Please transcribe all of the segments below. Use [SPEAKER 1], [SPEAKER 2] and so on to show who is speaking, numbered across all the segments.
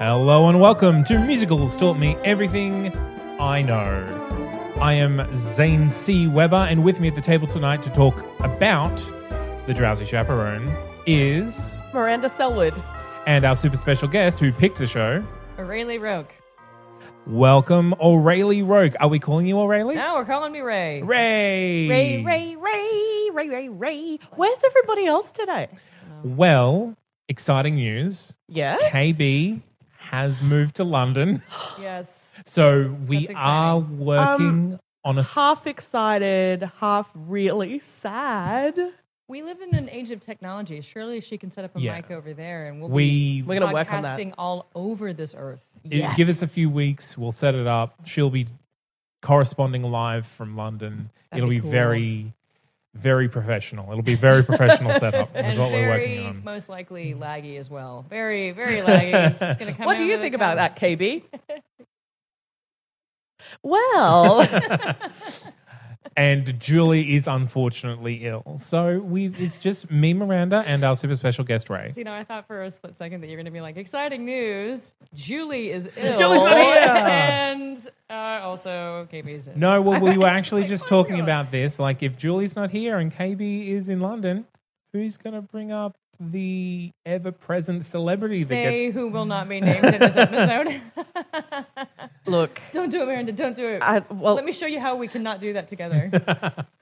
[SPEAKER 1] Hello and welcome to Musicals Taught Me Everything I Know. I am Zane C. Weber, and with me at the table tonight to talk about The Drowsy Chaperone is.
[SPEAKER 2] Miranda Selwood.
[SPEAKER 1] and our super special guest who picked the show.
[SPEAKER 2] Rayleigh Rogue.
[SPEAKER 1] Welcome, O'Reilly Roke. Are we calling you O'Reilly?
[SPEAKER 2] No, we're calling me Ray.
[SPEAKER 1] Ray.
[SPEAKER 2] Ray, Ray, Ray, Ray, Ray, Ray. Where's everybody else today?
[SPEAKER 1] Well, exciting news.
[SPEAKER 2] Yeah?
[SPEAKER 1] KB has moved to London,
[SPEAKER 3] Yes.
[SPEAKER 1] so we
[SPEAKER 3] That's exciting.
[SPEAKER 1] are working on a s-
[SPEAKER 2] Um, Half excited, half really sad.
[SPEAKER 3] We live in an age of technology. Surely she can set up a
[SPEAKER 1] Yeah.
[SPEAKER 3] mic over there and we'll
[SPEAKER 1] we.
[SPEAKER 3] be
[SPEAKER 2] We're gonna work on that.
[SPEAKER 3] podcasting all over this earth.
[SPEAKER 1] It- Give us a few weeks. We'll set it up. She'll be corresponding live from London.
[SPEAKER 3] That'd
[SPEAKER 1] It'll be,
[SPEAKER 3] be cool.
[SPEAKER 1] very, very professional. It'll be very professional setup.
[SPEAKER 3] And
[SPEAKER 1] Is what we're
[SPEAKER 3] very
[SPEAKER 1] working on.
[SPEAKER 3] most likely laggy as well. Very, very laggy. Just gonna come
[SPEAKER 2] what
[SPEAKER 3] out
[SPEAKER 2] do you
[SPEAKER 3] of the
[SPEAKER 2] think about
[SPEAKER 3] cupboard.
[SPEAKER 2] that, KB? well,
[SPEAKER 1] and Julie is unfortunately ill. So we it's just me, Miranda, and our super special guest Ray.
[SPEAKER 3] You know, I thought for a split second that you're going to be like, exciting news. Julie is ill.
[SPEAKER 1] Julie's not here!
[SPEAKER 3] And uh, also, KB is ill.
[SPEAKER 1] No, well, we were actually
[SPEAKER 3] Like,
[SPEAKER 1] just
[SPEAKER 3] come on,
[SPEAKER 1] talking
[SPEAKER 3] Julie.
[SPEAKER 1] about this. Like, if Julie's not here and KB is in London, who's going to bring up the ever-present celebrity that
[SPEAKER 3] They
[SPEAKER 1] gets?
[SPEAKER 3] who will not be named in this episode.
[SPEAKER 2] look,
[SPEAKER 3] don't do it, Miranda. Don't do it.
[SPEAKER 2] I, well,
[SPEAKER 3] Let me show you how we cannot do that together.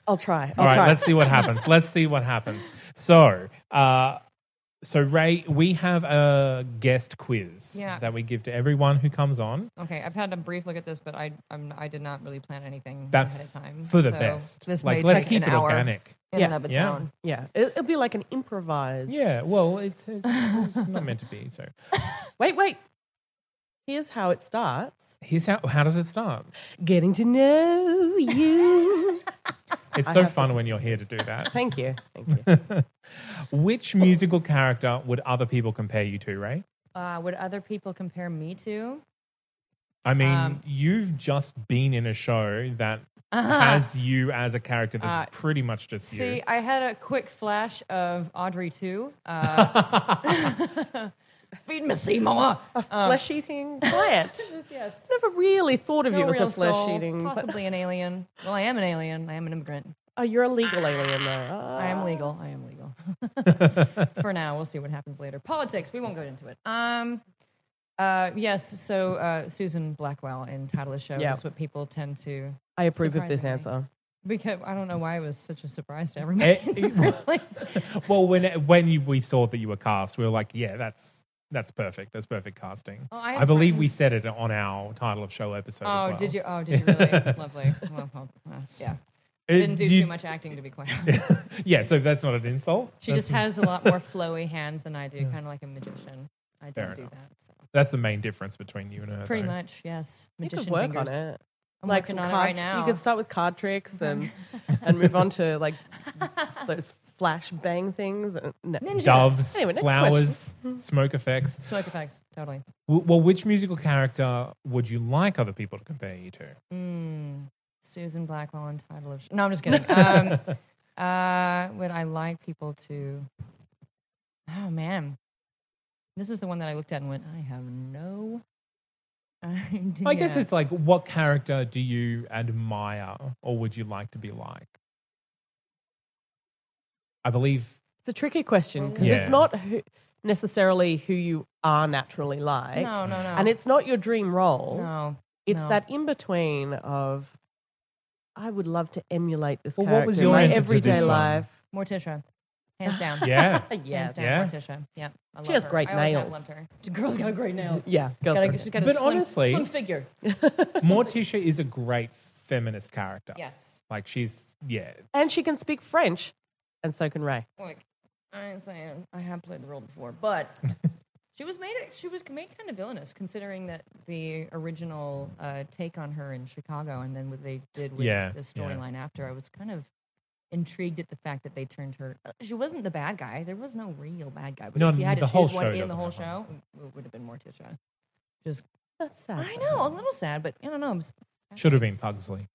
[SPEAKER 2] I'll try. I'll
[SPEAKER 1] All right,
[SPEAKER 2] try.
[SPEAKER 1] let's see what happens. let's see what happens. So, uh, so Ray, we have a guest quiz
[SPEAKER 3] Yeah.
[SPEAKER 1] that we give to everyone who comes on.
[SPEAKER 3] Okay, I've had a brief look at this, but I I'm, I did not really plan anything
[SPEAKER 1] That's
[SPEAKER 3] ahead of time.
[SPEAKER 1] for the
[SPEAKER 3] so
[SPEAKER 1] best.
[SPEAKER 3] This
[SPEAKER 1] like,
[SPEAKER 3] may
[SPEAKER 1] let's
[SPEAKER 3] take
[SPEAKER 1] keep
[SPEAKER 3] an
[SPEAKER 1] it
[SPEAKER 3] hour
[SPEAKER 1] organic.
[SPEAKER 3] In
[SPEAKER 2] Yeah.
[SPEAKER 3] and of its
[SPEAKER 1] Yeah.
[SPEAKER 3] own.
[SPEAKER 2] yeah, it, it'll be like an improvised.
[SPEAKER 1] Yeah, well, it's, it's, it's not meant to be. So,
[SPEAKER 2] Wait, wait. Here's how it starts.
[SPEAKER 1] here's how. How does it start?
[SPEAKER 2] Getting to know you.
[SPEAKER 1] It's
[SPEAKER 2] I
[SPEAKER 1] so
[SPEAKER 2] have to
[SPEAKER 1] fun when you're here to do that.
[SPEAKER 2] Thank you. Thank you.
[SPEAKER 1] Which musical character would other people compare you to, Ray?
[SPEAKER 3] Uh, would other people compare me to?
[SPEAKER 1] I mean,
[SPEAKER 3] Um,
[SPEAKER 1] you've just been in a show that
[SPEAKER 3] Uh-huh.
[SPEAKER 1] has you as a character that's
[SPEAKER 3] Uh,
[SPEAKER 1] pretty much just
[SPEAKER 3] See,
[SPEAKER 1] you.
[SPEAKER 3] I had a quick flash of Audrey too. Uh, feed me Seymour.
[SPEAKER 2] flesh eating plant.
[SPEAKER 3] Yes.
[SPEAKER 2] Never really thought of
[SPEAKER 3] No
[SPEAKER 2] you as
[SPEAKER 3] real
[SPEAKER 2] a flesh
[SPEAKER 3] soul,
[SPEAKER 2] eating.
[SPEAKER 3] Possibly an alien. Well, I am an alien. I am an immigrant.
[SPEAKER 2] Oh, you're a legal alien though. Ah.
[SPEAKER 3] I am
[SPEAKER 1] Uh,
[SPEAKER 3] legal. I am legal. For now, we'll see what happens later. Politics, we won't go into it. Um, uh, yes, so uh, Susan Blackwell in Title of the Show
[SPEAKER 2] Yeah.
[SPEAKER 3] is what people tend to
[SPEAKER 2] I approve of this
[SPEAKER 3] Surprisingly.
[SPEAKER 2] answer.
[SPEAKER 3] because I don't know why it was such a surprise to everybody.
[SPEAKER 1] Eh,
[SPEAKER 3] in the place.
[SPEAKER 1] well, when when you, we saw that you were cast, we were like, yeah, that's that's perfect. That's perfect casting.
[SPEAKER 3] Oh, I
[SPEAKER 1] I,
[SPEAKER 3] have
[SPEAKER 1] believe we
[SPEAKER 3] friends-
[SPEAKER 1] said it on our title of show episode. as
[SPEAKER 3] oh,
[SPEAKER 1] well.
[SPEAKER 3] did you? Oh, did you really? Lovely. Well, well, uh, yeah.
[SPEAKER 1] It-
[SPEAKER 3] Didn't do
[SPEAKER 1] Eh, you-
[SPEAKER 3] too much acting to be quite honest.
[SPEAKER 1] Yeah, so that's not an insult.
[SPEAKER 3] She
[SPEAKER 1] that's,
[SPEAKER 3] just has a lot more flowy hands than I do, kind of like a magician. I
[SPEAKER 1] Fair
[SPEAKER 3] don't do
[SPEAKER 1] enough.
[SPEAKER 3] that. So.
[SPEAKER 1] that's the main difference between you and her.
[SPEAKER 3] Pretty
[SPEAKER 1] though.
[SPEAKER 3] much, yes.
[SPEAKER 2] You
[SPEAKER 3] Magician
[SPEAKER 2] could work on
[SPEAKER 3] fingers.
[SPEAKER 2] it.
[SPEAKER 3] I'm
[SPEAKER 2] like
[SPEAKER 3] working
[SPEAKER 2] some
[SPEAKER 3] on it
[SPEAKER 2] card,
[SPEAKER 3] right now.
[SPEAKER 2] You could start with card tricks and and move on to like those flash bang things. and- No.
[SPEAKER 1] Doves,
[SPEAKER 2] Anyway, next Mm-hmm.
[SPEAKER 1] flowers, smoke effects.
[SPEAKER 3] Smoke effects, totally.
[SPEAKER 1] W- Well, which musical character would you like other people to compare you to?
[SPEAKER 3] Mm, Susan Blackwell and title of. Sh- no, I'm just kidding. Um, uh, would I like people to? Oh man, this is the one that I looked at and went, I have no
[SPEAKER 1] I guess it's like, what character do you admire or would you like to be like? I believe
[SPEAKER 2] It's a tricky question because
[SPEAKER 1] Yeah.
[SPEAKER 2] it's not who, necessarily who you are naturally like.
[SPEAKER 3] no, no, no.
[SPEAKER 2] And it's not your dream role.
[SPEAKER 3] no.
[SPEAKER 2] It's
[SPEAKER 3] no.
[SPEAKER 2] that in between of I would love to emulate this
[SPEAKER 1] Well,
[SPEAKER 2] character
[SPEAKER 1] what was
[SPEAKER 2] in
[SPEAKER 1] your
[SPEAKER 2] my
[SPEAKER 1] answer to
[SPEAKER 2] everyday
[SPEAKER 1] this one?
[SPEAKER 2] life.
[SPEAKER 3] Morticia, hands down.
[SPEAKER 1] yeah.
[SPEAKER 2] Yeah,
[SPEAKER 3] hands down.
[SPEAKER 1] Yeah.
[SPEAKER 3] Morticia. Yeah, I
[SPEAKER 2] She
[SPEAKER 3] love
[SPEAKER 2] has
[SPEAKER 3] her.
[SPEAKER 2] great
[SPEAKER 3] I always have
[SPEAKER 2] nails.
[SPEAKER 3] loved her. The girl's got great nails.
[SPEAKER 2] yeah. Girls
[SPEAKER 3] Gotta-
[SPEAKER 2] Project.
[SPEAKER 3] she's got a
[SPEAKER 1] But
[SPEAKER 3] slim,
[SPEAKER 1] honestly-
[SPEAKER 3] slim figure.
[SPEAKER 1] Morticia is a great feminist character.
[SPEAKER 3] Yes.
[SPEAKER 1] Like she's, yeah.
[SPEAKER 2] and she can speak French, and so can Ray.
[SPEAKER 3] Like I ain't saying I have played the role before, but she was made she was made kind of villainous considering that the original uh, take on her in Chicago and then what they did with
[SPEAKER 1] Yeah,
[SPEAKER 3] the
[SPEAKER 1] yeah.
[SPEAKER 3] storyline after. I was kind of intrigued at the fact that they turned her. uh, She wasn't the bad guy. There was no real bad guy. But
[SPEAKER 1] No,
[SPEAKER 3] if you had
[SPEAKER 1] the
[SPEAKER 3] to
[SPEAKER 1] whole
[SPEAKER 3] choose
[SPEAKER 1] show
[SPEAKER 3] one in the
[SPEAKER 1] doesn't
[SPEAKER 3] whole
[SPEAKER 1] have
[SPEAKER 3] show, it would have been Morticia.
[SPEAKER 2] That's sad.
[SPEAKER 3] I know, a little sad, but I don't know. I'm s-
[SPEAKER 1] Should have been Pugsley.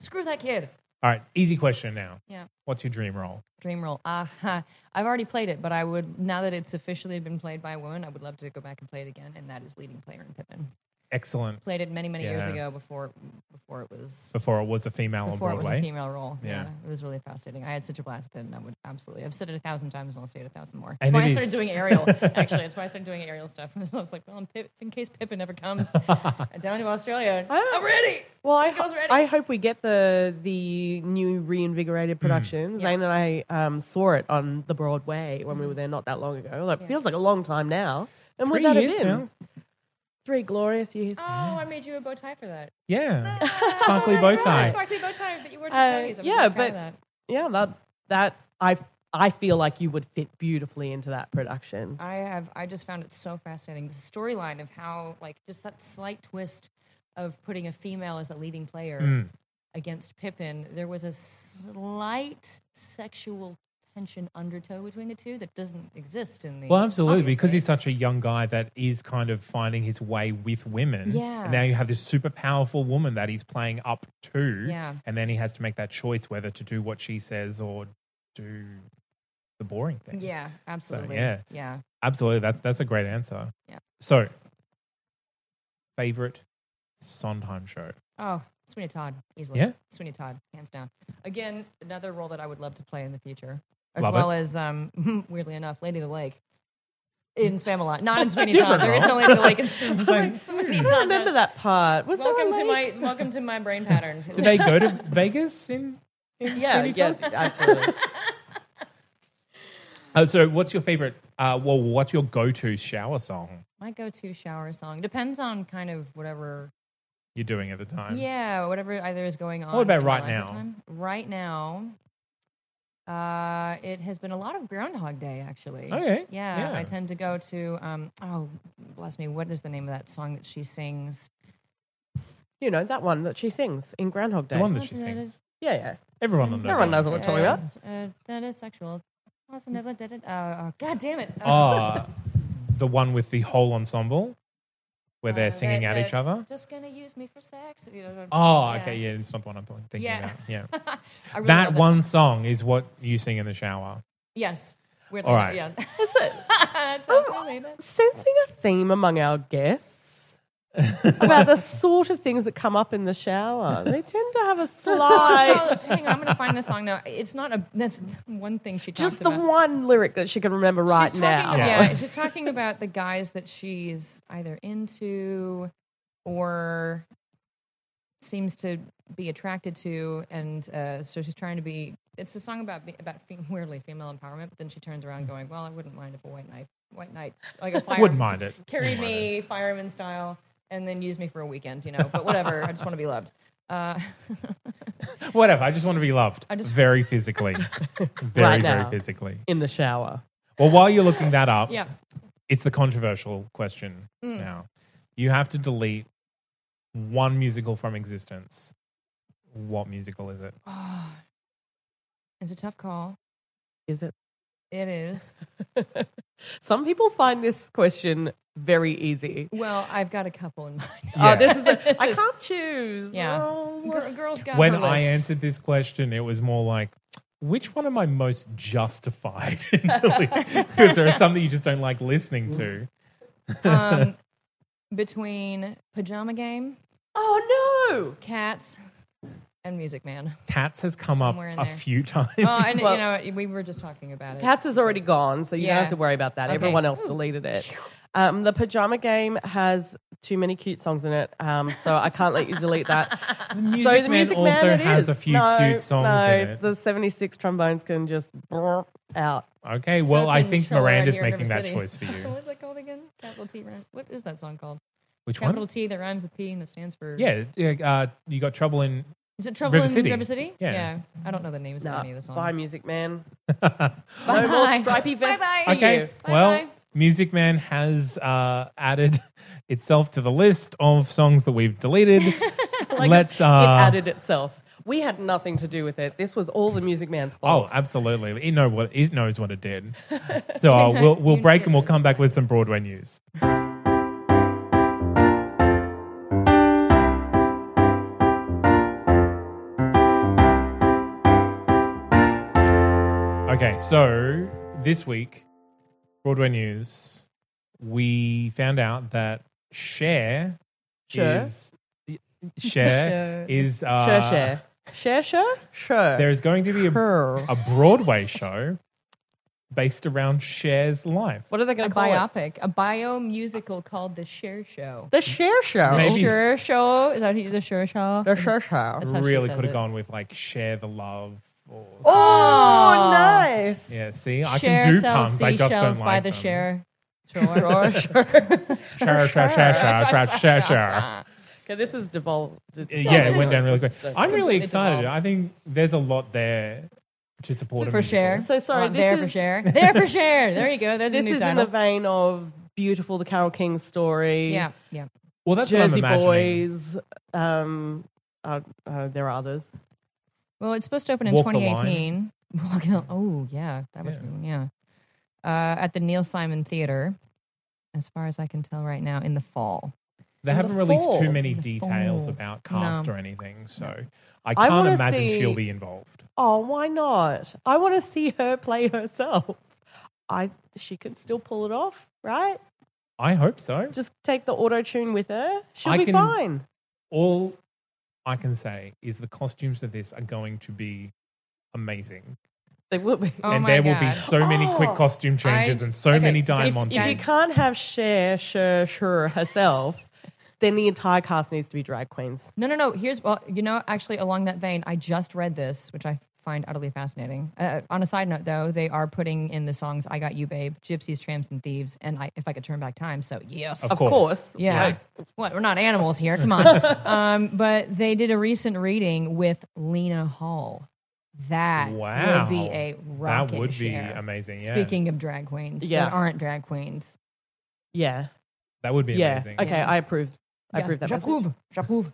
[SPEAKER 3] Screw that kid.
[SPEAKER 1] All right. Easy question now.
[SPEAKER 3] Yeah.
[SPEAKER 1] What's your dream role?
[SPEAKER 3] Dream role. Ah, ha. I've already played it, but I would now that it's officially been played by a woman, I would love to go back and play it again. And that is leading player in Pippin.
[SPEAKER 1] Excellent.
[SPEAKER 3] Played it many, many years
[SPEAKER 1] Yeah.
[SPEAKER 3] ago before before it was
[SPEAKER 1] Before it was a female
[SPEAKER 3] before
[SPEAKER 1] on
[SPEAKER 3] it was a
[SPEAKER 1] Broadway.
[SPEAKER 3] female role.
[SPEAKER 1] Yeah.
[SPEAKER 3] it was really fascinating. I had such a blast with it, and I would absolutely. I've said it a thousand times, and I'll say it a thousand more. That's
[SPEAKER 1] And
[SPEAKER 3] why
[SPEAKER 1] it
[SPEAKER 3] I started
[SPEAKER 1] is.
[SPEAKER 3] doing aerial. Actually, that's why I started doing aerial stuff. And I was like, well, in, Pip, in case Pippin ever comes down to Australia,
[SPEAKER 2] Oh.
[SPEAKER 3] I'm ready.
[SPEAKER 2] Well, I,
[SPEAKER 3] This girl's
[SPEAKER 2] ho-
[SPEAKER 3] ready.
[SPEAKER 2] I hope we get the the new
[SPEAKER 1] Mm.
[SPEAKER 2] reinvigorated production. Zane and I um, saw it on the Broadway when
[SPEAKER 3] Mm.
[SPEAKER 2] we were there not that long ago. Like, feels like a long time now. And
[SPEAKER 1] Three
[SPEAKER 2] would that
[SPEAKER 1] years
[SPEAKER 2] have been?
[SPEAKER 1] now?
[SPEAKER 2] Three glorious years.
[SPEAKER 3] Oh, I made you a bow tie for that.
[SPEAKER 1] Yeah. Sparkly bow tie.
[SPEAKER 3] Sparkly bow tie that you wore to
[SPEAKER 2] Uh,
[SPEAKER 3] Tony's. I was
[SPEAKER 2] yeah,
[SPEAKER 3] really proud
[SPEAKER 2] but-
[SPEAKER 3] of that.
[SPEAKER 2] Yeah, that that I I feel like you would fit beautifully into that production.
[SPEAKER 3] I have. I just found it so fascinating. The storyline of how, like, just that slight twist of putting a female as the leading player
[SPEAKER 1] Mm.
[SPEAKER 3] against Pippin. There was a slight sexual tension undertow between the two that doesn't exist in the.
[SPEAKER 1] Well, absolutely, because
[SPEAKER 3] obviously.
[SPEAKER 1] he's such a young guy that is kind of finding his way with women.
[SPEAKER 3] Yeah.
[SPEAKER 1] And now you have this super powerful woman that he's playing up to.
[SPEAKER 3] Yeah.
[SPEAKER 1] And then he has to make that choice whether to do what she says or do the boring thing.
[SPEAKER 3] Yeah, absolutely.
[SPEAKER 1] yeah.
[SPEAKER 3] yeah.
[SPEAKER 1] Absolutely. That's that's a great answer.
[SPEAKER 3] Yeah.
[SPEAKER 1] So favorite Sondheim show.
[SPEAKER 3] Oh, Sweeney Todd, easily.
[SPEAKER 1] Yeah?
[SPEAKER 3] Sweeney Todd, hands down. Again, another role that I would love to play in the future, as
[SPEAKER 1] Love
[SPEAKER 3] well as um, weirdly enough, Lady of the Lake. In Spamalot, not in Sweeney
[SPEAKER 1] Different
[SPEAKER 3] Todd. There is no
[SPEAKER 1] role.
[SPEAKER 3] Lady of the Lake in Sweeney
[SPEAKER 1] Like,
[SPEAKER 3] Sweeney
[SPEAKER 2] I
[SPEAKER 3] Todd.
[SPEAKER 2] remember that part. Was there
[SPEAKER 3] Welcome
[SPEAKER 2] a
[SPEAKER 3] to
[SPEAKER 2] lady-
[SPEAKER 3] my welcome to my brain pattern.
[SPEAKER 1] Did they go to Vegas in, in
[SPEAKER 2] yeah
[SPEAKER 1] Sweeney Todd?
[SPEAKER 2] yeah absolutely.
[SPEAKER 1] Uh, so what's your favorite uh, well what's your go to shower song
[SPEAKER 3] my go-to shower song depends on kind of whatever.
[SPEAKER 1] you're doing at the time?
[SPEAKER 3] Yeah, whatever either is going on.
[SPEAKER 1] about
[SPEAKER 3] in my
[SPEAKER 1] right
[SPEAKER 3] life
[SPEAKER 1] now?
[SPEAKER 3] at the time. Right now, uh, it has been a lot of Groundhog Day actually.
[SPEAKER 1] Okay.
[SPEAKER 3] Yeah,
[SPEAKER 1] Yeah.
[SPEAKER 3] I tend to go to um, oh bless me, what is the name of that song that she sings?
[SPEAKER 2] you know that one that she sings in Groundhog Day.
[SPEAKER 1] The one that she
[SPEAKER 3] Wasn't it
[SPEAKER 1] sings.
[SPEAKER 2] yeah, yeah.
[SPEAKER 1] Everyone knows.
[SPEAKER 2] Everyone
[SPEAKER 1] that.
[SPEAKER 2] knows what we're talking about.
[SPEAKER 3] Uh, uh, that is sexual. Also never did it. Uh, oh, God damn it!
[SPEAKER 1] Ah, the one with the whole ensemble where
[SPEAKER 3] Uh,
[SPEAKER 1] they're singing
[SPEAKER 3] that-
[SPEAKER 1] at
[SPEAKER 3] that
[SPEAKER 1] each other.
[SPEAKER 3] Just gonna use me for sex. You know,
[SPEAKER 1] Oh,
[SPEAKER 3] yeah.
[SPEAKER 1] okay, yeah, it's not the one I'm thinking about.
[SPEAKER 3] Yeah.
[SPEAKER 1] Yeah,
[SPEAKER 3] I really
[SPEAKER 1] that
[SPEAKER 3] love it.
[SPEAKER 1] one song is what you sing in the shower.
[SPEAKER 3] Yes. Weirdly,
[SPEAKER 1] All
[SPEAKER 3] All
[SPEAKER 1] right.
[SPEAKER 3] right. Yeah. That sounds related.
[SPEAKER 2] Sensing a theme among our guests about the sort of things that come up in the shower. They tend to have a
[SPEAKER 3] Oh,
[SPEAKER 2] slight.
[SPEAKER 3] hang on, I'm gonna find this song now. It's not a. That's one thing she talks
[SPEAKER 2] Just the
[SPEAKER 3] about.
[SPEAKER 2] one lyric that she can remember right
[SPEAKER 3] she's
[SPEAKER 2] now.
[SPEAKER 3] Talking,
[SPEAKER 1] Yeah.
[SPEAKER 3] yeah. she's talking about the guys that she's either into or seems to be attracted to, and uh, so she's trying to be. It's a song about be- about fem- weirdly female empowerment, but then she turns around going, "Well, I wouldn't mind if a white knight, white knight, like a fire,
[SPEAKER 1] Wouldn't mind it.
[SPEAKER 3] carried
[SPEAKER 1] Wouldn't mind
[SPEAKER 3] me fireman style, and then used me for a weekend, you know. But whatever, I just want to be loved." Uh,
[SPEAKER 1] Whatever. I just want to be loved.
[SPEAKER 3] I just-
[SPEAKER 1] very physically, very
[SPEAKER 2] Right
[SPEAKER 1] very
[SPEAKER 2] now.
[SPEAKER 1] physically.
[SPEAKER 2] in the shower.
[SPEAKER 1] Well, while you're looking that up,
[SPEAKER 3] yeah.
[SPEAKER 1] it's the controversial question
[SPEAKER 2] Mm.
[SPEAKER 1] now. You have to delete one musical from existence. What musical is it?
[SPEAKER 3] It's a tough call.
[SPEAKER 2] Is it?
[SPEAKER 3] It is.
[SPEAKER 2] Some people find this question very easy.
[SPEAKER 3] Well, I've got a couple in mind.
[SPEAKER 1] Yeah.
[SPEAKER 2] Oh, this is. A, I can't choose.
[SPEAKER 3] Yeah.
[SPEAKER 2] Oh.
[SPEAKER 3] Girl, girls got
[SPEAKER 1] when
[SPEAKER 3] her
[SPEAKER 1] I
[SPEAKER 3] list.
[SPEAKER 1] answered this question, it was more like, which one am I most justified
[SPEAKER 2] Mm.
[SPEAKER 1] in Because there are some that you just don't like listening to.
[SPEAKER 3] um, between Pajama Game,
[SPEAKER 2] Oh no!
[SPEAKER 3] Cats, and Music Man.
[SPEAKER 1] Cats has come up
[SPEAKER 3] Somewhere in
[SPEAKER 1] a
[SPEAKER 3] there.
[SPEAKER 1] few times.
[SPEAKER 3] Oh, and
[SPEAKER 2] Well-
[SPEAKER 3] you know, we were just talking about it.
[SPEAKER 2] Cats is already gone, so you
[SPEAKER 3] Yeah.
[SPEAKER 2] don't have to worry about that.
[SPEAKER 3] Okay.
[SPEAKER 2] Everyone else deleted it. Um, the pajama game has too many cute songs in it, um, so I can't let you delete that.
[SPEAKER 1] The Music
[SPEAKER 2] so the
[SPEAKER 1] Man
[SPEAKER 2] music man
[SPEAKER 1] also
[SPEAKER 2] it
[SPEAKER 1] has a
[SPEAKER 2] is.
[SPEAKER 1] few
[SPEAKER 2] No,
[SPEAKER 1] cute songs
[SPEAKER 2] no,
[SPEAKER 1] in it.
[SPEAKER 2] The seventy-six trombones can just brrr out.
[SPEAKER 1] Okay, well, I
[SPEAKER 3] Surfing
[SPEAKER 1] think
[SPEAKER 3] Shore
[SPEAKER 1] Miranda's
[SPEAKER 3] here in
[SPEAKER 1] making
[SPEAKER 3] River
[SPEAKER 1] that
[SPEAKER 3] City.
[SPEAKER 1] choice for
[SPEAKER 3] what
[SPEAKER 1] you.
[SPEAKER 3] was that called again? Capital T. rhyme- What is that song called?
[SPEAKER 1] Which
[SPEAKER 3] Capital
[SPEAKER 1] one?
[SPEAKER 3] T that rhymes with P and it stands for.
[SPEAKER 1] Yeah, yeah, uh, you got trouble in.
[SPEAKER 3] Is it Trouble
[SPEAKER 1] River
[SPEAKER 3] in
[SPEAKER 1] City.
[SPEAKER 3] River City?
[SPEAKER 1] Yeah.
[SPEAKER 3] I don't know the names of
[SPEAKER 2] Nah,
[SPEAKER 3] any of the songs.
[SPEAKER 2] bye, music man.
[SPEAKER 3] Bye.
[SPEAKER 2] No more stripy vests.
[SPEAKER 3] Bye-bye.
[SPEAKER 2] for
[SPEAKER 1] Okay,
[SPEAKER 2] you.
[SPEAKER 1] well,
[SPEAKER 3] Bye-bye.
[SPEAKER 1] Music Man has uh, added itself to the list of songs that we've deleted.
[SPEAKER 2] Like,
[SPEAKER 1] Let's. Uh,
[SPEAKER 2] it added itself. We had nothing to do with it. This was all the music man's
[SPEAKER 1] Oh,
[SPEAKER 2] fault.
[SPEAKER 1] absolutely! He know what he knows what it did. So uh, we'll we'll
[SPEAKER 3] You
[SPEAKER 1] break
[SPEAKER 3] know
[SPEAKER 1] and we'll
[SPEAKER 3] it.
[SPEAKER 1] come back with some Broadway news. Okay, so this week, Broadway news, we found out that Cher
[SPEAKER 2] Cher?
[SPEAKER 1] is Cher
[SPEAKER 3] Cher.
[SPEAKER 1] is uh,
[SPEAKER 2] Sure, sure, sure, sure, sure.
[SPEAKER 1] There is going to be a
[SPEAKER 2] Sure.
[SPEAKER 1] a Broadway show based around Cher's life.
[SPEAKER 2] What are they
[SPEAKER 3] A
[SPEAKER 2] going to call it?
[SPEAKER 3] biopic, a bio musical called The Share Show.
[SPEAKER 2] The Share Show.
[SPEAKER 1] Maybe.
[SPEAKER 3] Sure Show? Is that who- The Share Show?
[SPEAKER 2] The Share Show.
[SPEAKER 3] That's how she
[SPEAKER 1] Really
[SPEAKER 3] says
[SPEAKER 1] could have
[SPEAKER 3] it.
[SPEAKER 1] gone with like share the love. Or
[SPEAKER 2] Oh, nice.
[SPEAKER 1] yeah, see, I
[SPEAKER 3] Share
[SPEAKER 1] can do
[SPEAKER 3] sells
[SPEAKER 1] puns. I just
[SPEAKER 3] seashells
[SPEAKER 1] don't
[SPEAKER 3] by
[SPEAKER 1] like
[SPEAKER 3] the
[SPEAKER 1] them.
[SPEAKER 3] Share.
[SPEAKER 2] Sure, sure.
[SPEAKER 1] Share, share, share, share, share, share, share.
[SPEAKER 2] Okay, this is devolved. it's-
[SPEAKER 1] Yeah, it went down really quick. I'm really
[SPEAKER 3] It
[SPEAKER 1] excited.
[SPEAKER 3] evolved.
[SPEAKER 1] I think there's a lot there to support a
[SPEAKER 3] For
[SPEAKER 1] musical.
[SPEAKER 3] share.
[SPEAKER 2] So sorry,
[SPEAKER 3] Want
[SPEAKER 2] this
[SPEAKER 3] there
[SPEAKER 2] is-
[SPEAKER 3] for share. There for share. There you go. There's
[SPEAKER 2] This
[SPEAKER 3] a new
[SPEAKER 2] is in
[SPEAKER 3] title.
[SPEAKER 2] the vein of beautiful, the Carol King story.
[SPEAKER 3] yeah, yeah.
[SPEAKER 1] Well, that's
[SPEAKER 2] Jersey
[SPEAKER 1] what I'm imagining.
[SPEAKER 2] Boys. Um, uh, uh, there are others.
[SPEAKER 3] Well, it's supposed to open in
[SPEAKER 1] Walk the Line.
[SPEAKER 3] 2018. Walk the- oh, yeah, that was
[SPEAKER 1] Yeah.
[SPEAKER 3] yeah. Uh, at the Neil Simon Theater, as far as I can tell right now, in the fall.
[SPEAKER 1] They
[SPEAKER 2] The
[SPEAKER 1] haven't released too
[SPEAKER 2] fall.
[SPEAKER 1] many
[SPEAKER 3] The
[SPEAKER 1] details
[SPEAKER 3] fall.
[SPEAKER 1] about cast
[SPEAKER 3] No.
[SPEAKER 1] or anything, so I
[SPEAKER 2] I
[SPEAKER 1] can't
[SPEAKER 2] wanna
[SPEAKER 1] imagine
[SPEAKER 2] see-
[SPEAKER 1] she'll be involved.
[SPEAKER 2] Oh, why not? I want to see her play herself. I she can still pull it off, right?
[SPEAKER 1] I hope so.
[SPEAKER 2] Just take the auto tune with her. She'll
[SPEAKER 1] I
[SPEAKER 2] be
[SPEAKER 1] can-
[SPEAKER 2] fine.
[SPEAKER 1] all I can say is the costumes of this are going to be amazing.
[SPEAKER 2] They will be.
[SPEAKER 3] Oh
[SPEAKER 1] and
[SPEAKER 3] my
[SPEAKER 1] there will be
[SPEAKER 3] God.
[SPEAKER 1] so many quick
[SPEAKER 2] Oh,
[SPEAKER 1] costume changes
[SPEAKER 3] I-
[SPEAKER 1] and so
[SPEAKER 3] okay,
[SPEAKER 1] many
[SPEAKER 3] if-
[SPEAKER 1] dime
[SPEAKER 3] if
[SPEAKER 1] montages.
[SPEAKER 2] If you
[SPEAKER 3] Yes.
[SPEAKER 2] can't have Cher, Cher, Cher herself, then the entire cast needs to be drag queens.
[SPEAKER 3] No, no, no. Here's well, you know, actually, along that vein, I just read this, which I find utterly fascinating. Uh, on a side note, though, they are putting in the songs "I Got You, Babe," "Gypsies, Tramps, and Thieves," and I, "If I Could Turn Back Time." So yes,
[SPEAKER 1] Of
[SPEAKER 2] Of
[SPEAKER 1] course.
[SPEAKER 2] course.
[SPEAKER 3] Yeah. What? We're not animals here. Come on. um, but they did a recent reading with Lena Hall. That
[SPEAKER 1] wow.
[SPEAKER 3] would be a rocket
[SPEAKER 1] That would
[SPEAKER 3] share.
[SPEAKER 1] be amazing. Yeah.
[SPEAKER 3] Speaking of drag queens
[SPEAKER 2] Yeah.
[SPEAKER 3] that aren't drag queens.
[SPEAKER 2] Yeah.
[SPEAKER 1] that would be
[SPEAKER 2] Yeah.
[SPEAKER 1] amazing.
[SPEAKER 2] Okay, I approve. I
[SPEAKER 3] Yeah.
[SPEAKER 2] approve that. message.
[SPEAKER 3] J'approuve. J'approuve.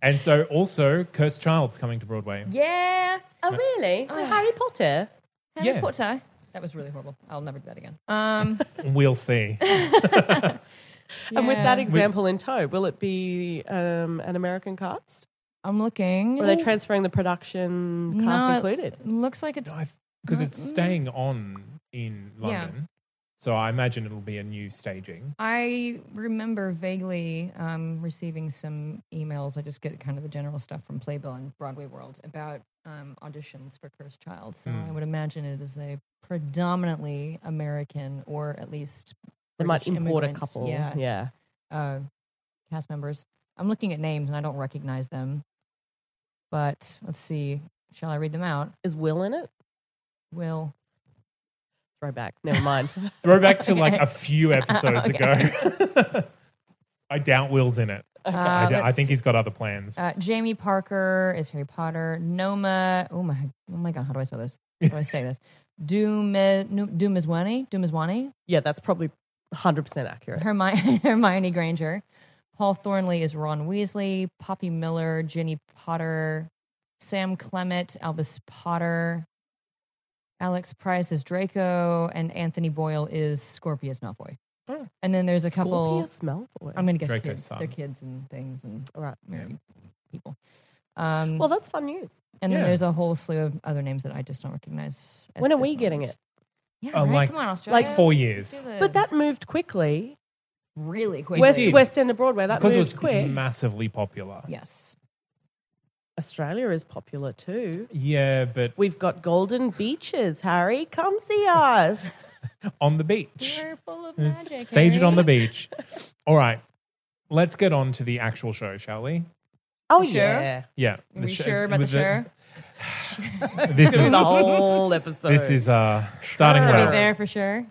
[SPEAKER 1] And so also Cursed Child's coming to Broadway.
[SPEAKER 3] Yeah.
[SPEAKER 2] Oh, really? Harry Potter?
[SPEAKER 3] Harry
[SPEAKER 1] Yeah.
[SPEAKER 3] Potter. That was really horrible. I'll never do that again. Um,
[SPEAKER 1] We'll see.
[SPEAKER 2] And with that
[SPEAKER 3] yeah.
[SPEAKER 2] example in tow, will it be um, an American cast?
[SPEAKER 3] I'm looking.
[SPEAKER 2] Or are they transferring the production cast
[SPEAKER 3] No, it-
[SPEAKER 2] included?
[SPEAKER 3] Looks like it's
[SPEAKER 1] Because it's staying on in
[SPEAKER 3] Mm-hmm. Yeah.
[SPEAKER 1] London. So I imagine it'll be a new staging.
[SPEAKER 3] I remember vaguely um, receiving some emails. I just get kind of the general stuff from Playbill and Broadway World about um, auditions for Cursed Child. So
[SPEAKER 2] Hmm.
[SPEAKER 3] I would imagine it is a predominantly American or at least
[SPEAKER 2] They might
[SPEAKER 3] British
[SPEAKER 2] import a
[SPEAKER 3] immigrant,
[SPEAKER 2] couple.
[SPEAKER 3] yeah,
[SPEAKER 2] yeah.
[SPEAKER 3] Uh, cast members. I'm looking at names and I don't recognize them, but let's see. Shall I read them out?
[SPEAKER 2] Is Will in it?
[SPEAKER 3] Will
[SPEAKER 2] Throwback. Never mind.
[SPEAKER 1] Throwback to like
[SPEAKER 3] Okay.
[SPEAKER 1] a few episodes ago. I doubt Will's in it. I
[SPEAKER 3] Uh,
[SPEAKER 1] d- I
[SPEAKER 3] let's
[SPEAKER 1] think he's got other plans.
[SPEAKER 3] Uh, Jamie Parker is Harry Potter. Noma. Oh my. Oh my God. How do I spell this? How do I say this? Doom. Doomizwani. Doomizwani.
[SPEAKER 2] yeah, that's probably 100% accurate.
[SPEAKER 3] Hermione. Hermione Granger. Paul Thornley is Ron Weasley. Poppy Miller. Ginny Potter. Sam Clement. Albus Potter. Alex Price is Draco, and Anthony Boyle is Scorpius Malfoy. And then there's a couple.
[SPEAKER 2] Scorpius Malfoy.
[SPEAKER 3] I'm going to guess
[SPEAKER 1] Hmm. Draco's
[SPEAKER 3] kids.
[SPEAKER 1] son.
[SPEAKER 3] They're kids and things and
[SPEAKER 2] All right.
[SPEAKER 3] married people. Um,
[SPEAKER 2] Well, that's fun news.
[SPEAKER 3] And
[SPEAKER 1] Yeah.
[SPEAKER 3] then there's a whole slew of other names that I just don't recognize. at
[SPEAKER 2] When are
[SPEAKER 3] this
[SPEAKER 2] we getting
[SPEAKER 3] moment.
[SPEAKER 2] it?
[SPEAKER 3] Yeah,
[SPEAKER 1] Oh,
[SPEAKER 3] right?
[SPEAKER 1] like-
[SPEAKER 3] come on, Australia.
[SPEAKER 1] like four
[SPEAKER 3] Let's
[SPEAKER 1] years.
[SPEAKER 3] do
[SPEAKER 2] But that
[SPEAKER 3] this.
[SPEAKER 2] moved quickly.
[SPEAKER 3] really quickly.
[SPEAKER 2] West
[SPEAKER 1] did.
[SPEAKER 2] West End to Broadway. That
[SPEAKER 1] because
[SPEAKER 2] moved
[SPEAKER 1] it was
[SPEAKER 2] quick.
[SPEAKER 1] massively popular.
[SPEAKER 3] Yes.
[SPEAKER 2] Australia is popular too.
[SPEAKER 1] Yeah, but
[SPEAKER 2] We've got golden beaches. Harry, come see us.
[SPEAKER 1] on the beach.
[SPEAKER 3] We're full of magic. eh?
[SPEAKER 1] Stage it
[SPEAKER 3] Harry.
[SPEAKER 1] on the beach. All right. Let's get on to the actual show, shall we?
[SPEAKER 2] Oh
[SPEAKER 3] Sure.
[SPEAKER 2] yeah,
[SPEAKER 1] Yeah.
[SPEAKER 3] Are
[SPEAKER 1] the
[SPEAKER 3] we
[SPEAKER 1] sh-
[SPEAKER 3] sure about the
[SPEAKER 1] with
[SPEAKER 3] sure?
[SPEAKER 1] This
[SPEAKER 2] It was
[SPEAKER 1] is
[SPEAKER 2] a whole episode.
[SPEAKER 1] this is uh starting
[SPEAKER 2] Sure.
[SPEAKER 3] Are
[SPEAKER 1] well.
[SPEAKER 3] we there for sure?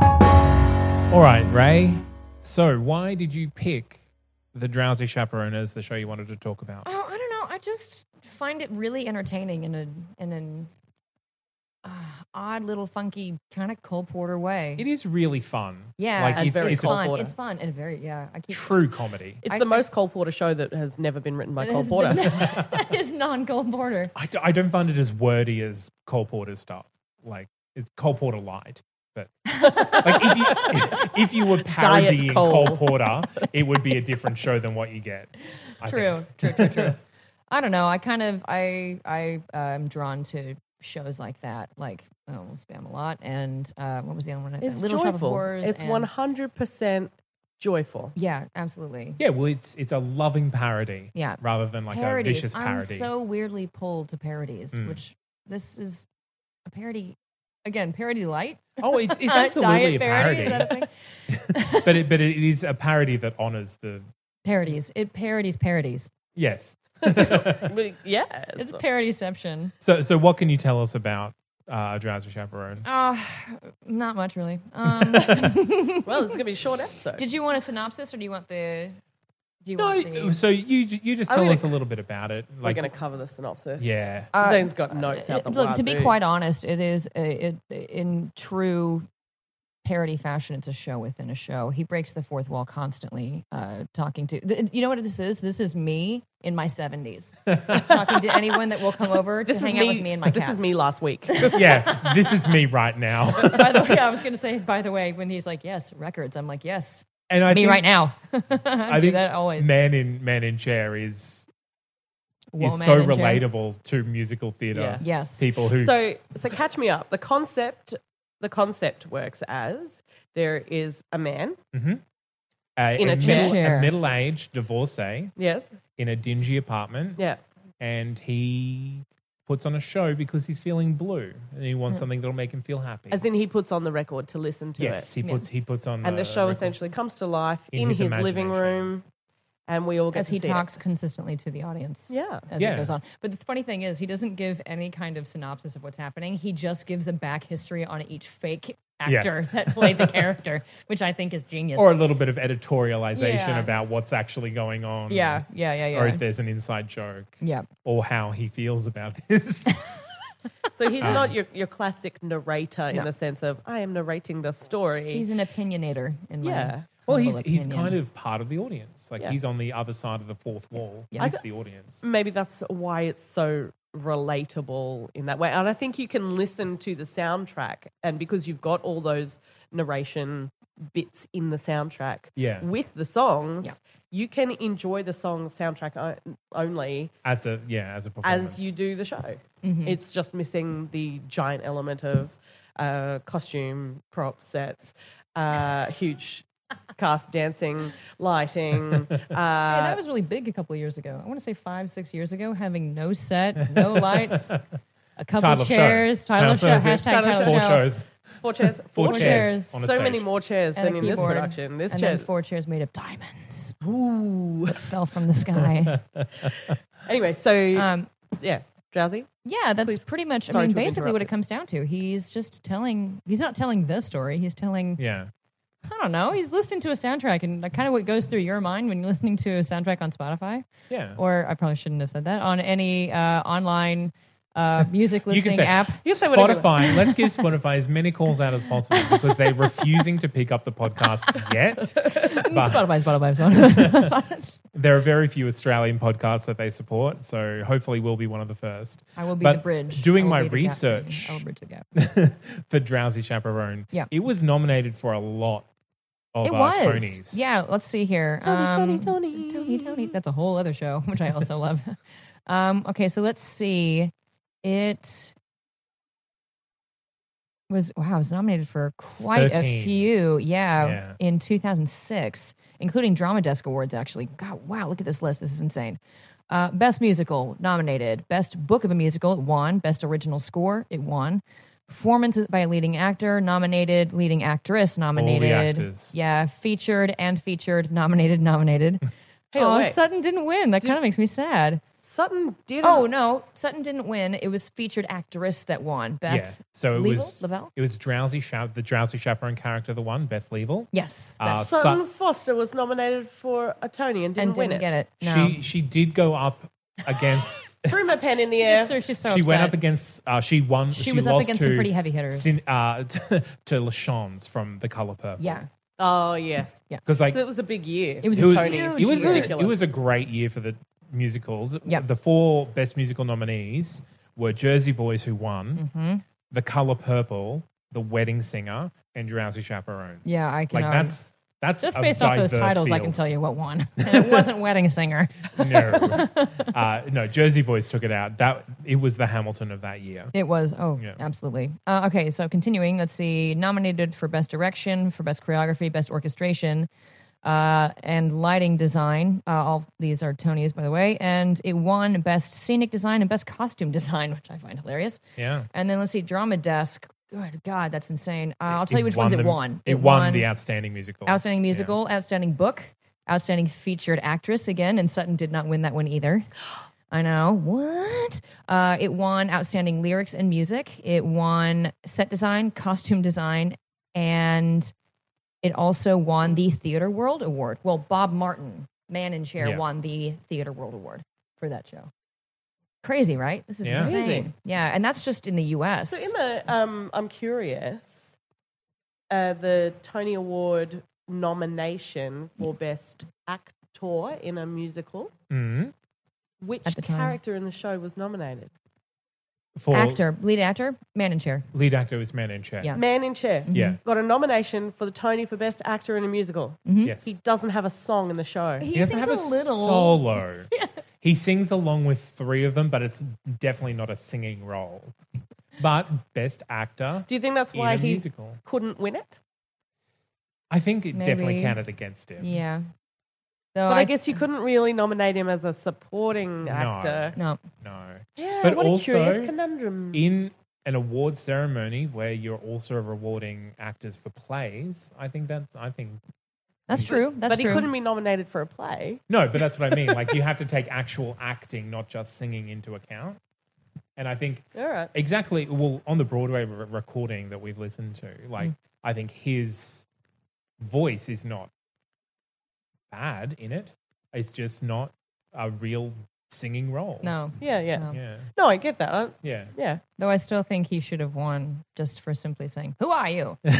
[SPEAKER 1] All right, Ray. So, why did you pick the Drowsy Chaperone as the show you wanted to talk about?
[SPEAKER 3] Oh, I don't know. I just find it really entertaining in a in an uh, odd little funky kind of Cole Porter way.
[SPEAKER 1] It is really fun.
[SPEAKER 3] yeah,
[SPEAKER 1] like
[SPEAKER 2] and
[SPEAKER 1] it's,
[SPEAKER 2] very
[SPEAKER 1] it's
[SPEAKER 2] Cole
[SPEAKER 1] a
[SPEAKER 3] fun.
[SPEAKER 2] Porter.
[SPEAKER 3] It's fun and very yeah. I keep
[SPEAKER 1] true comedy.
[SPEAKER 2] It's
[SPEAKER 3] I-
[SPEAKER 2] the most Cole Porter show that has never been written by
[SPEAKER 3] That
[SPEAKER 2] Cole
[SPEAKER 3] is-
[SPEAKER 2] Porter.
[SPEAKER 3] that is non Cole Porter.
[SPEAKER 1] I, d- I don't find it as wordy as Cole Porter's stuff. Like it's Cole Porter lied, but like if you if you were parodying
[SPEAKER 2] Cole.
[SPEAKER 1] Cole Porter, it would be a different show than what you get. I
[SPEAKER 3] True,
[SPEAKER 1] think.
[SPEAKER 3] true, true, true. I don't know. I kind of I I uh, am drawn to shows like that, like oh, Spam a lot, and uh, what was the other one?
[SPEAKER 2] It's
[SPEAKER 3] Little Shop of
[SPEAKER 2] joyful.
[SPEAKER 3] Horrors.
[SPEAKER 2] It's
[SPEAKER 3] and-
[SPEAKER 2] one hundred percent joyful.
[SPEAKER 3] Yeah, absolutely.
[SPEAKER 1] Yeah, well, it's it's a loving parody,
[SPEAKER 3] Yeah.
[SPEAKER 1] rather than like a Oh vicious parody.
[SPEAKER 3] I'm so weirdly pulled to parodies,
[SPEAKER 1] Mm.
[SPEAKER 3] which this is a parody. Again, parody light.
[SPEAKER 1] oh, it's it's
[SPEAKER 3] Uh,
[SPEAKER 1] absolutely a
[SPEAKER 3] diet parody. Is that a
[SPEAKER 1] parody,
[SPEAKER 3] thing?
[SPEAKER 1] but it, but it is a parody that honors the
[SPEAKER 3] parodies. It parodies parodies.
[SPEAKER 1] yes.
[SPEAKER 2] But yeah,
[SPEAKER 3] It's parodyception.
[SPEAKER 1] So so what can you tell us about uh, Drowsy Chaperone?
[SPEAKER 3] Uh, not much really. Um,
[SPEAKER 2] well, this is gonna be a short episode.
[SPEAKER 3] did you want a synopsis, or do you want the? Do you want
[SPEAKER 1] No,
[SPEAKER 3] the?
[SPEAKER 1] Oh, so you you just
[SPEAKER 2] I'm
[SPEAKER 1] tell
[SPEAKER 2] gonna-
[SPEAKER 1] us a little bit about it.
[SPEAKER 2] We're
[SPEAKER 1] Like
[SPEAKER 2] gonna cover the synopsis.
[SPEAKER 1] yeah,
[SPEAKER 3] Uh,
[SPEAKER 2] Zane's got notes out the
[SPEAKER 3] Look, to be
[SPEAKER 2] wazoo.
[SPEAKER 3] quite honest, it is a, it in true parody fashion. It's a show within a show. He breaks the fourth wall constantly, uh, talking to th- you know what this is. This is me in my seventies talking to anyone that will come over to
[SPEAKER 2] This
[SPEAKER 3] hang
[SPEAKER 2] is me.
[SPEAKER 3] out with me and my
[SPEAKER 2] this
[SPEAKER 3] cats.
[SPEAKER 2] is me last week.
[SPEAKER 1] yeah. This is me right now.
[SPEAKER 3] By the way, I was going to say. By the way, when he's like, "Yes, records," I'm like, "Yes,
[SPEAKER 1] And I
[SPEAKER 3] me
[SPEAKER 1] think
[SPEAKER 3] right now."
[SPEAKER 1] I
[SPEAKER 3] I do
[SPEAKER 1] think
[SPEAKER 3] that always.
[SPEAKER 1] Man in man in chair is
[SPEAKER 3] Woman
[SPEAKER 1] is so
[SPEAKER 3] and Jen.
[SPEAKER 1] relatable to musical theater
[SPEAKER 2] Yeah.
[SPEAKER 3] Yes,
[SPEAKER 1] people who
[SPEAKER 2] so so catch me up. The concept the concept works as there is a man.
[SPEAKER 1] a,
[SPEAKER 2] in a
[SPEAKER 1] middle,
[SPEAKER 3] chair.
[SPEAKER 1] a middle-aged divorcee
[SPEAKER 2] Yes.
[SPEAKER 1] in a dingy apartment,
[SPEAKER 2] Yeah.
[SPEAKER 1] and he puts on a show because he's feeling blue and he wants something that'll make him feel happy.
[SPEAKER 2] Hmm. As in he puts on the record to listen to
[SPEAKER 1] yes,
[SPEAKER 2] it.
[SPEAKER 1] he puts he puts on
[SPEAKER 2] And the show
[SPEAKER 1] record.
[SPEAKER 2] essentially comes to life
[SPEAKER 1] In
[SPEAKER 2] in,
[SPEAKER 1] his
[SPEAKER 2] his, living
[SPEAKER 1] imagination.
[SPEAKER 2] room and we all get
[SPEAKER 3] as
[SPEAKER 2] to
[SPEAKER 3] he
[SPEAKER 2] see
[SPEAKER 3] talks consistently to the audience.
[SPEAKER 2] Yeah.
[SPEAKER 3] as
[SPEAKER 1] Yeah.
[SPEAKER 3] it goes on. But the funny thing is, he doesn't give any kind of synopsis of what's happening. He just gives a back history on each fake
[SPEAKER 1] Yeah.
[SPEAKER 3] actor that played the character, which I think is genius.
[SPEAKER 1] or a little bit of editorialization
[SPEAKER 3] Yeah.
[SPEAKER 1] about what's actually going on.
[SPEAKER 3] yeah, yeah, yeah, yeah.
[SPEAKER 1] Or if there's an inside joke
[SPEAKER 3] yeah.
[SPEAKER 1] or how he feels about this.
[SPEAKER 2] it. So he's not your, your classic narrator
[SPEAKER 3] No.
[SPEAKER 2] in the sense of I am narrating the story.
[SPEAKER 3] He's an opinionator in my
[SPEAKER 2] Yeah.
[SPEAKER 1] well, he's
[SPEAKER 3] humble
[SPEAKER 1] he's
[SPEAKER 3] opinion.
[SPEAKER 1] kind of part of the audience. Like
[SPEAKER 2] Yeah.
[SPEAKER 1] he's on the other side of the fourth wall
[SPEAKER 3] Yeah.
[SPEAKER 1] with
[SPEAKER 2] I-
[SPEAKER 1] the audience.
[SPEAKER 2] maybe that's why it's so relatable in that way. And I think you can listen to the soundtrack, and because you've got all those narration bits in the soundtrack
[SPEAKER 1] Yeah.
[SPEAKER 2] with the songs,
[SPEAKER 3] Yeah.
[SPEAKER 2] you can enjoy the song soundtrack o- only
[SPEAKER 1] As a yeah, as a performance.
[SPEAKER 2] as you do the show. It's just missing the giant element of uh, costume, prop sets, uh, huge cast dancing, lighting.
[SPEAKER 3] Yeah,
[SPEAKER 1] uh,
[SPEAKER 3] that was really big a couple of years ago. I want to say five, six years ago, having no set, no lights, a couple
[SPEAKER 1] Title
[SPEAKER 3] of
[SPEAKER 1] of show.
[SPEAKER 3] chairs, title of show,
[SPEAKER 1] Title
[SPEAKER 3] hashtag
[SPEAKER 1] of show.
[SPEAKER 3] title of show,
[SPEAKER 1] Four shows.
[SPEAKER 2] Four chairs.
[SPEAKER 1] Four,
[SPEAKER 3] Four
[SPEAKER 1] chairs.
[SPEAKER 3] chairs.
[SPEAKER 1] on a
[SPEAKER 2] so
[SPEAKER 1] stage.
[SPEAKER 2] many more chairs
[SPEAKER 3] and
[SPEAKER 2] than
[SPEAKER 3] a
[SPEAKER 2] in this
[SPEAKER 3] keyboard,
[SPEAKER 2] production. This
[SPEAKER 3] and
[SPEAKER 2] chair.
[SPEAKER 3] then four chairs made of diamonds
[SPEAKER 2] Ooh.
[SPEAKER 3] fell from the sky.
[SPEAKER 2] Anyway, so
[SPEAKER 3] um,
[SPEAKER 2] yeah, drowsy.
[SPEAKER 3] Yeah, that's
[SPEAKER 2] Please.
[SPEAKER 3] pretty much.
[SPEAKER 2] Sorry
[SPEAKER 3] I mean,
[SPEAKER 2] to have
[SPEAKER 3] basically, what it
[SPEAKER 2] interrupted.
[SPEAKER 3] comes down to, he's just telling. He's not telling the story. He's telling.
[SPEAKER 1] Yeah.
[SPEAKER 3] I don't know. He's listening to a soundtrack, and that kind of what goes through your mind when you're listening to a soundtrack on Spotify,
[SPEAKER 1] Yeah.
[SPEAKER 3] or I probably shouldn't have said that on any uh, online uh, music
[SPEAKER 1] you can
[SPEAKER 3] listening
[SPEAKER 1] say
[SPEAKER 3] app.
[SPEAKER 2] You say whatever you
[SPEAKER 1] Spotify. Let's give Spotify as many calls out as possible because they're refusing to pick up the podcast yet. But-
[SPEAKER 3] Spotify, Spotify, Spotify.
[SPEAKER 1] There are very few Australian podcasts that they support, so hopefully we'll be one of the first.
[SPEAKER 3] I will be
[SPEAKER 1] But
[SPEAKER 3] the bridge.
[SPEAKER 1] Doing
[SPEAKER 3] I will
[SPEAKER 1] my
[SPEAKER 3] be the gap.
[SPEAKER 1] research
[SPEAKER 3] I will bridge the gap.
[SPEAKER 1] for Drowsy Chaperone,
[SPEAKER 3] Yeah.
[SPEAKER 1] it was nominated for a lot of
[SPEAKER 3] it
[SPEAKER 1] our
[SPEAKER 3] was.
[SPEAKER 1] Tonys.
[SPEAKER 3] Yeah, let's see here.
[SPEAKER 2] Tony, Tony,
[SPEAKER 3] Um,
[SPEAKER 2] Tony.
[SPEAKER 3] Tony, Tony. That's a whole other show, which I also love. Um, okay, so let's see. It was wow, it was nominated for quite
[SPEAKER 1] 13.
[SPEAKER 3] a few. Yeah,
[SPEAKER 1] Yeah.
[SPEAKER 3] in 2006, including Drama Desk Awards. Actually, God, wow, look at this list. This is insane. Uh, best musical nominated. Best book of a musical. It won. Best original score. It won. Performance by a leading actor nominated. Leading actress nominated.
[SPEAKER 1] actors.
[SPEAKER 3] Yeah, featured and featured. Nominated, nominated.
[SPEAKER 2] Hey,
[SPEAKER 3] oh,
[SPEAKER 2] wait.
[SPEAKER 3] Sutton didn't win. That kind of makes me sad.
[SPEAKER 2] Sutton did.
[SPEAKER 3] Oh no, Sutton didn't win. It was featured actress that won.
[SPEAKER 1] Yeah.
[SPEAKER 3] Beth.
[SPEAKER 1] So it
[SPEAKER 3] Leavell?
[SPEAKER 1] was
[SPEAKER 3] Lavelle?
[SPEAKER 1] it was drowsy Chap- the drowsy chaperone character, the one Beth Level.
[SPEAKER 3] Yes,
[SPEAKER 1] Uh,
[SPEAKER 3] that's-
[SPEAKER 1] Sut-
[SPEAKER 2] Sutton Foster was nominated for a Tony and didn't
[SPEAKER 3] and
[SPEAKER 2] win
[SPEAKER 3] didn't get
[SPEAKER 2] it.
[SPEAKER 3] it. No,
[SPEAKER 1] She she did go up against.
[SPEAKER 2] Threw my pen in the
[SPEAKER 3] She's
[SPEAKER 2] air.
[SPEAKER 3] through- she's so
[SPEAKER 1] she went
[SPEAKER 3] upset.
[SPEAKER 1] up against. Uh, she won.
[SPEAKER 3] She was up
[SPEAKER 1] lost
[SPEAKER 3] against
[SPEAKER 1] to
[SPEAKER 3] some pretty heavy hitters.
[SPEAKER 1] Sin- uh, to Lashans from The Color Purple.
[SPEAKER 3] Yeah,
[SPEAKER 2] Oh yes,
[SPEAKER 1] because like
[SPEAKER 2] so it was a big year.
[SPEAKER 3] It was
[SPEAKER 1] it
[SPEAKER 3] a
[SPEAKER 1] was,
[SPEAKER 3] Tony.
[SPEAKER 2] Huge
[SPEAKER 1] it was a,
[SPEAKER 2] ridiculous.
[SPEAKER 1] it was a great year for the musicals.
[SPEAKER 3] Yep.
[SPEAKER 1] The four best musical nominees were Jersey Boys, who won,
[SPEAKER 3] Mm-hmm.
[SPEAKER 1] The Color Purple, The Wedding Singer, and Drowsy Chaperone.
[SPEAKER 3] yeah, I can.
[SPEAKER 1] Like that's that's
[SPEAKER 3] just
[SPEAKER 1] a
[SPEAKER 3] based off those
[SPEAKER 1] diverse
[SPEAKER 3] titles, I
[SPEAKER 1] field.
[SPEAKER 3] can tell you what won. And it wasn't Wedding Singer.
[SPEAKER 1] no, uh, no. Jersey Boys took it out. That it was the Hamilton of that year.
[SPEAKER 3] It was. Oh,
[SPEAKER 1] Yeah.
[SPEAKER 3] absolutely. Uh, okay, so continuing, let's see. Nominated for Best Direction, for Best Choreography, Best Orchestration, uh, and Lighting Design. Uh, all these are Tony's, by the way. And it won Best Scenic Design and Best Costume Design, which I find hilarious.
[SPEAKER 1] Yeah.
[SPEAKER 3] And then let's see, Drama Desk. Good God, that's insane. Uh, I'll tell you which ones
[SPEAKER 1] the-
[SPEAKER 3] it won.
[SPEAKER 1] It, won, the outstanding musical.
[SPEAKER 3] Outstanding Musical, Outstanding Book, Outstanding Featured Actress again, and Sutton did not win that one either. I know. What? Uh, it won Outstanding Lyrics and Music. It won Set Design, Costume Design, and it also won the Theater World Award. Well, Bob Martin, Man in Chair,
[SPEAKER 1] Yeah.
[SPEAKER 3] won the Theater World Award for that show. Crazy, right? This is
[SPEAKER 1] Yeah.
[SPEAKER 3] insane.
[SPEAKER 2] Amazing.
[SPEAKER 3] Yeah, and that's just in the U.S.
[SPEAKER 2] So in the um, I'm curious. Uh, the Tony Award nomination for best actor in a musical.
[SPEAKER 1] Mhm.
[SPEAKER 2] Which
[SPEAKER 3] At the time.
[SPEAKER 2] character in the show was nominated?
[SPEAKER 1] For
[SPEAKER 3] actor, lead actor, Man in Chair.
[SPEAKER 1] lead actor was Man in Chair.
[SPEAKER 3] Yeah.
[SPEAKER 2] Man in Chair
[SPEAKER 1] Yeah.
[SPEAKER 2] got a nomination for the Tony for best actor in a musical.
[SPEAKER 1] Yes.
[SPEAKER 2] He doesn't have a song in the show.
[SPEAKER 3] Mm-hmm. He,
[SPEAKER 1] He doesn't
[SPEAKER 3] sings
[SPEAKER 1] have
[SPEAKER 3] a little.
[SPEAKER 1] solo. He sings along with three of them, but it's definitely not a singing role. But best actor
[SPEAKER 2] Do you think that's
[SPEAKER 1] in
[SPEAKER 2] why
[SPEAKER 1] a
[SPEAKER 2] he
[SPEAKER 1] musical.
[SPEAKER 2] couldn't win it?
[SPEAKER 1] I think it definitely
[SPEAKER 3] Maybe.
[SPEAKER 1] counted against him.
[SPEAKER 3] Yeah. Though
[SPEAKER 2] But I, guess you couldn't really nominate him as a supporting actor.
[SPEAKER 3] Oh, no.
[SPEAKER 1] No.
[SPEAKER 2] Yeah,
[SPEAKER 1] But
[SPEAKER 2] what
[SPEAKER 1] also-
[SPEAKER 2] a curious conundrum.
[SPEAKER 1] In an award ceremony where you're also rewarding actors for plays, I think that I think
[SPEAKER 3] That's true. That's
[SPEAKER 2] but
[SPEAKER 3] true.
[SPEAKER 2] he couldn't be nominated for a play.
[SPEAKER 1] No, but that's what I mean. Like you have to take actual acting, not just singing into account. And I think
[SPEAKER 2] All right.
[SPEAKER 1] exactly well on the broadway re- recording that we've listened to
[SPEAKER 3] Mm.
[SPEAKER 1] like i think his voice is not bad in it it's just not a real singing role
[SPEAKER 3] no.
[SPEAKER 2] Yeah, yeah.
[SPEAKER 3] No.
[SPEAKER 1] yeah
[SPEAKER 2] No, I get that. I-
[SPEAKER 1] yeah
[SPEAKER 2] yeah.
[SPEAKER 3] Though I still think he should have won just for simply saying, "Who are you?" still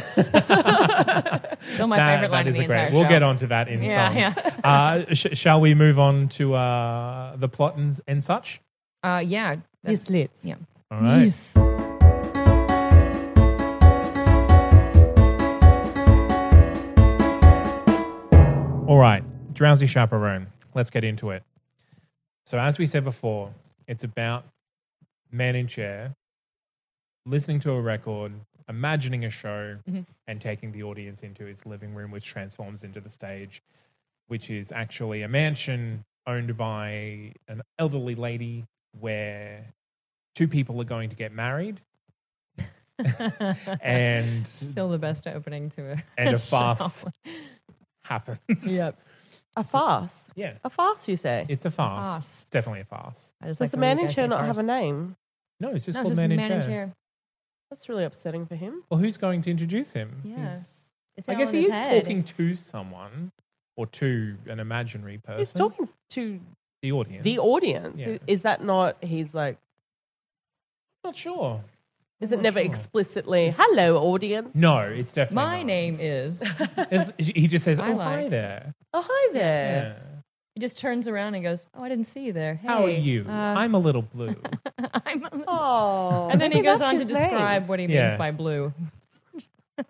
[SPEAKER 3] my favorite
[SPEAKER 1] that
[SPEAKER 3] line of
[SPEAKER 1] is
[SPEAKER 3] the
[SPEAKER 1] a great
[SPEAKER 3] entire
[SPEAKER 1] we'll
[SPEAKER 3] show.
[SPEAKER 1] get onto that in
[SPEAKER 3] Yeah,
[SPEAKER 1] song
[SPEAKER 3] yeah.
[SPEAKER 1] uh, sh- shall we move on to uh, the plot and, and such
[SPEAKER 3] Uh, yeah.
[SPEAKER 2] Yes,
[SPEAKER 3] That's-
[SPEAKER 2] let's.
[SPEAKER 3] Yeah.
[SPEAKER 1] all right
[SPEAKER 3] Yes.
[SPEAKER 1] All right, Drowsy Chaperone. Let's get into it. So, as we said before, it's about man in chair listening to a record, imagining a show, and taking the audience into its living room, which transforms into the stage, which is actually a mansion owned by an elderly lady where two people are going to get married. and
[SPEAKER 3] Still the best opening to a
[SPEAKER 1] and a
[SPEAKER 3] show.
[SPEAKER 1] farce happens.
[SPEAKER 3] Yep.
[SPEAKER 2] A farce.
[SPEAKER 1] Yeah.
[SPEAKER 2] A farce, you say?
[SPEAKER 1] It's a farce.
[SPEAKER 3] farce.
[SPEAKER 1] It's definitely a farce.
[SPEAKER 3] I just
[SPEAKER 2] Does
[SPEAKER 3] like
[SPEAKER 2] the
[SPEAKER 3] when you
[SPEAKER 2] man in
[SPEAKER 3] guys
[SPEAKER 2] chair
[SPEAKER 3] say
[SPEAKER 2] not have a
[SPEAKER 3] farce.
[SPEAKER 2] name?
[SPEAKER 1] No, it's just
[SPEAKER 3] No,
[SPEAKER 1] called
[SPEAKER 3] just
[SPEAKER 1] man, in
[SPEAKER 3] man in
[SPEAKER 1] chair.
[SPEAKER 3] chair.
[SPEAKER 2] That's really upsetting for him.
[SPEAKER 1] Well, who's going to introduce him?
[SPEAKER 3] Yeah.
[SPEAKER 1] He's-
[SPEAKER 3] It's
[SPEAKER 1] I
[SPEAKER 3] all
[SPEAKER 1] guess
[SPEAKER 3] in
[SPEAKER 1] he
[SPEAKER 3] his
[SPEAKER 1] is
[SPEAKER 3] head.
[SPEAKER 1] talking to someone or to an imaginary person.
[SPEAKER 2] He's talking to
[SPEAKER 1] the audience.
[SPEAKER 2] the audience.
[SPEAKER 1] Yeah.
[SPEAKER 2] Is that not? He's like.
[SPEAKER 1] Not sure.
[SPEAKER 2] Is it
[SPEAKER 1] not
[SPEAKER 2] never
[SPEAKER 1] sure.
[SPEAKER 2] explicitly "Hello, audience"?
[SPEAKER 1] No, it's definitely
[SPEAKER 3] My
[SPEAKER 1] not.
[SPEAKER 3] name is. he
[SPEAKER 1] It's- he just says, "Oh,
[SPEAKER 3] I
[SPEAKER 1] hi
[SPEAKER 3] like.
[SPEAKER 1] there."
[SPEAKER 2] Oh, hi there.
[SPEAKER 1] Yeah.
[SPEAKER 3] just turns around and goes, "Oh, I didn't see you there. Hey,
[SPEAKER 1] How are you?
[SPEAKER 3] Uh,
[SPEAKER 1] I'm a little blue.
[SPEAKER 3] I'm.
[SPEAKER 2] Oh,
[SPEAKER 3] and then he
[SPEAKER 2] maybe
[SPEAKER 3] goes
[SPEAKER 2] Oh. that's
[SPEAKER 3] on to
[SPEAKER 2] his name.
[SPEAKER 3] describe what he
[SPEAKER 1] Yeah.
[SPEAKER 3] means by blue.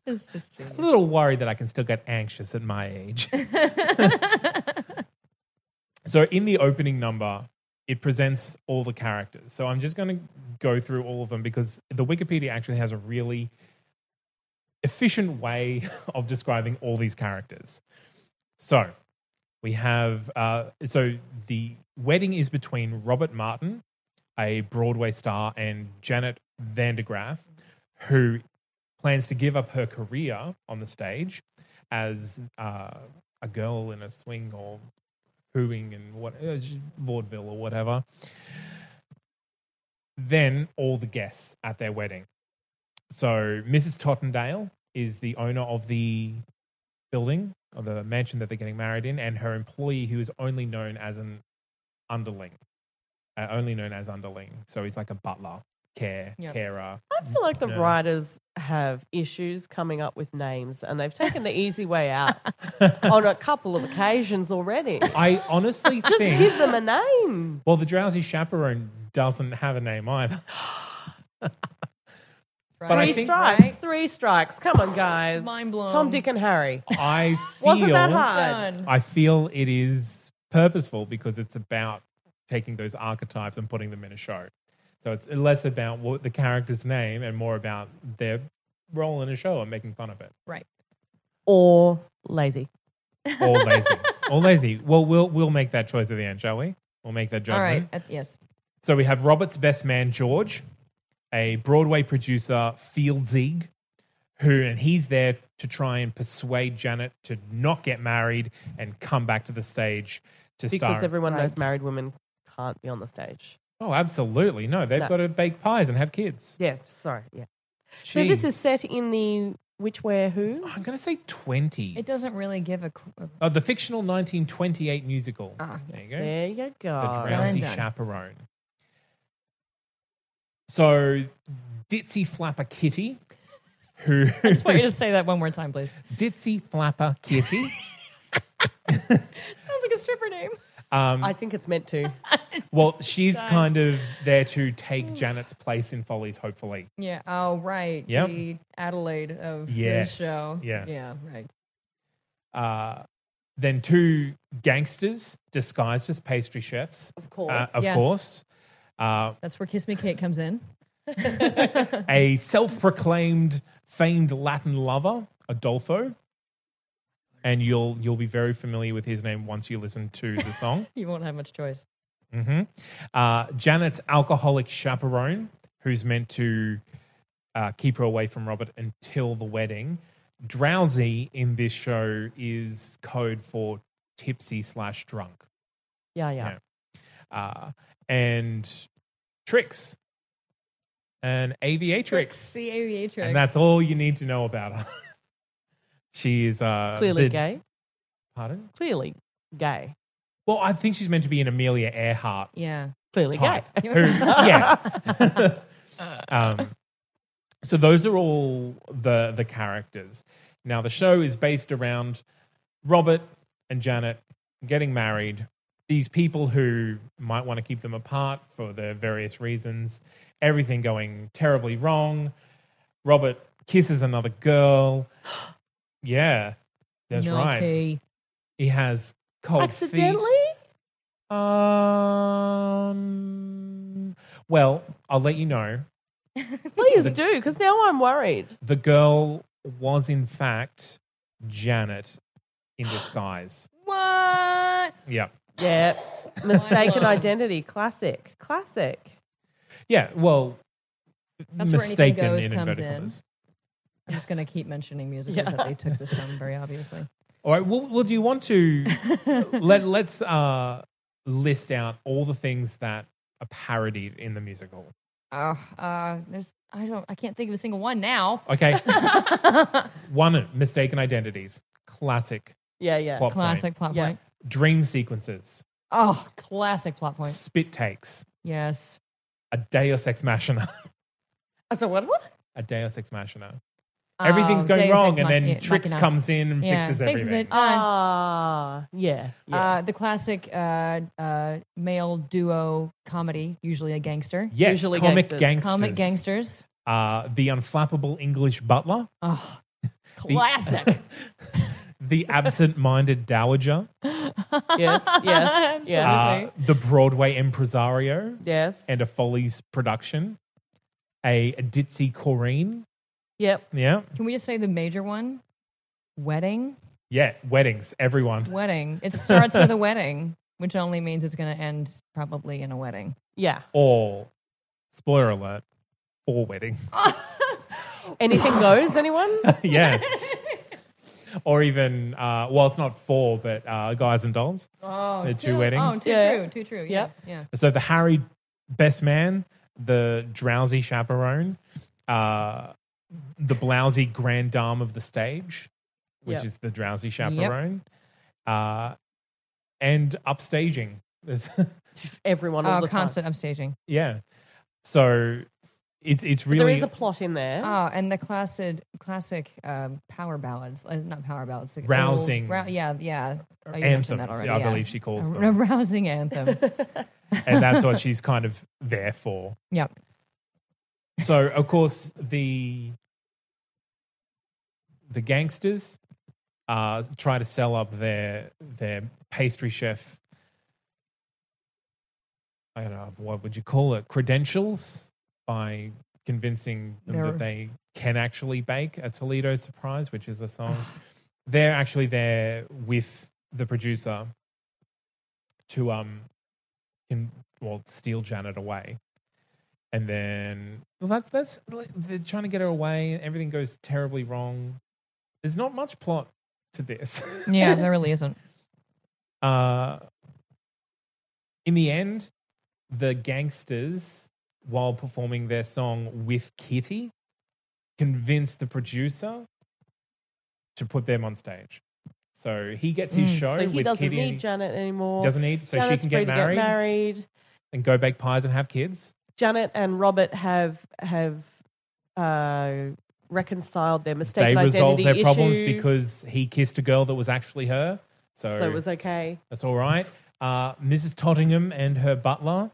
[SPEAKER 3] It's just
[SPEAKER 1] a
[SPEAKER 3] genius.
[SPEAKER 1] little worried that I can still get anxious at my age. so in the opening number, it presents all the characters. So I'm just going to go through all of them because the Wikipedia actually has a really efficient way of describing all these characters. So we have uh, so the wedding is between Robert Martin, a Broadway star, and Janet Vandergraaf, who plans to give up her career on the stage as uh, a girl in a swing or hooing and what uh, j- vaudeville or whatever. Then all the guests at their wedding. So Mrs. Tottendale is the owner of the building or the mansion that they're getting married in, and her employee who is only known as an underling, uh, only known as underling. So he's like a butler, care,
[SPEAKER 3] Yep.
[SPEAKER 1] carer.
[SPEAKER 2] I feel like the
[SPEAKER 1] Yeah.
[SPEAKER 2] writers have issues coming up with names, and they've taken the easy way out on a couple of occasions already.
[SPEAKER 1] I honestly
[SPEAKER 2] Just
[SPEAKER 1] think
[SPEAKER 2] give them a name.
[SPEAKER 1] Well, the drowsy chaperone doesn't have a name either.
[SPEAKER 3] Right?
[SPEAKER 1] But I
[SPEAKER 2] Three
[SPEAKER 1] think-
[SPEAKER 2] strikes.
[SPEAKER 3] Right?
[SPEAKER 2] Three strikes. Come on, guys.
[SPEAKER 3] Mind blown.
[SPEAKER 2] Tom, Dick, and Harry.
[SPEAKER 1] I feel
[SPEAKER 2] Wasn't that hard?
[SPEAKER 3] Done.
[SPEAKER 1] I feel it is purposeful because it's about taking those archetypes and putting them in a show. So it's less about what the character's name and more about their role in a show and making fun of it.
[SPEAKER 3] Right.
[SPEAKER 2] Or lazy.
[SPEAKER 1] Or lazy. or lazy. Well, we'll we'll make that choice at the end, shall we? We'll make that
[SPEAKER 3] All
[SPEAKER 1] judgment.
[SPEAKER 3] right. At- yes.
[SPEAKER 1] So we have Robert's best man, George, a Broadway producer, Fieldzig, who, and he's there to try and persuade Janet to not get married and come back to the stage to
[SPEAKER 2] Because
[SPEAKER 1] star.
[SPEAKER 2] everyone knows
[SPEAKER 3] Right.
[SPEAKER 2] married women can't be on the stage.
[SPEAKER 1] oh, absolutely. No, they've
[SPEAKER 2] No.
[SPEAKER 1] got to bake pies and have kids.
[SPEAKER 2] Yeah, sorry. Yeah. So this is set in the which, where, who?
[SPEAKER 1] I'm going to say 20s.
[SPEAKER 3] It doesn't really give a. qu- a-
[SPEAKER 1] Oh, the fictional 1928 musical. there you go.
[SPEAKER 2] Ah, There you
[SPEAKER 1] the
[SPEAKER 2] go.
[SPEAKER 1] drowsy
[SPEAKER 3] Dun, dun.
[SPEAKER 1] chaperone. So, Ditzy Flapper Kitty, who
[SPEAKER 3] just want you to say that one more time, please.
[SPEAKER 1] Ditzy Flapper Kitty.
[SPEAKER 3] Sounds like a stripper name.
[SPEAKER 2] I think it's meant to.
[SPEAKER 1] Um, Well, she's kind of there to take Janet's place in Follies, hopefully.
[SPEAKER 3] Yeah. Oh, right.
[SPEAKER 1] Yep.
[SPEAKER 3] The Adelaide of
[SPEAKER 1] Yes.
[SPEAKER 3] this show.
[SPEAKER 1] Yeah.
[SPEAKER 3] Yeah. Right.
[SPEAKER 1] Uh, then two gangsters disguised as pastry chefs,
[SPEAKER 2] Of course.
[SPEAKER 1] uh, of
[SPEAKER 3] Yes.
[SPEAKER 1] course. Uh,
[SPEAKER 3] That's where Kiss Me Kate comes in.
[SPEAKER 1] a self-proclaimed famed Latin lover, Adolfo, and you'll you'll be very familiar with his name once you listen to the song.
[SPEAKER 3] You won't have much choice.
[SPEAKER 1] hmm Uh, Janet's alcoholic chaperone, who's meant to uh, keep her away from Robert until the wedding. Drowsy in this show is code for tipsy slash drunk.
[SPEAKER 2] yeah,
[SPEAKER 1] Yeah.
[SPEAKER 2] yeah.
[SPEAKER 1] Uh, and Trix, an aviatrix.
[SPEAKER 3] The aviatrix.
[SPEAKER 1] And that's all you need to know about her. she is uh,
[SPEAKER 2] Clearly
[SPEAKER 1] the-
[SPEAKER 2] gay.
[SPEAKER 1] Pardon?
[SPEAKER 2] Clearly gay.
[SPEAKER 1] Well, I think she's meant to be an Amelia Earhart
[SPEAKER 3] Yeah.
[SPEAKER 2] Clearly gay.
[SPEAKER 1] type. Who, yeah. um, so those are all the the characters. Now the show is based around Robert and Janet getting married. These people who might want to keep them apart for their various reasons. Everything going terribly wrong. Robert kisses another girl. Yeah, that's right.
[SPEAKER 3] Naughty.
[SPEAKER 1] He has cold
[SPEAKER 2] Accidentally?
[SPEAKER 1] feet. Um. Well, I'll let you know.
[SPEAKER 2] Please do, because now I'm worried.
[SPEAKER 1] The girl was in fact Janet in disguise.
[SPEAKER 3] What?
[SPEAKER 1] yeah.
[SPEAKER 2] Yeah. Mistaken
[SPEAKER 3] Mind blown.
[SPEAKER 2] identity. Classic. Classic.
[SPEAKER 1] Yeah. Well,
[SPEAKER 3] That's where anything
[SPEAKER 1] mistaken
[SPEAKER 3] goes
[SPEAKER 1] in
[SPEAKER 3] comes
[SPEAKER 1] inverted
[SPEAKER 3] in.
[SPEAKER 1] commas.
[SPEAKER 3] I'm just going to keep mentioning musicals
[SPEAKER 2] Yeah.
[SPEAKER 3] that they took this from very obviously.
[SPEAKER 1] All right. Well, well, do you want to let let's uh, list out all the things that are parodied in the musical?
[SPEAKER 3] Uh, uh, there's I don't I can't think of a single one now.
[SPEAKER 1] Okay. One mistaken identities, classic
[SPEAKER 2] Yeah, yeah.
[SPEAKER 1] plot
[SPEAKER 3] Classic
[SPEAKER 1] point.
[SPEAKER 3] plot
[SPEAKER 2] Yeah.
[SPEAKER 3] point.
[SPEAKER 1] Dream sequences,
[SPEAKER 3] Oh, classic plot point.
[SPEAKER 1] spit takes,
[SPEAKER 3] Yes.
[SPEAKER 1] a Deus ex machina.
[SPEAKER 2] I said, what? what?
[SPEAKER 1] a Deus ex machina. Everything's
[SPEAKER 3] Um,
[SPEAKER 1] going
[SPEAKER 3] Deus Ex
[SPEAKER 1] wrong, and
[SPEAKER 3] Mach-
[SPEAKER 1] then
[SPEAKER 3] yeah,
[SPEAKER 1] Trix
[SPEAKER 3] Machina.
[SPEAKER 1] comes in and
[SPEAKER 3] Yeah,
[SPEAKER 1] fixes
[SPEAKER 3] fixes
[SPEAKER 1] everything.
[SPEAKER 3] it. Done.
[SPEAKER 2] Ah, yeah. yeah.
[SPEAKER 3] Uh, the classic uh, uh, male duo comedy, usually a gangster.
[SPEAKER 1] Yes,
[SPEAKER 2] Usually
[SPEAKER 1] comic
[SPEAKER 2] gangsters.
[SPEAKER 1] gangsters.
[SPEAKER 3] Comic gangsters.
[SPEAKER 1] Uh, the unflappable English butler.
[SPEAKER 3] Oh, Classic.
[SPEAKER 1] the absent-minded dowager,
[SPEAKER 2] yes, yes, yes,
[SPEAKER 1] uh, the Broadway impresario,
[SPEAKER 2] yes.
[SPEAKER 1] and a Follies production, a, a ditzy Corrine.
[SPEAKER 2] Yep.
[SPEAKER 1] Yeah,
[SPEAKER 3] Can we just say the major one? Wedding.
[SPEAKER 1] yeah, weddings, everyone.
[SPEAKER 3] Wedding. It starts with a wedding, which only means it's going to end probably in a wedding.
[SPEAKER 2] Yeah.
[SPEAKER 1] All spoiler alert, all weddings.
[SPEAKER 2] Anything goes, anyone?
[SPEAKER 1] yeah. Or even, uh, well, it's not four, but uh, guys and dolls.
[SPEAKER 3] Oh,
[SPEAKER 1] The two
[SPEAKER 3] yeah.
[SPEAKER 1] weddings?
[SPEAKER 3] Oh, two
[SPEAKER 2] Yeah.
[SPEAKER 3] true, two true. Yeah,
[SPEAKER 2] Yep.
[SPEAKER 3] yeah.
[SPEAKER 1] So the Harry best man, the drowsy chaperone, uh, the blousy grand dame of the stage, which
[SPEAKER 2] Yep.
[SPEAKER 1] is the drowsy chaperone, uh, and upstaging.
[SPEAKER 2] Just everyone all
[SPEAKER 3] Oh,
[SPEAKER 2] the
[SPEAKER 3] constant upstaging.
[SPEAKER 1] yeah. So it's it's
[SPEAKER 2] time. There
[SPEAKER 1] really
[SPEAKER 2] is a plot in there.
[SPEAKER 3] Oh, and the classic, classic um, power ballads. Uh, not power ballads. like old-
[SPEAKER 1] Rousing.
[SPEAKER 3] rou- yeah, yeah. Oh, you
[SPEAKER 1] anthems.
[SPEAKER 3] mentioned that already,
[SPEAKER 1] I
[SPEAKER 3] yeah.
[SPEAKER 1] believe she calls
[SPEAKER 3] A
[SPEAKER 1] them,
[SPEAKER 3] r- rousing anthem.
[SPEAKER 1] and that's what she's kind of there for.
[SPEAKER 3] yep.
[SPEAKER 1] So of course the the gangsters uh, try to sell up their their pastry chef. I don't know what would you call it credentials by convincing them
[SPEAKER 3] They're-
[SPEAKER 1] that they can actually bake a Toledo surprise, which is a song. They're actually there with the producer to um, can well steal Janet away and then well, that's that's like, they're trying to get her away. and Everything goes terribly wrong. There's not much plot to this.
[SPEAKER 3] Yeah, there really isn't.
[SPEAKER 1] uh, in the end, the gangsters, while performing their song with Kitty, convince the producer to put them on stage. So he gets his
[SPEAKER 3] Mm.
[SPEAKER 1] show
[SPEAKER 2] so he
[SPEAKER 1] with
[SPEAKER 2] doesn't
[SPEAKER 1] Kitty.
[SPEAKER 2] need Janet anymore.
[SPEAKER 1] doesn't need, so
[SPEAKER 2] Janet's
[SPEAKER 1] she can
[SPEAKER 2] free
[SPEAKER 1] get
[SPEAKER 2] to
[SPEAKER 1] married,
[SPEAKER 2] get married.
[SPEAKER 1] and go bake pies and have kids.
[SPEAKER 2] Janet and Robert have have uh, reconciled their mistaken
[SPEAKER 1] they resolved
[SPEAKER 2] identity
[SPEAKER 1] their
[SPEAKER 2] issue,
[SPEAKER 1] problems because he kissed a girl that was actually her. So,
[SPEAKER 2] so it was okay.
[SPEAKER 1] that's all right. Uh, Mrs. Tottingham and her butler.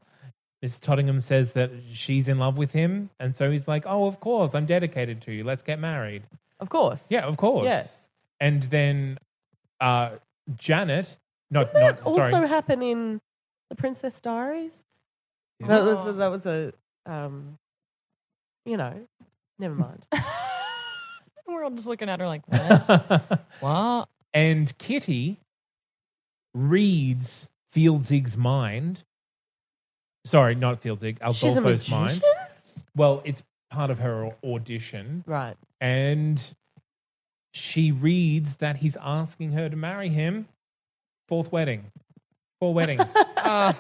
[SPEAKER 1] Mrs. Tottingham says that she's in love with him. And so he's like, oh, of course, I'm dedicated to you. Let's get married.
[SPEAKER 2] Of course.
[SPEAKER 1] Yeah, of course.
[SPEAKER 2] Yes.
[SPEAKER 1] And then uh, Janet. No,
[SPEAKER 2] That
[SPEAKER 1] not,
[SPEAKER 2] also
[SPEAKER 1] sorry.
[SPEAKER 2] happen in the Princess Diaries.
[SPEAKER 1] Yeah.
[SPEAKER 2] That was a, that was a um, you know, never mind.
[SPEAKER 3] We're all just looking at her like, what? what?
[SPEAKER 1] and Kitty reads Fieldsig's mind. Sorry, not Fieldsig,
[SPEAKER 2] She's a
[SPEAKER 1] Aldolfo's
[SPEAKER 2] magician,
[SPEAKER 1] mind. Well, it's part of her audition.
[SPEAKER 2] right?
[SPEAKER 1] and she reads that he's asking her to marry him. Fourth wedding, four weddings,
[SPEAKER 3] Uh,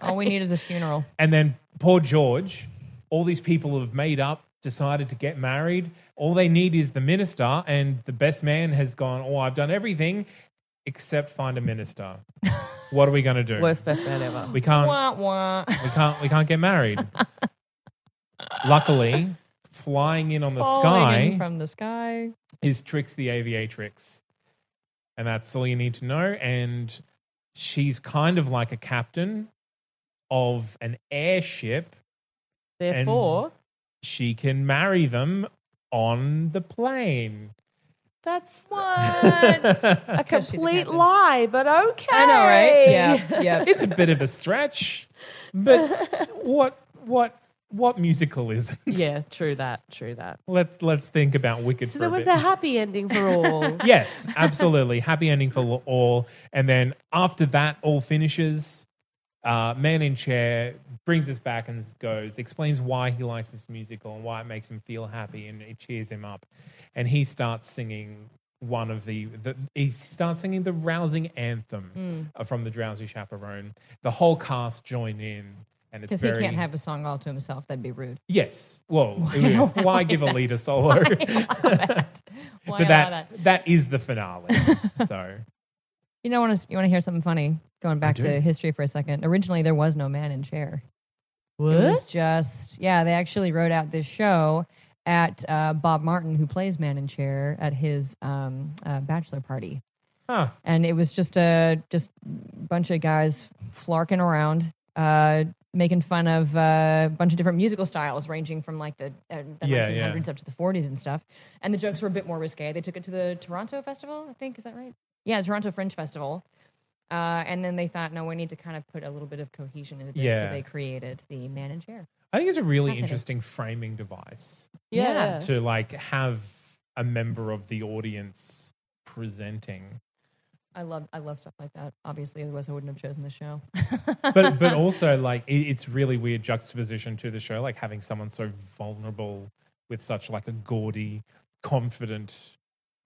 [SPEAKER 3] all we need is a funeral.
[SPEAKER 1] and then poor George. All these people have made up, decided to get married. All they need is the minister, and the best man has gone. Oh, I've done everything except find a minister. What are we going to do?
[SPEAKER 2] Worst best man ever.
[SPEAKER 1] We can't.
[SPEAKER 3] Wah, wah.
[SPEAKER 1] We can't. We can't get married. Luckily, flying in on the sky.
[SPEAKER 3] Falling in from the sky.
[SPEAKER 1] is Trix the Aviatrix. And that's all you need to know. And she's kind of like a captain of an airship.
[SPEAKER 2] Therefore,
[SPEAKER 1] She can marry them on the plane.
[SPEAKER 2] that's
[SPEAKER 3] What?
[SPEAKER 2] a
[SPEAKER 3] Because she's a
[SPEAKER 2] complete
[SPEAKER 3] captain.
[SPEAKER 2] lie, but okay.
[SPEAKER 3] I know, right? Yeah, yeah.
[SPEAKER 1] It's a bit of a stretch, but what what what musical is it?
[SPEAKER 2] yeah. True that. True that.
[SPEAKER 1] Let's let's think about Wicked
[SPEAKER 2] So
[SPEAKER 1] for
[SPEAKER 2] there
[SPEAKER 1] a
[SPEAKER 2] was
[SPEAKER 1] bit.
[SPEAKER 2] a happy ending for all.
[SPEAKER 1] yes, absolutely. Happy ending for all. And then after that, all finishes. Uh, man in chair brings us back and goes, explains why he likes this musical and why it makes him feel happy and it cheers him up. And he starts singing one of the, the he starts singing the rousing
[SPEAKER 3] Hmm.
[SPEAKER 1] anthem uh from the Drowsy Chaperone. The whole cast join in, and it's
[SPEAKER 3] Because
[SPEAKER 1] very
[SPEAKER 3] he can't have a song all to himself. That'd be rude.
[SPEAKER 1] yes. Well, why, give a lead a solo?
[SPEAKER 3] Why
[SPEAKER 1] but
[SPEAKER 3] allow
[SPEAKER 1] that, that is the finale. so
[SPEAKER 3] You know, want to you want to hear something funny? Going back
[SPEAKER 1] do.
[SPEAKER 3] to history for a second. Originally, there was no man in chair. It was just yeah. They actually wrote out this show at uh, Bob Martin, who plays man in chair, at his um, uh, bachelor party,
[SPEAKER 1] Huh.
[SPEAKER 3] and it was just a just bunch of guys flarking around. Uh, making fun of uh, a bunch of different musical styles, ranging from like the, uh, the
[SPEAKER 1] Yeah,
[SPEAKER 3] 1900s
[SPEAKER 1] yeah.
[SPEAKER 3] up to the 40s and stuff. And the jokes were a bit more risque. They took it to the Toronto Festival, I think. Is that right? Yeah, Toronto Fringe Festival. Uh, and then they thought, no, we need to kind of put a little bit of cohesion into this.
[SPEAKER 1] Yeah.
[SPEAKER 3] So they created the man and chair.
[SPEAKER 1] I think it's a really
[SPEAKER 3] Fascinating.
[SPEAKER 1] interesting framing device
[SPEAKER 3] Yeah.
[SPEAKER 2] Yeah.
[SPEAKER 1] to like have a member of the audience presenting,
[SPEAKER 3] I love I love stuff like that. Obviously, otherwise I wouldn't have chosen the show.
[SPEAKER 1] but but also like it, it's really weird juxtaposition to the show, like having someone so vulnerable with such like a gaudy, confident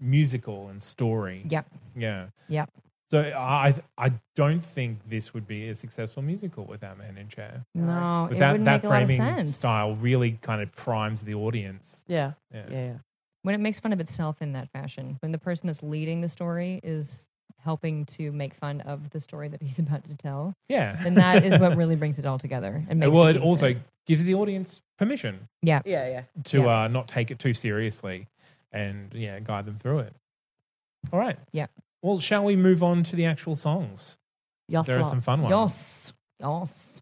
[SPEAKER 1] musical and story.
[SPEAKER 3] Yep.
[SPEAKER 1] Yeah.
[SPEAKER 3] Yep.
[SPEAKER 1] So I I don't think this would be a successful musical without Man in Chair.
[SPEAKER 3] No,
[SPEAKER 1] But
[SPEAKER 3] it
[SPEAKER 1] that,
[SPEAKER 3] wouldn't
[SPEAKER 1] that
[SPEAKER 3] make
[SPEAKER 1] framing
[SPEAKER 3] a lot of sense.
[SPEAKER 1] style really kind of primes the audience.
[SPEAKER 2] Yeah.
[SPEAKER 1] Yeah.
[SPEAKER 2] Yeah. yeah.
[SPEAKER 3] When it makes fun of itself in that fashion, when the person that's leading the story is helping to make fun of the story that he's about to tell,
[SPEAKER 1] Yeah.
[SPEAKER 3] then that is what really brings it all together. And makes
[SPEAKER 1] well,
[SPEAKER 3] it
[SPEAKER 1] it also
[SPEAKER 3] decent.
[SPEAKER 1] gives the audience permission
[SPEAKER 3] yeah,
[SPEAKER 2] Yeah, yeah.
[SPEAKER 1] to
[SPEAKER 3] Yeah.
[SPEAKER 1] uh, not take it too seriously and yeah, guide them through it. All right.
[SPEAKER 3] Yeah.
[SPEAKER 1] Well, shall we move on to the actual songs?
[SPEAKER 2] Your
[SPEAKER 1] There are some
[SPEAKER 2] thoughts.
[SPEAKER 1] fun ones.
[SPEAKER 3] yes, yes.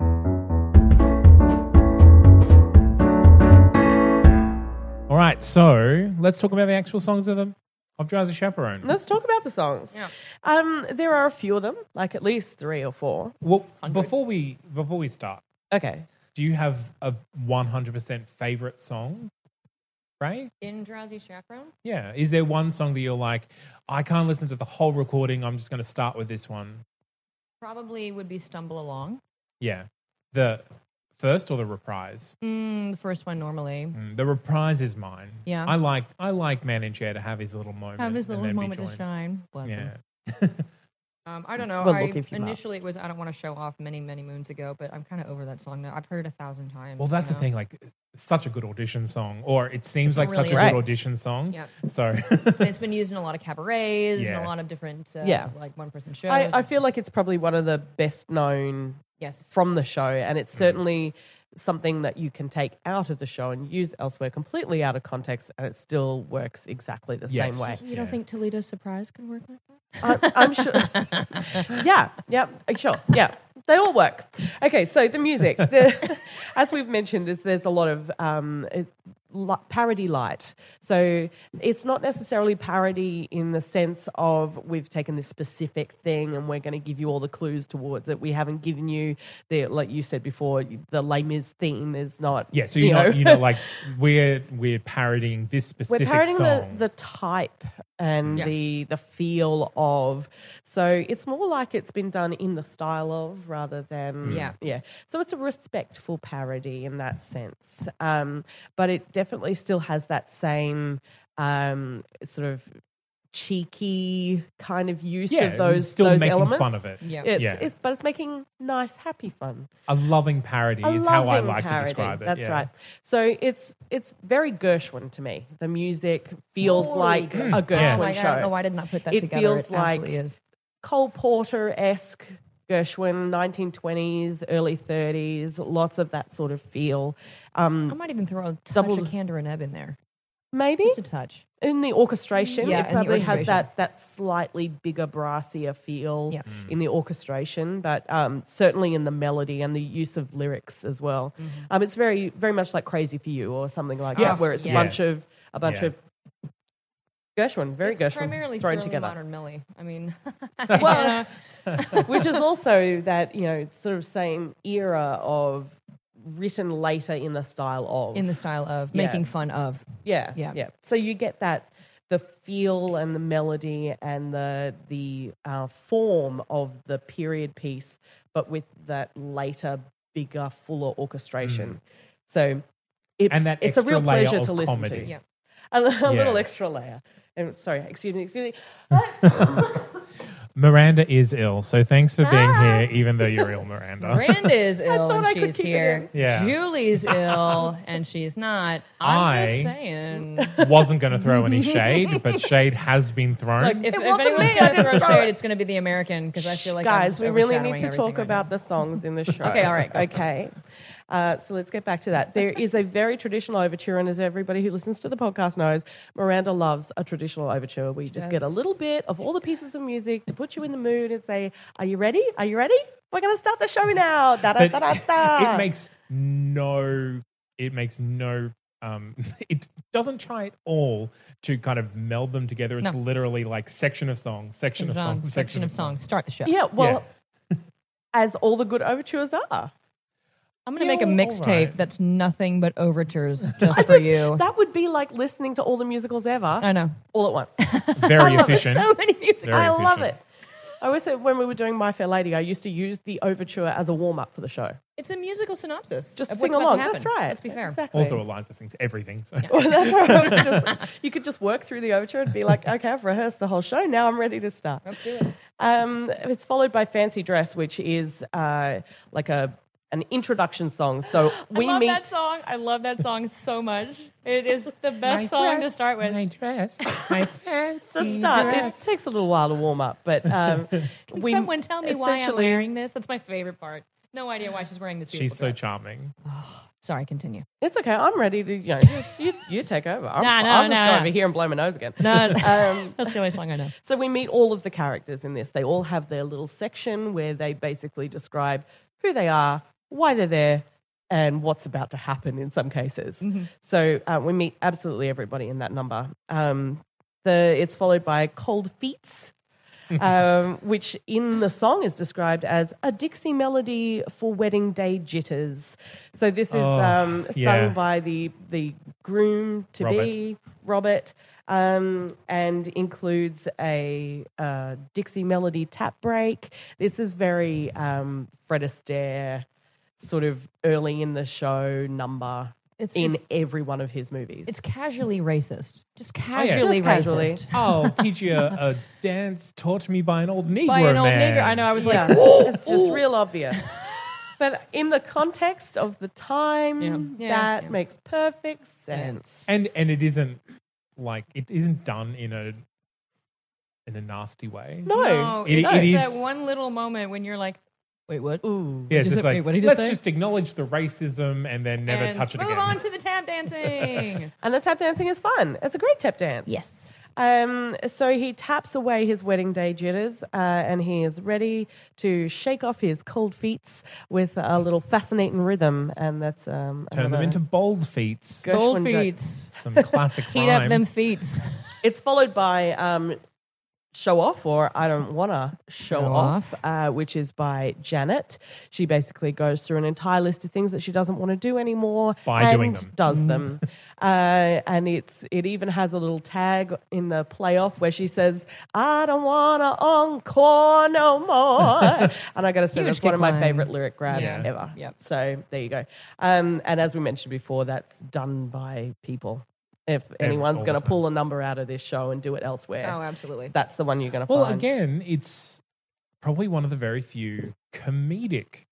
[SPEAKER 1] All right. So let's talk about the actual songs of them of Drowsy Chaperone.
[SPEAKER 2] Let's talk about the songs.
[SPEAKER 3] Yeah.
[SPEAKER 2] Um, there are a few of them, like at least three or four.
[SPEAKER 1] well, before we before we start,
[SPEAKER 2] Okay.
[SPEAKER 1] do you have a one hundred percent favorite song, Ray?
[SPEAKER 3] In Drowsy Chaperone,
[SPEAKER 1] Yeah. Is there one song that you're like, I can't listen to the whole recording. I'm just going to start with this one.
[SPEAKER 3] probably would be Stumble Along.
[SPEAKER 1] Yeah. The first or the reprise?
[SPEAKER 3] Mm, the first one normally.
[SPEAKER 1] Mm, the reprise is mine.
[SPEAKER 3] Yeah.
[SPEAKER 1] I like I like Man in Chair to have his little moment.
[SPEAKER 3] Have this
[SPEAKER 1] and
[SPEAKER 3] little
[SPEAKER 1] then be
[SPEAKER 3] moment to
[SPEAKER 1] joined.
[SPEAKER 3] shine. Bless him.
[SPEAKER 1] Yeah.
[SPEAKER 3] Um, I don't know.
[SPEAKER 2] Well,
[SPEAKER 3] I,
[SPEAKER 2] look if you must.
[SPEAKER 3] initially, it was I don't want to show off many, many moons ago, but I'm kind of over that song now. I've heard it a thousand times.
[SPEAKER 1] Well,
[SPEAKER 3] you
[SPEAKER 1] that's the
[SPEAKER 3] know?
[SPEAKER 1] thing. Like, it's such a good audition song, or it seems
[SPEAKER 3] It
[SPEAKER 1] like such
[SPEAKER 3] really
[SPEAKER 1] a
[SPEAKER 2] is.
[SPEAKER 1] good audition song.
[SPEAKER 3] Yeah.
[SPEAKER 1] So,
[SPEAKER 3] And it's been used in a lot of cabarets and
[SPEAKER 1] Yeah.
[SPEAKER 3] a lot of different, uh,
[SPEAKER 2] Yeah.
[SPEAKER 3] like one person shows.
[SPEAKER 2] I, I feel like it's probably one of the best known
[SPEAKER 3] yes,
[SPEAKER 2] from the show, and it's certainly something that you can take out of the show and use elsewhere completely out of context, and it still works exactly the
[SPEAKER 1] Yes.
[SPEAKER 2] same way.
[SPEAKER 3] you don't
[SPEAKER 1] Yeah.
[SPEAKER 3] think Toledo Surprise could work like that?
[SPEAKER 2] I, I'm sure. yeah, yeah, sure, yeah. They all work. Okay, so the music, the, as we've mentioned, is there's a lot of um, it- li- parody light. So it's not necessarily parody in the sense of we've taken this specific thing and we're going to give you all the clues towards it. We haven't given you the, like you said before, the lame is theme is not.
[SPEAKER 1] yeah. So you're
[SPEAKER 2] you
[SPEAKER 1] not, you know, like we're we're parodying this
[SPEAKER 2] we're
[SPEAKER 1] specific
[SPEAKER 2] parodying the,
[SPEAKER 1] song.
[SPEAKER 2] the type and
[SPEAKER 3] Yeah.
[SPEAKER 2] the the feel of so it's more like it's been done in the style of rather than
[SPEAKER 3] Mm. Yeah.
[SPEAKER 2] yeah so it's a respectful parody in that sense um, but it definitely still has that same um, sort of cheeky kind of use
[SPEAKER 1] yeah,
[SPEAKER 2] of those
[SPEAKER 1] still
[SPEAKER 2] those
[SPEAKER 1] making
[SPEAKER 2] elements
[SPEAKER 1] fun of it.
[SPEAKER 3] Yeah.
[SPEAKER 2] It's,
[SPEAKER 1] Yeah.
[SPEAKER 2] it's but it's making nice happy fun
[SPEAKER 1] A loving parody
[SPEAKER 2] a
[SPEAKER 1] is how I
[SPEAKER 2] loving
[SPEAKER 1] like to
[SPEAKER 2] parody.
[SPEAKER 1] describe it.
[SPEAKER 2] That's
[SPEAKER 1] yeah.
[SPEAKER 2] right. So it's it's very Gershwin to me. The music feels like a
[SPEAKER 3] Oh
[SPEAKER 2] Gershwin
[SPEAKER 3] my God, I don't know
[SPEAKER 2] show.
[SPEAKER 3] why I did not put that
[SPEAKER 2] It
[SPEAKER 3] together.
[SPEAKER 2] feels
[SPEAKER 3] it
[SPEAKER 2] like-
[SPEAKER 3] absolutely is.
[SPEAKER 2] Cole Porter esque Gershwin, nineteen twenties, early thirties, lots of that sort of feel.
[SPEAKER 3] I might even throw a touch
[SPEAKER 2] Mm. Double-
[SPEAKER 3] of Candor and Ebb in there.
[SPEAKER 2] Maybe
[SPEAKER 3] Just a touch.
[SPEAKER 2] in the orchestration,
[SPEAKER 3] Yeah, in
[SPEAKER 2] it
[SPEAKER 3] the
[SPEAKER 2] probably has
[SPEAKER 3] orchestration.
[SPEAKER 2] that that slightly bigger brassier feel
[SPEAKER 3] Yeah.
[SPEAKER 2] in the orchestration, but um, certainly in the melody and the use of lyrics as well. Um, it's very very much like Crazy for You or something like
[SPEAKER 3] Mm-hmm. Yes,
[SPEAKER 2] that, where it's
[SPEAKER 3] yes.
[SPEAKER 2] a bunch of a bunch
[SPEAKER 1] Yeah.
[SPEAKER 2] of Gershwin, very
[SPEAKER 3] it's
[SPEAKER 2] Gershwin,
[SPEAKER 3] primarily
[SPEAKER 2] thrown
[SPEAKER 3] thoroughly
[SPEAKER 2] together,
[SPEAKER 3] modern Millie. I mean,
[SPEAKER 2] Well- which is also that you know sort of same era of written later in the style of
[SPEAKER 3] in the style of
[SPEAKER 2] Yeah.
[SPEAKER 3] making fun of.
[SPEAKER 2] Yeah,
[SPEAKER 3] Yeah.
[SPEAKER 2] yeah, So you get that the feel and the melody and the the uh, form of the period piece, but with that later, bigger, fuller orchestration. So it,
[SPEAKER 1] Mm. And that
[SPEAKER 2] it's
[SPEAKER 1] extra
[SPEAKER 2] a real
[SPEAKER 1] layer
[SPEAKER 2] pleasure
[SPEAKER 1] of
[SPEAKER 2] to listen
[SPEAKER 1] comedy.
[SPEAKER 2] to.
[SPEAKER 3] Yeah.
[SPEAKER 2] A, li- a little
[SPEAKER 1] Yeah.
[SPEAKER 2] extra layer. And sorry, excuse me, excuse me.
[SPEAKER 1] Miranda is ill, so thanks for being
[SPEAKER 2] Ah.
[SPEAKER 1] here, even though you're ill, Miranda.
[SPEAKER 3] Brand is ill
[SPEAKER 2] thought
[SPEAKER 3] and
[SPEAKER 2] I could
[SPEAKER 3] she's
[SPEAKER 2] keep it
[SPEAKER 3] here.
[SPEAKER 1] in. Yeah.
[SPEAKER 3] Julie's ill and she's not. I'm
[SPEAKER 1] I-
[SPEAKER 3] just saying.
[SPEAKER 1] wasn't going to throw any shade, but shade has been thrown.
[SPEAKER 3] Look, if, if
[SPEAKER 2] wasn't
[SPEAKER 3] anyone's
[SPEAKER 2] me, I
[SPEAKER 3] going to
[SPEAKER 2] didn't
[SPEAKER 3] throw
[SPEAKER 2] throw
[SPEAKER 3] shade,
[SPEAKER 2] it.
[SPEAKER 3] it's going to be the American because I feel like I'm
[SPEAKER 2] guys,
[SPEAKER 3] just
[SPEAKER 2] we really
[SPEAKER 3] overshadowing
[SPEAKER 2] need to
[SPEAKER 3] everything
[SPEAKER 2] talk
[SPEAKER 3] right
[SPEAKER 2] about the songs in the show.
[SPEAKER 3] Okay, all right, go for it.
[SPEAKER 2] Okay. Uh, so let's get back to that. There is a very traditional overture, and as everybody who listens to the podcast knows, Miranda loves a traditional overture where you just get a
[SPEAKER 3] does.
[SPEAKER 2] little bit of all the pieces of music to put put you in the mood and say, "Are you ready? Are you ready? We're going to start the show now." Da da da da da.
[SPEAKER 1] it makes no it makes no um it doesn't try at all to kind of meld them together it's
[SPEAKER 3] No.
[SPEAKER 1] literally like section of song section of song
[SPEAKER 3] Song,
[SPEAKER 1] section,
[SPEAKER 3] section of
[SPEAKER 1] song
[SPEAKER 3] songs. Start the show.
[SPEAKER 2] yeah. Well,
[SPEAKER 1] yeah.
[SPEAKER 2] as all the good overtures are.
[SPEAKER 3] I'm going to make a
[SPEAKER 1] Yeah,
[SPEAKER 3] mixtape
[SPEAKER 1] alright.
[SPEAKER 3] that's nothing but overtures just for you.
[SPEAKER 2] That would be like listening to all the musicals ever
[SPEAKER 3] I know.
[SPEAKER 2] all at once.
[SPEAKER 1] very
[SPEAKER 2] I love it.
[SPEAKER 1] efficient
[SPEAKER 2] So many music.
[SPEAKER 1] Very
[SPEAKER 2] I love
[SPEAKER 1] efficient.
[SPEAKER 2] it. I always said when we were doing My Fair Lady, I used to use the overture as a warm up for the show.
[SPEAKER 3] It's a musical synopsis.
[SPEAKER 2] Just
[SPEAKER 3] of
[SPEAKER 2] sing
[SPEAKER 3] what's about to
[SPEAKER 2] along.
[SPEAKER 3] happen.
[SPEAKER 2] That's right.
[SPEAKER 3] Let's be fair.
[SPEAKER 2] Exactly.
[SPEAKER 1] also eliza sings everything so
[SPEAKER 2] Well, that's what I was just- you could just work through the overture and be like, okay, I've rehearsed the whole show. Now I'm ready to start.
[SPEAKER 3] Let's do it.
[SPEAKER 2] Um, it's followed by Fancy Dress, which is uh, like a an introduction song. So we
[SPEAKER 3] I love
[SPEAKER 2] meet.
[SPEAKER 3] that song. I love that song so much. It is the best song to start with.
[SPEAKER 1] my dress my pants
[SPEAKER 2] the start. It takes a little while to warm up, but um, we,
[SPEAKER 3] Someone tell me why I'm
[SPEAKER 2] essentially-
[SPEAKER 3] wearing this. That's my favorite part. No idea why she's wearing this.
[SPEAKER 1] she's
[SPEAKER 3] beautiful
[SPEAKER 1] so
[SPEAKER 3] dress.
[SPEAKER 1] charming
[SPEAKER 3] Sorry, continue.
[SPEAKER 2] It's okay. I'm ready to. You, know, you, you, you take over. I'm,
[SPEAKER 3] No, no,
[SPEAKER 2] I'll just
[SPEAKER 3] no,
[SPEAKER 2] go
[SPEAKER 3] no.
[SPEAKER 2] over here and blow my nose again.
[SPEAKER 3] No,
[SPEAKER 2] Um,
[SPEAKER 3] that's the only song I know.
[SPEAKER 2] So we meet all of the characters in this. They all have their little section where they basically describe who they are, why they're there, and what's about to happen in some cases.
[SPEAKER 1] Mm-hmm.
[SPEAKER 2] So uh, we meet absolutely everybody in that number. Um, the, it's followed by Cold Feets,
[SPEAKER 1] Mm-hmm.
[SPEAKER 2] um, which in the song is described as a Dixie melody for wedding day jitters. So this is
[SPEAKER 1] Oh,
[SPEAKER 2] um, sung
[SPEAKER 1] yeah.
[SPEAKER 2] by the the groom to be Robert, um, and includes a uh, Dixie melody tap break. This is very um, Fred Astaire, sort of early in the show number.
[SPEAKER 3] It's-
[SPEAKER 2] in
[SPEAKER 3] it's-
[SPEAKER 2] every one of his movies.
[SPEAKER 3] It's casually racist. Just
[SPEAKER 1] yeah.
[SPEAKER 3] casually
[SPEAKER 2] Just
[SPEAKER 3] racist.
[SPEAKER 2] casually.
[SPEAKER 1] i'll Oh, teach you a, a dance taught me by an old negro
[SPEAKER 3] By an old
[SPEAKER 1] man.
[SPEAKER 3] nigger. I know. I was
[SPEAKER 2] Yeah,
[SPEAKER 3] like,
[SPEAKER 2] it's just real obvious. But in the context of the time,
[SPEAKER 3] Yeah. Yeah,
[SPEAKER 2] that
[SPEAKER 3] yeah.
[SPEAKER 2] makes perfect sense.
[SPEAKER 1] and and it isn't like it isn't done in a in a nasty way
[SPEAKER 2] No,
[SPEAKER 3] no.
[SPEAKER 1] It-
[SPEAKER 3] It's
[SPEAKER 1] it
[SPEAKER 3] just
[SPEAKER 1] is-
[SPEAKER 3] that one little moment when you're like, wait, what?
[SPEAKER 2] Ooh.
[SPEAKER 1] Yeah, it's
[SPEAKER 3] Just
[SPEAKER 1] just
[SPEAKER 3] like,
[SPEAKER 1] like,
[SPEAKER 3] wait, what did he
[SPEAKER 1] let's
[SPEAKER 3] say?
[SPEAKER 1] just acknowledge the racism and then never
[SPEAKER 3] and
[SPEAKER 1] touch it
[SPEAKER 3] move
[SPEAKER 1] again.
[SPEAKER 3] on to the tap dancing.
[SPEAKER 2] And the tap dancing is fun. It's a great tap dance.
[SPEAKER 3] yes.
[SPEAKER 2] Um, so he taps away his wedding day jitters uh, and he is ready to shake off his cold feets with a little fascinating rhythm. And that's. Um,
[SPEAKER 1] Turn them
[SPEAKER 2] another
[SPEAKER 1] into bold feats.
[SPEAKER 2] Gershwin
[SPEAKER 3] Gold
[SPEAKER 2] joke.
[SPEAKER 3] feets.
[SPEAKER 1] Some classic
[SPEAKER 3] Heat
[SPEAKER 1] rhyme.
[SPEAKER 3] up them feets.
[SPEAKER 2] It's followed by um, Show Off or I Don't Wanna Show,
[SPEAKER 3] Show
[SPEAKER 2] Off, Uh, which is by Janet. She basically goes through an entire list of things that she doesn't want to do anymore
[SPEAKER 1] By
[SPEAKER 2] and
[SPEAKER 1] doing them.
[SPEAKER 3] Mm.
[SPEAKER 2] does them. Uh, and it's it even has a little tag in the playoff where she says, I don't want to encore no more. and I got to say,
[SPEAKER 3] Huge
[SPEAKER 2] that's one of my
[SPEAKER 3] decline.
[SPEAKER 2] favorite lyric grabs
[SPEAKER 3] Yeah.
[SPEAKER 2] ever.
[SPEAKER 3] Yep.
[SPEAKER 2] So there you go. Um, and as we mentioned before, that's done by people. If anyone's
[SPEAKER 1] all
[SPEAKER 2] going to
[SPEAKER 1] the time.
[SPEAKER 2] pull a number out of this show and do it elsewhere,
[SPEAKER 3] Oh, absolutely.
[SPEAKER 2] that's the one you're going to
[SPEAKER 1] Well,
[SPEAKER 2] find.
[SPEAKER 1] again, it's probably one of the very few comedic,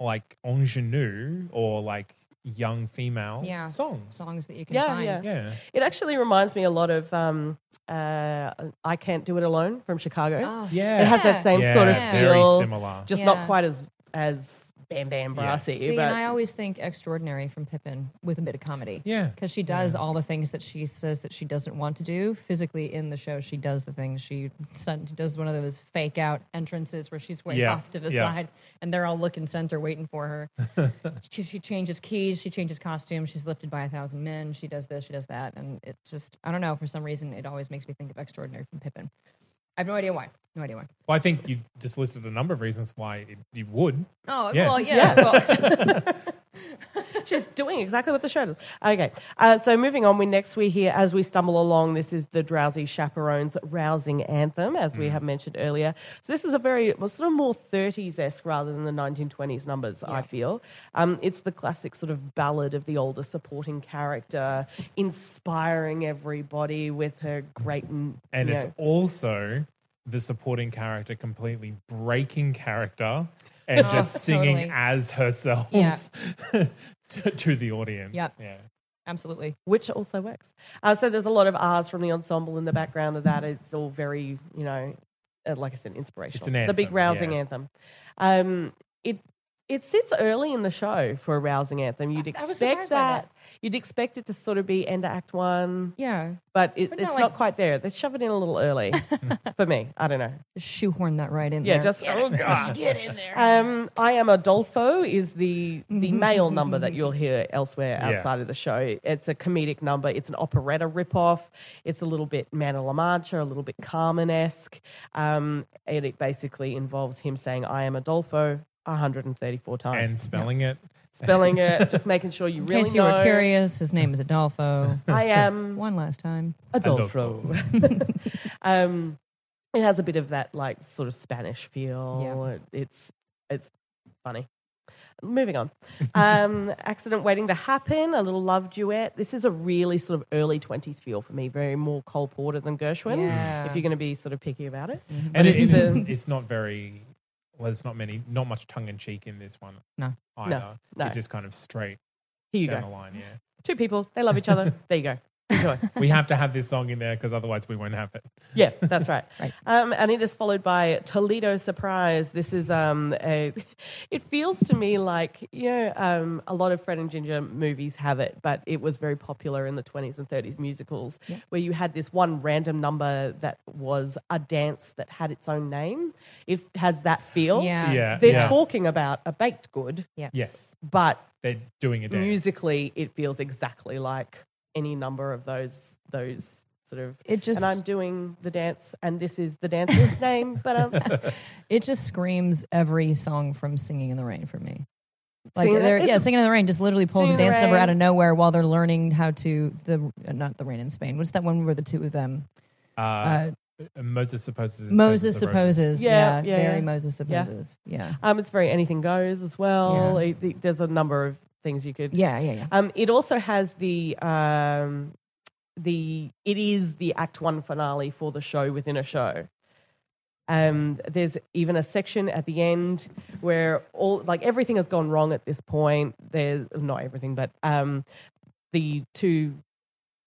[SPEAKER 1] like ingenue or like young female
[SPEAKER 3] Yeah.
[SPEAKER 1] songs.
[SPEAKER 3] Songs that you can
[SPEAKER 2] Yeah,
[SPEAKER 3] find.
[SPEAKER 2] yeah.
[SPEAKER 1] Yeah.
[SPEAKER 2] It actually reminds me a lot of um, uh, I Can't Do It Alone from Chicago.
[SPEAKER 3] Ah.
[SPEAKER 1] Yeah.
[SPEAKER 2] It has that same
[SPEAKER 1] yeah,
[SPEAKER 2] sort of
[SPEAKER 1] very
[SPEAKER 2] feel,
[SPEAKER 1] similar.
[SPEAKER 2] just
[SPEAKER 3] Yeah.
[SPEAKER 2] not quite as as bam bam brassy.
[SPEAKER 3] See,
[SPEAKER 2] but
[SPEAKER 3] and I always think extraordinary from Pippin with a bit of comedy.
[SPEAKER 1] Yeah.
[SPEAKER 3] Because she does all the things that she says that she doesn't want to do physically in the show. She does the things she son- does one of those fake out entrances where she's way
[SPEAKER 1] Yeah,
[SPEAKER 3] off to the
[SPEAKER 1] yeah.
[SPEAKER 3] side and they're all looking center waiting for her. she, she changes keys, she changes costumes, she's lifted by a thousand men. She does this, she does that, and it just I don't know for some reason it always makes me think of extraordinary from Pippin. I have no idea why. No idea why.
[SPEAKER 1] Well, I think you just listed a number of reasons why it, you would.
[SPEAKER 3] Oh
[SPEAKER 1] Yeah.
[SPEAKER 3] well, yeah. Well,
[SPEAKER 2] She's doing exactly what the show does. Okay, uh, so moving on, we next we hear as we stumble along. This is the Drowsy Chaperones' rousing anthem, as
[SPEAKER 1] Mm.
[SPEAKER 2] we have mentioned earlier. So this is a very well, sort of more thirties esque rather than the nineteen twenties numbers. I feel um, it's the classic sort of ballad of the older supporting character, inspiring everybody with her great and
[SPEAKER 1] And
[SPEAKER 2] you
[SPEAKER 1] it's
[SPEAKER 2] know,
[SPEAKER 1] also the supporting character completely breaking character and
[SPEAKER 3] Oh,
[SPEAKER 1] just singing
[SPEAKER 3] totally.
[SPEAKER 1] as herself
[SPEAKER 3] Yeah.
[SPEAKER 1] to, to the audience.
[SPEAKER 3] Yep.
[SPEAKER 1] Yeah.
[SPEAKER 3] absolutely.
[SPEAKER 2] which also works. Uh, so there's a lot of R's from the ensemble in the background of that. It's all very, you know, uh, like I said, inspirational.
[SPEAKER 1] It's an
[SPEAKER 2] the big
[SPEAKER 1] anthem,
[SPEAKER 2] rousing
[SPEAKER 1] yeah.
[SPEAKER 2] anthem. Um, it it sits early in the show for a rousing anthem. You'd
[SPEAKER 3] I- I was
[SPEAKER 2] expect
[SPEAKER 3] surprised by
[SPEAKER 2] that.
[SPEAKER 3] that.
[SPEAKER 2] You'd expect it to sort of be end of act one,
[SPEAKER 3] Yeah.
[SPEAKER 2] but, it,
[SPEAKER 3] But
[SPEAKER 2] it's
[SPEAKER 3] not
[SPEAKER 2] not,
[SPEAKER 3] like-
[SPEAKER 2] quite there. They shove it in a little early for me. I don't know.
[SPEAKER 3] Just shoehorn that right in
[SPEAKER 2] Yeah,
[SPEAKER 3] there.
[SPEAKER 2] just oh god.
[SPEAKER 3] get in there.
[SPEAKER 2] Um, I am Adolfo is the the male number that you'll hear elsewhere
[SPEAKER 1] Yeah.
[SPEAKER 2] outside of the show. It's a comedic number. It's an operetta ripoff. It's a little bit Man of La Mancha, a little bit Carmen esque, um, and it basically involves him saying "I am Adolfo" 134 times,
[SPEAKER 1] and spelling it.
[SPEAKER 2] spelling it, just making sure you
[SPEAKER 3] in
[SPEAKER 2] really
[SPEAKER 3] case you
[SPEAKER 2] know.
[SPEAKER 3] were curious, his name is Adolfo.
[SPEAKER 2] I am
[SPEAKER 3] One last time.
[SPEAKER 2] Adolfo. um, it has a bit of that like sort of Spanish feel.
[SPEAKER 3] Yeah.
[SPEAKER 2] It- It's it's funny. Moving on. Um, Accident Waiting to Happen, a little love duet. This is a really sort of early 20s feel for me, very more Cole Porter than Gershwin,
[SPEAKER 3] Yeah. Mm.
[SPEAKER 2] if you're going to be sort of picky about it.
[SPEAKER 1] And it,
[SPEAKER 2] it's
[SPEAKER 1] it is,
[SPEAKER 2] the-
[SPEAKER 1] it's not very. Well, there's not many, not much tongue in cheek in this one.
[SPEAKER 3] No.
[SPEAKER 1] either.
[SPEAKER 2] no.
[SPEAKER 1] It's just kind of straight
[SPEAKER 2] Here you
[SPEAKER 1] down
[SPEAKER 2] go.
[SPEAKER 1] the line. Yeah,
[SPEAKER 2] Two people, they love each other. there you go. Enjoy.
[SPEAKER 1] we have to have this song in there because otherwise we won't have it.
[SPEAKER 2] Yeah, that's right.
[SPEAKER 3] Right.
[SPEAKER 2] Um, and it is followed by Toledo Surprise. This is um, a. It feels to me like you know um, a lot of Fred and Ginger movies have it, but it was very popular in the twenties and thirties musicals, where you had this one random number that was a dance that had its own name. It has that feel.
[SPEAKER 3] Yeah.
[SPEAKER 1] Yeah,
[SPEAKER 2] They're
[SPEAKER 1] yeah.
[SPEAKER 2] talking about a baked good,
[SPEAKER 1] Yes,
[SPEAKER 2] but
[SPEAKER 1] they're doing a dance.
[SPEAKER 2] musically, it feels exactly like any number of those those sort of
[SPEAKER 3] It just
[SPEAKER 2] and I'm doing the dance, and this is the dancer's name. But um,
[SPEAKER 3] it just screams every song from Singing in the Rain for me. Like
[SPEAKER 2] Singing in the-
[SPEAKER 3] they're,
[SPEAKER 2] it's
[SPEAKER 3] yeah,
[SPEAKER 2] a-
[SPEAKER 3] Singing in the Rain just literally pulls
[SPEAKER 2] Singing
[SPEAKER 3] a
[SPEAKER 2] in the
[SPEAKER 3] dance number
[SPEAKER 2] Rain.
[SPEAKER 3] out of nowhere while they're learning how to the uh, not the rain in Spain. What's that one where the two of them?
[SPEAKER 1] Uh,
[SPEAKER 3] Uh,
[SPEAKER 1] Moses supposes.
[SPEAKER 3] Moses
[SPEAKER 1] Moses supposes.
[SPEAKER 3] supposes.
[SPEAKER 2] Yeah,
[SPEAKER 3] Yeah,
[SPEAKER 2] yeah,
[SPEAKER 3] very
[SPEAKER 2] yeah.
[SPEAKER 3] Moses
[SPEAKER 2] Yeah.
[SPEAKER 3] supposes. Yeah.
[SPEAKER 2] um, it's very anything goes as well.
[SPEAKER 3] Yeah.
[SPEAKER 2] It- it- there's a number of things you could.
[SPEAKER 3] Yeah, yeah, yeah.
[SPEAKER 2] Um, it also has the um, the it is the Act One finale for the show within a show. Um, there's even a section at the end where all like everything has gone wrong at this point. There's not everything, but um, the two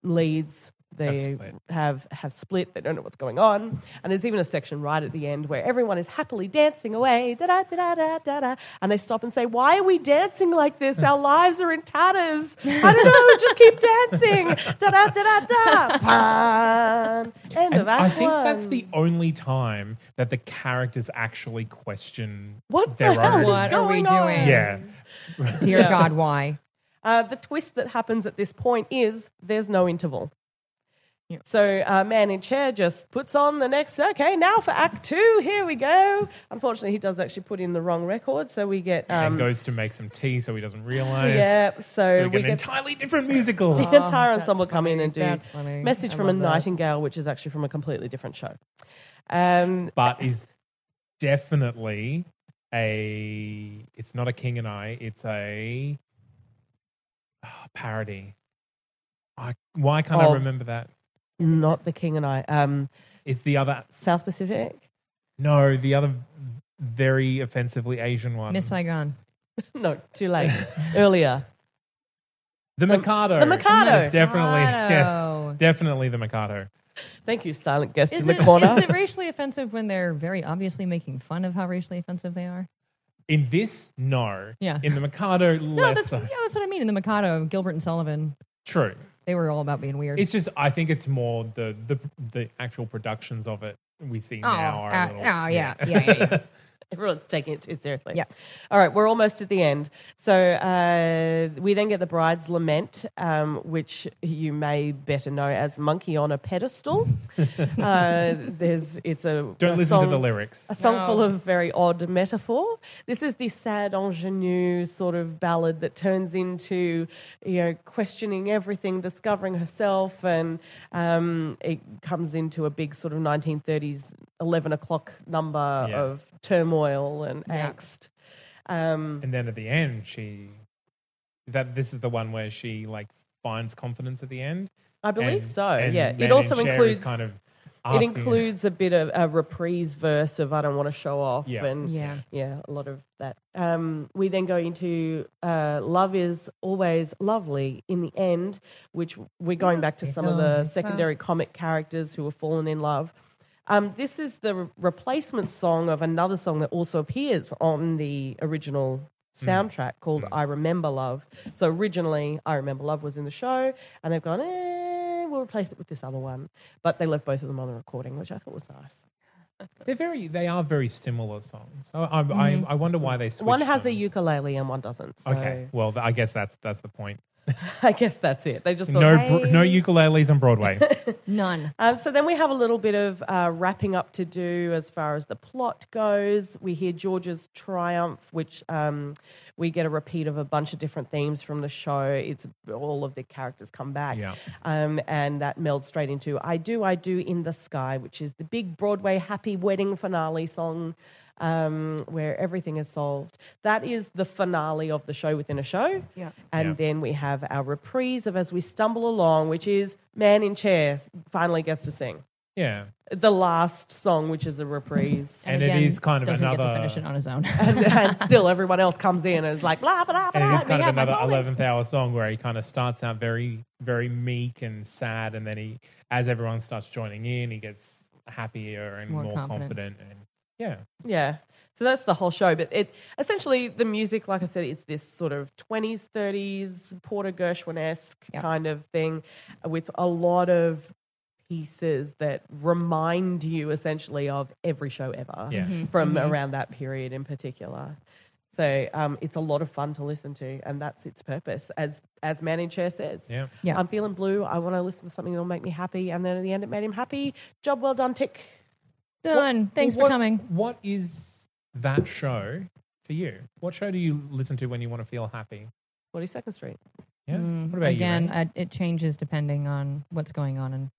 [SPEAKER 2] leads they
[SPEAKER 1] split.
[SPEAKER 2] have have split. They don't know what's going on, and there's even a section right at the end where everyone is happily dancing away, da da da da da da, and they stop and say, "Why are we dancing like this? Our lives are in tatters. I don't know. just keep dancing, da da da da da." Pan. End of
[SPEAKER 1] And
[SPEAKER 2] act
[SPEAKER 1] I think
[SPEAKER 2] one.
[SPEAKER 1] that's the only time that the characters actually question
[SPEAKER 2] What the
[SPEAKER 1] their
[SPEAKER 2] hell
[SPEAKER 1] own.
[SPEAKER 2] is
[SPEAKER 3] What are we
[SPEAKER 2] going on?
[SPEAKER 3] doing?
[SPEAKER 1] Yeah,
[SPEAKER 3] Dear
[SPEAKER 2] Yeah.
[SPEAKER 3] God, why?
[SPEAKER 2] Uh, the twist that happens at this point is there's no interval. So, uh, man in chair just puts on the next. Okay, now for act two. Here we go. Unfortunately, he does actually put in the wrong record, so we get. Um,
[SPEAKER 1] and goes to make some tea so he doesn't realize.
[SPEAKER 2] yeah, so,
[SPEAKER 1] so we get
[SPEAKER 2] we
[SPEAKER 1] an
[SPEAKER 2] get
[SPEAKER 1] entirely different musical.
[SPEAKER 2] the entire
[SPEAKER 3] Oh,
[SPEAKER 2] ensemble
[SPEAKER 3] that's
[SPEAKER 2] come in
[SPEAKER 3] funny.
[SPEAKER 2] and do
[SPEAKER 3] That's funny.
[SPEAKER 2] message
[SPEAKER 3] I
[SPEAKER 2] from a
[SPEAKER 3] love that.
[SPEAKER 2] nightingale, which is actually from a completely different show. Um,
[SPEAKER 1] but is definitely a. It's not a King and I. It's a ah, parody. I, why can't
[SPEAKER 2] Of-
[SPEAKER 1] I remember that?
[SPEAKER 2] not the King and I. Um,
[SPEAKER 1] It's the other.
[SPEAKER 2] South Pacific.
[SPEAKER 1] No, the other very offensively Asian one.
[SPEAKER 3] Miss Saigon.
[SPEAKER 2] No, too late. Earlier.
[SPEAKER 1] the Mikado.
[SPEAKER 2] the Mikado.
[SPEAKER 1] Definitely.
[SPEAKER 3] Mikado.
[SPEAKER 1] Yes. Definitely the Mikado.
[SPEAKER 2] Thank you, silent guest
[SPEAKER 3] Is
[SPEAKER 2] in the
[SPEAKER 3] it,
[SPEAKER 2] corner.
[SPEAKER 3] is it racially offensive when they're very obviously making fun of how racially offensive they are?
[SPEAKER 1] In this, no.
[SPEAKER 3] Yeah.
[SPEAKER 1] In the Mikado,
[SPEAKER 3] No,
[SPEAKER 1] less
[SPEAKER 3] that's,
[SPEAKER 1] so.
[SPEAKER 3] yeah, that's what I mean. In the Mikado, Gilbert and Sullivan,
[SPEAKER 1] True.
[SPEAKER 3] they were all about being weird.
[SPEAKER 1] It's just I think it's more the the the actual productions of it we see
[SPEAKER 3] oh,
[SPEAKER 1] now are a
[SPEAKER 3] uh,
[SPEAKER 1] little,
[SPEAKER 3] oh, yeah, yeah, yeah, yeah.
[SPEAKER 2] Everyone's taking it too seriously.
[SPEAKER 3] Yeah.
[SPEAKER 2] All right, we're almost at the end. So uh, we then get the bride's lament, um, which you may better know as "Monkey on a Pedestal." uh, there's it's a
[SPEAKER 1] Don't
[SPEAKER 2] a
[SPEAKER 1] listen to
[SPEAKER 2] song-
[SPEAKER 1] the lyrics.
[SPEAKER 2] A song
[SPEAKER 3] No.
[SPEAKER 2] full of very odd metaphor. This is the sad ingenue sort of ballad that turns into, you know, questioning everything, discovering herself, and um, it comes into a big sort of 1930s 11 o'clock number
[SPEAKER 1] Yeah.
[SPEAKER 2] of turmoil and
[SPEAKER 3] Yeah.
[SPEAKER 2] angst. Um,
[SPEAKER 1] And then at the end, she that this is the one where she like finds confidence at the end.
[SPEAKER 2] I believe
[SPEAKER 1] And-
[SPEAKER 2] so.
[SPEAKER 1] and
[SPEAKER 2] Yeah,
[SPEAKER 1] Man
[SPEAKER 2] it
[SPEAKER 1] in
[SPEAKER 2] also
[SPEAKER 1] Chair is
[SPEAKER 2] includes
[SPEAKER 1] kind of
[SPEAKER 2] it
[SPEAKER 1] asking-
[SPEAKER 2] includes a bit of a reprise verse of "I don't want to show off"
[SPEAKER 1] Yeah.
[SPEAKER 2] and
[SPEAKER 3] Yeah.
[SPEAKER 2] yeah, a lot of that. Um, we then go into uh, "Love is always lovely" in the end, which we're going back to some of
[SPEAKER 1] oh,
[SPEAKER 2] the secondary comic characters who have fallen in love. Um, this is the re- replacement song of another song that also appears on the original
[SPEAKER 1] Mm.
[SPEAKER 2] soundtrack called I Remember Love. So originally, I Remember Love was in the show, and they've gone, eh, we'll replace it with this other one. But they left both of them on the recording, which I thought was nice.
[SPEAKER 1] They're very, they are very similar songs. I, I,
[SPEAKER 3] Mm-hmm.
[SPEAKER 1] I, I wonder why they switched.
[SPEAKER 2] one has
[SPEAKER 1] them.
[SPEAKER 2] a ukulele and one doesn't. So
[SPEAKER 1] Okay, well, th- I guess that's that's the point.
[SPEAKER 2] I guess that's it. They just thought,
[SPEAKER 1] No,
[SPEAKER 2] "Hey,
[SPEAKER 1] br- no ukuleles on Broadway.
[SPEAKER 3] None.
[SPEAKER 2] Um, so then we have a little bit of uh, wrapping up to do as far as the plot goes. We hear George's triumph, which um, we get a repeat of a bunch of different themes from the show. It's all of the characters come back,
[SPEAKER 1] Yeah.
[SPEAKER 2] um, and that melds straight into "I Do, I Do in the Sky," which is the big Broadway happy wedding finale song. Um, where everything is solved. That is the finale of the show within a show.
[SPEAKER 3] Yeah.
[SPEAKER 2] And
[SPEAKER 1] Yeah.
[SPEAKER 2] then we have our reprise of As We Stumble Along, which is Man in Chair finally gets to sing.
[SPEAKER 1] yeah,
[SPEAKER 2] The last song, which is a reprise.
[SPEAKER 1] And it is kind of
[SPEAKER 3] doesn't Get
[SPEAKER 1] another-
[SPEAKER 3] to finish it on his own.
[SPEAKER 2] and, and still everyone else comes in and is like, blah, blah, blah.
[SPEAKER 1] and it is
[SPEAKER 3] Let me
[SPEAKER 1] kind of
[SPEAKER 3] have my
[SPEAKER 1] another
[SPEAKER 3] moment.
[SPEAKER 1] eleventh hour song where he kind of starts out very, very meek and sad, and then he, as everyone starts joining in, he gets happier and more,
[SPEAKER 3] More confident.
[SPEAKER 1] confident. and yeah,
[SPEAKER 2] Yeah. So that's the whole show. But it essentially the music, like I said, it's this sort of twenties, thirties, Porter Gershwin esque
[SPEAKER 3] Yeah.
[SPEAKER 2] kind of thing with a lot of pieces that remind you essentially of every show ever.
[SPEAKER 1] Yeah.
[SPEAKER 3] Mm-hmm.
[SPEAKER 1] Mhm.
[SPEAKER 2] From around that period in particular. So um, it's a lot of fun to listen to, and that's its purpose, as as Man in Chair says.
[SPEAKER 1] Yeah.
[SPEAKER 3] Yeah.
[SPEAKER 2] I'm feeling blue. I want to listen to something that'll make me happy, and then at the end, it made him happy. Job well done, tick.
[SPEAKER 3] Done. Thanks
[SPEAKER 1] What-
[SPEAKER 3] for coming.
[SPEAKER 1] What is that show for you? What show do you listen to when you want to feel happy?
[SPEAKER 2] Forty Second Street.
[SPEAKER 1] Yeah,
[SPEAKER 3] Mm,
[SPEAKER 1] what about
[SPEAKER 3] again,
[SPEAKER 1] you? Ray?
[SPEAKER 3] I, it changes depending on what's going on in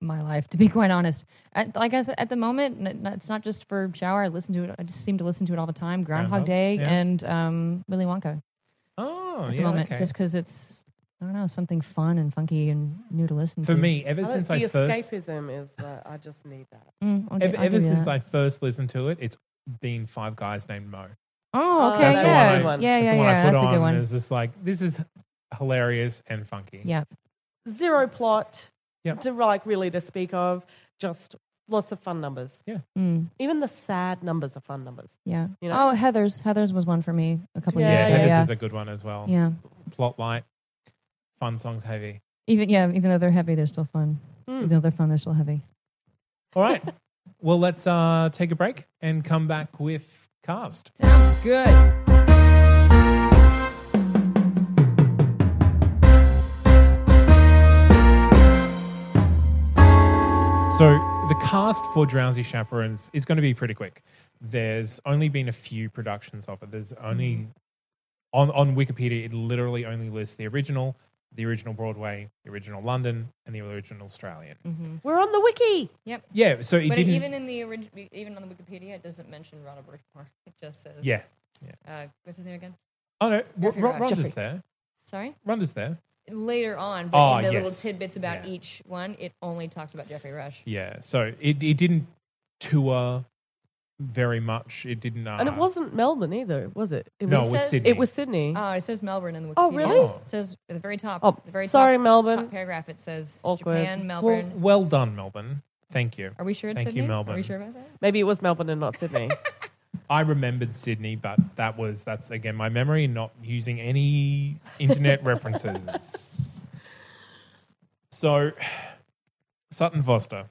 [SPEAKER 3] my life. To be quite honest, at, like I said, at the moment, n- n- it's not just for shower. I listen to it. I just seem to listen to it all the time. Groundhog
[SPEAKER 1] Groundhog,
[SPEAKER 3] Day
[SPEAKER 1] yeah.
[SPEAKER 3] and um, Willy Wonka
[SPEAKER 1] Oh,
[SPEAKER 3] at the
[SPEAKER 1] yeah,
[SPEAKER 3] moment,
[SPEAKER 1] okay.
[SPEAKER 3] just because it's I don't know something fun and funky and new to listen
[SPEAKER 1] for
[SPEAKER 3] to.
[SPEAKER 1] me, ever
[SPEAKER 2] I don't-
[SPEAKER 1] since
[SPEAKER 2] Oh, the
[SPEAKER 1] I first
[SPEAKER 2] escapism is that I just need that.
[SPEAKER 3] Mm, I'll gi-
[SPEAKER 1] Ever,
[SPEAKER 3] I'll
[SPEAKER 1] ever
[SPEAKER 3] give you
[SPEAKER 1] since
[SPEAKER 3] that.
[SPEAKER 1] I first listened to it, it's been five guys named Mo.
[SPEAKER 3] oh okay
[SPEAKER 2] that's the
[SPEAKER 3] yeah
[SPEAKER 2] one I-
[SPEAKER 3] yeah yeah
[SPEAKER 1] that's
[SPEAKER 3] yeah,
[SPEAKER 1] the one I put
[SPEAKER 3] that's
[SPEAKER 1] on.
[SPEAKER 3] a good one
[SPEAKER 1] It's just like this is hilarious and funky.
[SPEAKER 3] yeah
[SPEAKER 2] Zero plot
[SPEAKER 1] Yep.
[SPEAKER 2] to like really to speak of. Just lots of fun numbers.
[SPEAKER 3] mm,
[SPEAKER 2] Even the sad numbers are fun numbers.
[SPEAKER 3] yeah
[SPEAKER 2] You know?
[SPEAKER 3] oh Heather's Heather's was one for me a couple
[SPEAKER 2] Yeah,
[SPEAKER 3] years
[SPEAKER 1] yeah,
[SPEAKER 3] ago
[SPEAKER 1] this
[SPEAKER 3] yeah
[SPEAKER 1] is a good one as well.
[SPEAKER 3] yeah
[SPEAKER 1] Plot light, fun songs, heavy.
[SPEAKER 3] even yeah even though they're heavy they're still fun
[SPEAKER 1] Hmm.
[SPEAKER 2] Mm.
[SPEAKER 3] even though they're fun they're still heavy.
[SPEAKER 1] All right, well let's uh, take a break and come back with cast.
[SPEAKER 3] Sounds good.
[SPEAKER 1] So the cast for Drowsy Chaperones is going to be pretty quick. There's only been a few productions of it. There's only
[SPEAKER 3] Mm-hmm.
[SPEAKER 1] on on Wikipedia it literally only lists the original, the original Broadway, the original London, and the original Australian.
[SPEAKER 2] We're on the wiki.
[SPEAKER 1] Yeah, so it
[SPEAKER 3] Mm-hmm. But
[SPEAKER 1] didn't.
[SPEAKER 3] even in the origi- even on the Wikipedia, it doesn't mention Ronald Birchmore. It just says,
[SPEAKER 1] yeah.
[SPEAKER 3] uh, what's his name again?
[SPEAKER 1] Oh no, R-
[SPEAKER 3] Jeffrey Wright.
[SPEAKER 1] Ronda's
[SPEAKER 3] Jeffrey.
[SPEAKER 1] there.
[SPEAKER 3] Sorry.
[SPEAKER 1] Ronda's there.
[SPEAKER 3] Later on, but
[SPEAKER 1] Ah,
[SPEAKER 3] in the little
[SPEAKER 1] yes.
[SPEAKER 3] tidbits about
[SPEAKER 1] Yeah.
[SPEAKER 3] each one, it only talks about Jeffrey Rush.
[SPEAKER 1] Yeah, so it it didn't tour very much. It didn't. Uh,
[SPEAKER 2] And it wasn't Melbourne either, was it? It
[SPEAKER 1] No,
[SPEAKER 2] was,
[SPEAKER 1] it was
[SPEAKER 3] says-
[SPEAKER 1] Sydney.
[SPEAKER 2] it was Sydney.
[SPEAKER 1] Mm-hmm.
[SPEAKER 3] Oh, it says Melbourne in the Wikipedia.
[SPEAKER 2] Oh, really?
[SPEAKER 1] Oh.
[SPEAKER 3] It says at the very top.
[SPEAKER 2] Oh,
[SPEAKER 3] the very
[SPEAKER 2] sorry,
[SPEAKER 3] top,
[SPEAKER 2] Melbourne.
[SPEAKER 3] top paragraph. It says
[SPEAKER 2] Awkward.
[SPEAKER 3] Japan,
[SPEAKER 1] well,
[SPEAKER 3] Melbourne.
[SPEAKER 1] well done, Melbourne. Thank you.
[SPEAKER 3] Are we sure it's
[SPEAKER 1] Thank you,
[SPEAKER 3] Sydney? Are
[SPEAKER 1] Melbourne.
[SPEAKER 3] we sure about that?
[SPEAKER 2] Maybe it was Melbourne and not Sydney.
[SPEAKER 1] I remembered Sydney, but that was that's again my memory, not using any internet references. So, Sutton Foster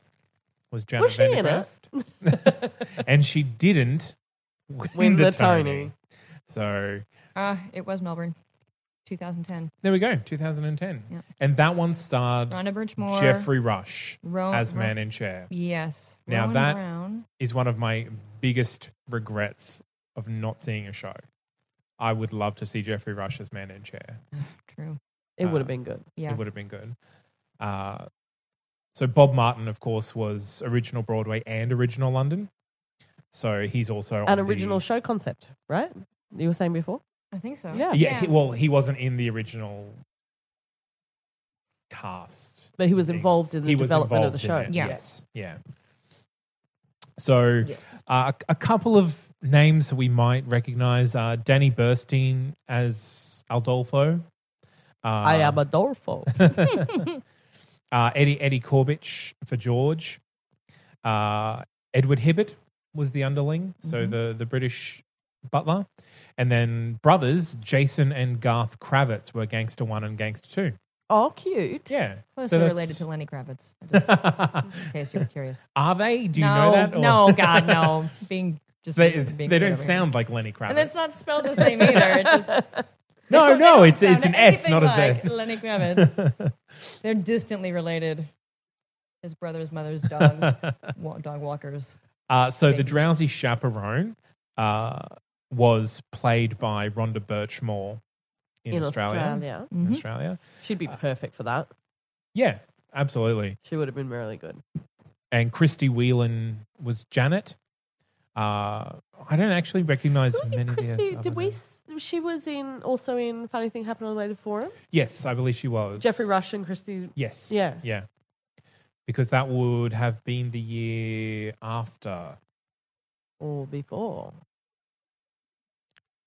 [SPEAKER 1] was Janet
[SPEAKER 2] Was she in
[SPEAKER 1] Vandergraft, and she didn't win,
[SPEAKER 2] Win
[SPEAKER 1] the,
[SPEAKER 2] the
[SPEAKER 1] Tony.
[SPEAKER 2] Tony.
[SPEAKER 1] So
[SPEAKER 3] Uh, it was Melbourne, 2010.
[SPEAKER 1] there we go, 2010,
[SPEAKER 3] Yeah.
[SPEAKER 1] and that one starred
[SPEAKER 3] Rhonda Birchmore.
[SPEAKER 1] Jeffrey Rush
[SPEAKER 3] Ro-
[SPEAKER 1] as
[SPEAKER 3] Ro-
[SPEAKER 1] Man in Chair.
[SPEAKER 3] Yes.
[SPEAKER 1] Now
[SPEAKER 3] Rowan
[SPEAKER 1] that-
[SPEAKER 3] Brown.
[SPEAKER 1] Is one of my biggest regrets of not seeing a show. I would love to see Jeffrey Rush as Man in Chair.
[SPEAKER 3] True.
[SPEAKER 2] it would
[SPEAKER 1] Uh,
[SPEAKER 2] have been good.
[SPEAKER 3] Yeah.
[SPEAKER 1] it would have been good. Uh, so Bob Martin, of course, was original Broadway and original London. So he's also on
[SPEAKER 2] An
[SPEAKER 1] Ah. the-
[SPEAKER 2] original show concept, right? You were saying before?
[SPEAKER 3] I think so.
[SPEAKER 2] Yeah.
[SPEAKER 1] yeah, he- well, he wasn't in the original cast,
[SPEAKER 2] But he was involved in the
[SPEAKER 1] He was
[SPEAKER 2] development of the show.
[SPEAKER 1] involved in it,
[SPEAKER 3] Yeah.
[SPEAKER 1] Yes, yeah. So
[SPEAKER 3] Yes.
[SPEAKER 1] uh, a a couple of names we might recognize: uh, Danny Burstein as Aldolfo. Uh,
[SPEAKER 2] I
[SPEAKER 3] um,
[SPEAKER 2] am Adolfo.
[SPEAKER 1] uh, Eddie Eddie Corbich for George.
[SPEAKER 3] Mm-hmm.
[SPEAKER 1] Uh, Edward Hibbert was the underling, so the the British Butler. And then brothers, Jason and Garth Kravitz, were Gangster 1 and Gangster 2.
[SPEAKER 2] Oh, cute.
[SPEAKER 1] Yeah.
[SPEAKER 3] Closely
[SPEAKER 1] that's-
[SPEAKER 3] related to Lenny Kravitz, just in case you were curious.
[SPEAKER 1] Are they? Do you
[SPEAKER 3] no,
[SPEAKER 1] know that? or-
[SPEAKER 3] no, God, no. Being just
[SPEAKER 1] They,
[SPEAKER 3] being
[SPEAKER 1] they
[SPEAKER 3] weird
[SPEAKER 1] don't
[SPEAKER 3] over here.
[SPEAKER 1] sound like Lenny Kravitz.
[SPEAKER 3] And it's not spelled the same either. It just,
[SPEAKER 1] no, no, it's,
[SPEAKER 3] sound
[SPEAKER 1] it's an S,
[SPEAKER 3] anything
[SPEAKER 1] not a
[SPEAKER 3] like
[SPEAKER 1] Z.
[SPEAKER 3] Lenny Kravitz. They're distantly related. His brothers, mothers, dogs, wa- dog walkers.
[SPEAKER 1] Uh, so the
[SPEAKER 3] Things.
[SPEAKER 1] drowsy chaperone uh, was played by Rhonda Birchmore in, Australia.
[SPEAKER 2] Mm-hmm.
[SPEAKER 1] In Australia,
[SPEAKER 2] She'd be perfect for that.
[SPEAKER 1] yeah, absolutely.
[SPEAKER 2] She would have been really good.
[SPEAKER 1] And Christy Whelan was Janet. Uh, I don't actually recognize many of the
[SPEAKER 2] Chrissy,
[SPEAKER 1] other
[SPEAKER 2] did we?
[SPEAKER 1] names.
[SPEAKER 2] s- She was in also in Funny Thing Happened on Later Forum.
[SPEAKER 1] Yes, I believe she was
[SPEAKER 2] Jeffrey Rush and Christy.
[SPEAKER 1] Yes.
[SPEAKER 2] Yeah.
[SPEAKER 1] Yeah. Because that would have been the year after.
[SPEAKER 2] Or before.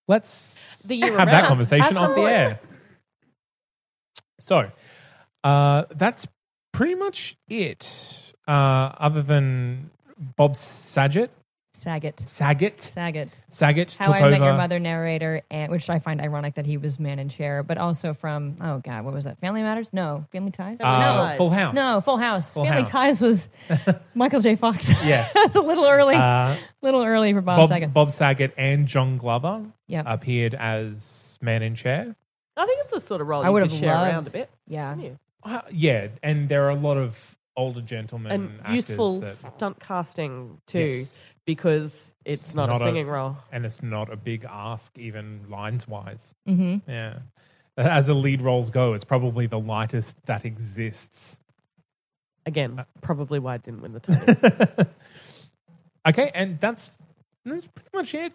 [SPEAKER 1] Let's
[SPEAKER 2] The year
[SPEAKER 1] have that
[SPEAKER 2] around.
[SPEAKER 1] conversation
[SPEAKER 2] At some
[SPEAKER 1] off the
[SPEAKER 2] point.
[SPEAKER 1] air. So, uh, that's pretty much it. Uh, other than Bob Saget,
[SPEAKER 3] Saget.
[SPEAKER 1] Saget,
[SPEAKER 3] Saget.
[SPEAKER 1] Saget
[SPEAKER 3] How
[SPEAKER 1] took
[SPEAKER 3] I
[SPEAKER 1] over.
[SPEAKER 3] Met Your Mother narrator, and, which I find ironic that he was man and chair, but also from, oh God, what was that? Family Matters? No. Family Ties?
[SPEAKER 1] uh,
[SPEAKER 2] Nice.
[SPEAKER 1] Full House.
[SPEAKER 3] No, Full House.
[SPEAKER 1] Full
[SPEAKER 3] Family
[SPEAKER 1] House.
[SPEAKER 3] Ties was Michael J. Fox.
[SPEAKER 1] Yeah.
[SPEAKER 3] That's a little early.
[SPEAKER 1] Uh,
[SPEAKER 3] little early for Bob,
[SPEAKER 1] Bob,
[SPEAKER 3] Saget.
[SPEAKER 1] Bob Saget and John Glover
[SPEAKER 3] Yep.
[SPEAKER 1] appeared as man in chair.
[SPEAKER 2] I think it's the sort of role
[SPEAKER 3] I
[SPEAKER 2] you
[SPEAKER 3] would
[SPEAKER 2] could
[SPEAKER 3] have
[SPEAKER 2] share
[SPEAKER 3] loved.
[SPEAKER 2] around a bit.
[SPEAKER 3] yeah.
[SPEAKER 2] wouldn't you?
[SPEAKER 1] Uh, yeah, and there are a lot of older gentlemen
[SPEAKER 2] And
[SPEAKER 1] actors
[SPEAKER 2] useful
[SPEAKER 1] that-
[SPEAKER 2] stunt casting too,
[SPEAKER 1] Yes.
[SPEAKER 2] because it's,
[SPEAKER 1] It's
[SPEAKER 2] not,
[SPEAKER 1] not a-
[SPEAKER 2] a singing role.
[SPEAKER 1] and it's not a big ask even lines wise.
[SPEAKER 3] Mm-hmm.
[SPEAKER 1] Yeah. As the lead roles go, it's probably the lightest that exists.
[SPEAKER 2] Again, probably why I didn't win the Tony.
[SPEAKER 1] Okay, and that's that's pretty much it.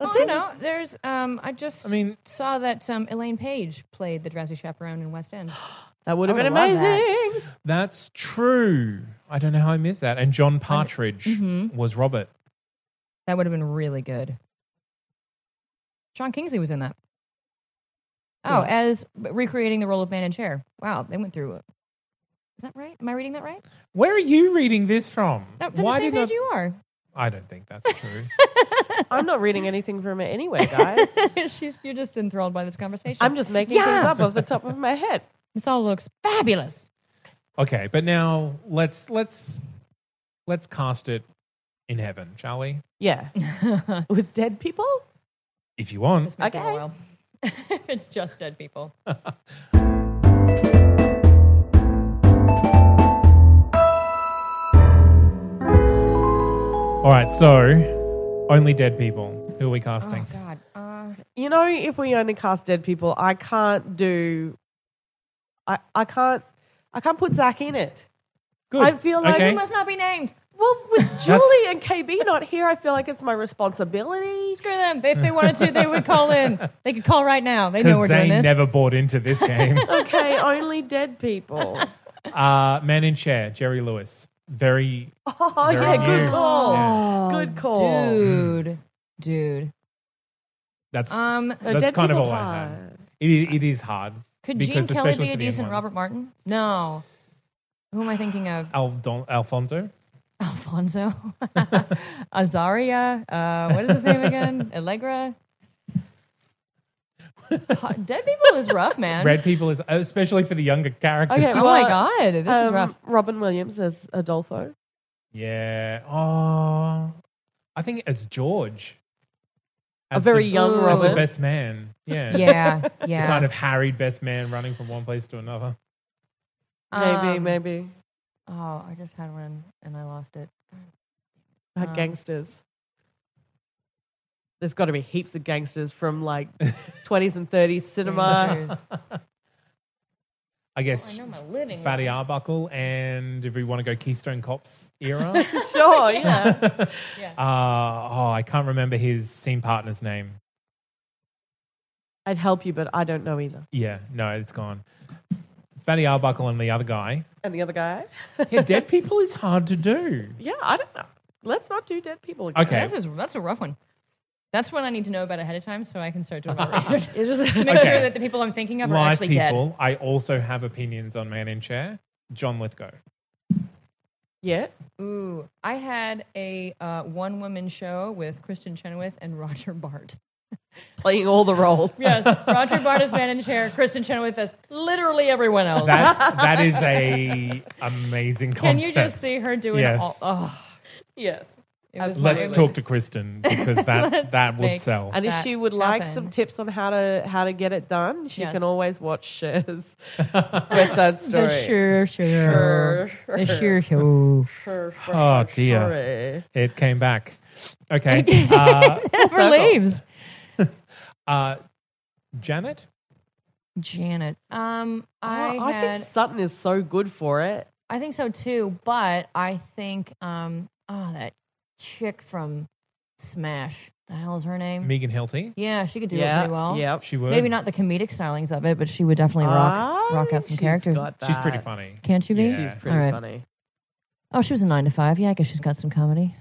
[SPEAKER 3] Well, you know, there's. Um, I just.
[SPEAKER 1] I mean-
[SPEAKER 3] saw that um, Elaine Page played the drowsy chaperone in West End.
[SPEAKER 2] that would have
[SPEAKER 3] I
[SPEAKER 2] been
[SPEAKER 3] would have loved
[SPEAKER 2] amazing.
[SPEAKER 1] That's true. I don't know how I missed that. And John Partridge
[SPEAKER 3] Mm-hmm.
[SPEAKER 1] was Robert.
[SPEAKER 3] That would have been really good. Sean Kingsley was in that. Oh, as recreating the role of man in chair. Wow, they went through. Is that right? Am I reading that right?
[SPEAKER 1] Where are you reading this from?
[SPEAKER 3] No, from the same page you are.
[SPEAKER 1] I don't think that's true.
[SPEAKER 2] I'm not reading anything from it anyway, guys.
[SPEAKER 3] She's you're just enthralled by this conversation.
[SPEAKER 2] I'm just making
[SPEAKER 3] Yes.
[SPEAKER 2] things up off the top of my head.
[SPEAKER 3] This all looks fabulous.
[SPEAKER 1] okay, but now let's let's let's cast it in heaven, shall we?
[SPEAKER 2] Yeah.
[SPEAKER 3] this
[SPEAKER 2] With dead people?
[SPEAKER 1] If you want.
[SPEAKER 3] makes me
[SPEAKER 2] Okay.
[SPEAKER 3] wild. it's just dead people.
[SPEAKER 1] All right, so only dead people. Who are we
[SPEAKER 3] Oh
[SPEAKER 1] casting?
[SPEAKER 3] God. Uh,
[SPEAKER 2] You know, if we only cast dead people, I can't do I I can't I can't put Zach in it.
[SPEAKER 1] Good.
[SPEAKER 2] I feel like
[SPEAKER 1] okay.
[SPEAKER 3] He must not be named.
[SPEAKER 2] Well, with Julie
[SPEAKER 1] That's-
[SPEAKER 2] and KB not here, I feel like it's my responsibility.
[SPEAKER 3] Screw them. If they wanted to, they would call in. They could call right now. They know we're
[SPEAKER 1] Because they
[SPEAKER 3] doing this.
[SPEAKER 1] never bought into this game.
[SPEAKER 2] Okay, only dead people.
[SPEAKER 1] uh, man in chair, Jerry Lewis. Very.
[SPEAKER 2] Oh
[SPEAKER 1] Very
[SPEAKER 2] yeah,
[SPEAKER 1] new.
[SPEAKER 2] good call.
[SPEAKER 3] Oh,
[SPEAKER 2] Good call.
[SPEAKER 3] dude, dude.
[SPEAKER 1] That's
[SPEAKER 3] Um,
[SPEAKER 2] No,
[SPEAKER 1] that's
[SPEAKER 2] dead
[SPEAKER 1] kind of
[SPEAKER 2] people's
[SPEAKER 1] all I
[SPEAKER 2] hard.
[SPEAKER 1] had. It, i- it is hard.
[SPEAKER 3] could
[SPEAKER 1] because
[SPEAKER 3] Gene Kelly
[SPEAKER 1] especially
[SPEAKER 3] be
[SPEAKER 1] for
[SPEAKER 3] a
[SPEAKER 1] the young
[SPEAKER 3] decent
[SPEAKER 1] ones.
[SPEAKER 3] Robert Martin? No. Who am I thinking of?
[SPEAKER 1] Aldon- Alfonso.
[SPEAKER 3] Alfonso, Azaria. Uh, what is his name again? Allegra. Ha- Dead people is rough, man.
[SPEAKER 1] Red people is especially for the younger characters.
[SPEAKER 2] Okay,
[SPEAKER 3] oh
[SPEAKER 2] well,
[SPEAKER 3] my god, this is
[SPEAKER 2] Um,
[SPEAKER 3] rough.
[SPEAKER 2] Robin Williams as Adolfo.
[SPEAKER 1] Yeah. Oh, I think as George.
[SPEAKER 2] A very young
[SPEAKER 1] as
[SPEAKER 2] Robin.
[SPEAKER 1] The best man. Yeah.
[SPEAKER 3] Yeah, yeah.
[SPEAKER 1] Kind of harried best man running from one place to another.
[SPEAKER 2] Maybe,
[SPEAKER 3] Um,
[SPEAKER 2] maybe.
[SPEAKER 3] Oh, I just had one and I lost it.
[SPEAKER 2] Like
[SPEAKER 3] um,
[SPEAKER 2] gangsters. There's got to be heaps of gangsters from like 20s and 30s cinema.
[SPEAKER 3] Years.
[SPEAKER 1] I guess
[SPEAKER 3] Oh, I know my living.
[SPEAKER 1] Fatty Arbuckle, and if we want to go Keystone Cops era,
[SPEAKER 2] sure, yeah.
[SPEAKER 1] uh, oh, I can't remember his scene partner's name.
[SPEAKER 2] I'd help you, but I don't know either.
[SPEAKER 1] Yeah, no, it's gone. Fatty Arbuckle and the other guy.
[SPEAKER 2] And the other guy?
[SPEAKER 1] Yeah, dead people is hard to do.
[SPEAKER 2] Yeah, I don't know. Let's not do dead people again.
[SPEAKER 1] Okay,
[SPEAKER 3] That's a, that's a rough one. That's one I need to know about ahead of time so I can start doing my research to make
[SPEAKER 1] Okay.
[SPEAKER 3] sure that the people I'm thinking of are
[SPEAKER 1] live
[SPEAKER 3] actually
[SPEAKER 1] people. I also have opinions on Man in Chair. John Lithgow.
[SPEAKER 2] Yeah.
[SPEAKER 3] Ooh, I had a uh, one woman show with Kristen Chenoweth and Roger Bart.
[SPEAKER 2] Playing all the roles.
[SPEAKER 3] Yes, Roger Bart is man in chair. Kristen Chenoweth is literally everyone else.
[SPEAKER 1] That that is a amazing
[SPEAKER 3] Can
[SPEAKER 1] concept.
[SPEAKER 3] you just see her doing
[SPEAKER 1] Yes.
[SPEAKER 3] all? Oh,
[SPEAKER 2] Yeah.
[SPEAKER 3] it was
[SPEAKER 1] Let's
[SPEAKER 3] it was-
[SPEAKER 1] talk to Kristen because that that would
[SPEAKER 3] make-
[SPEAKER 1] sell.
[SPEAKER 2] And if
[SPEAKER 3] that
[SPEAKER 2] she would like some
[SPEAKER 3] happen.
[SPEAKER 2] tips on how to how to get it done, she
[SPEAKER 3] Yes.
[SPEAKER 2] can always watch Cher's West Side Story.
[SPEAKER 4] The sure, sure.
[SPEAKER 2] Sure,
[SPEAKER 4] The sure, sure.
[SPEAKER 2] Sure, sure,
[SPEAKER 1] Oh dear,
[SPEAKER 2] sure.
[SPEAKER 1] it came back. Okay, uh,
[SPEAKER 4] Never
[SPEAKER 2] circle.
[SPEAKER 4] leaves.
[SPEAKER 1] uh, Janet.
[SPEAKER 3] Janet. Um, I
[SPEAKER 2] Oh, I
[SPEAKER 3] had,
[SPEAKER 2] think Sutton is so good for it.
[SPEAKER 3] I think so too, but I think um, oh that chick from Smash. The hell is her name?
[SPEAKER 1] Megan Hilty.
[SPEAKER 3] Yeah, she could do it
[SPEAKER 2] yeah.
[SPEAKER 3] pretty well.
[SPEAKER 2] Yeah.
[SPEAKER 1] She would.
[SPEAKER 3] Maybe not the comedic stylings of it, but she would definitely rock rock
[SPEAKER 2] Oh,
[SPEAKER 3] out some characters.
[SPEAKER 1] She's pretty funny.
[SPEAKER 3] Can't she be?
[SPEAKER 1] Yeah.
[SPEAKER 2] Ah, She's pretty
[SPEAKER 3] All right.
[SPEAKER 2] funny.
[SPEAKER 3] Oh, she was a nine to five. Yeah, I guess she's got some comedy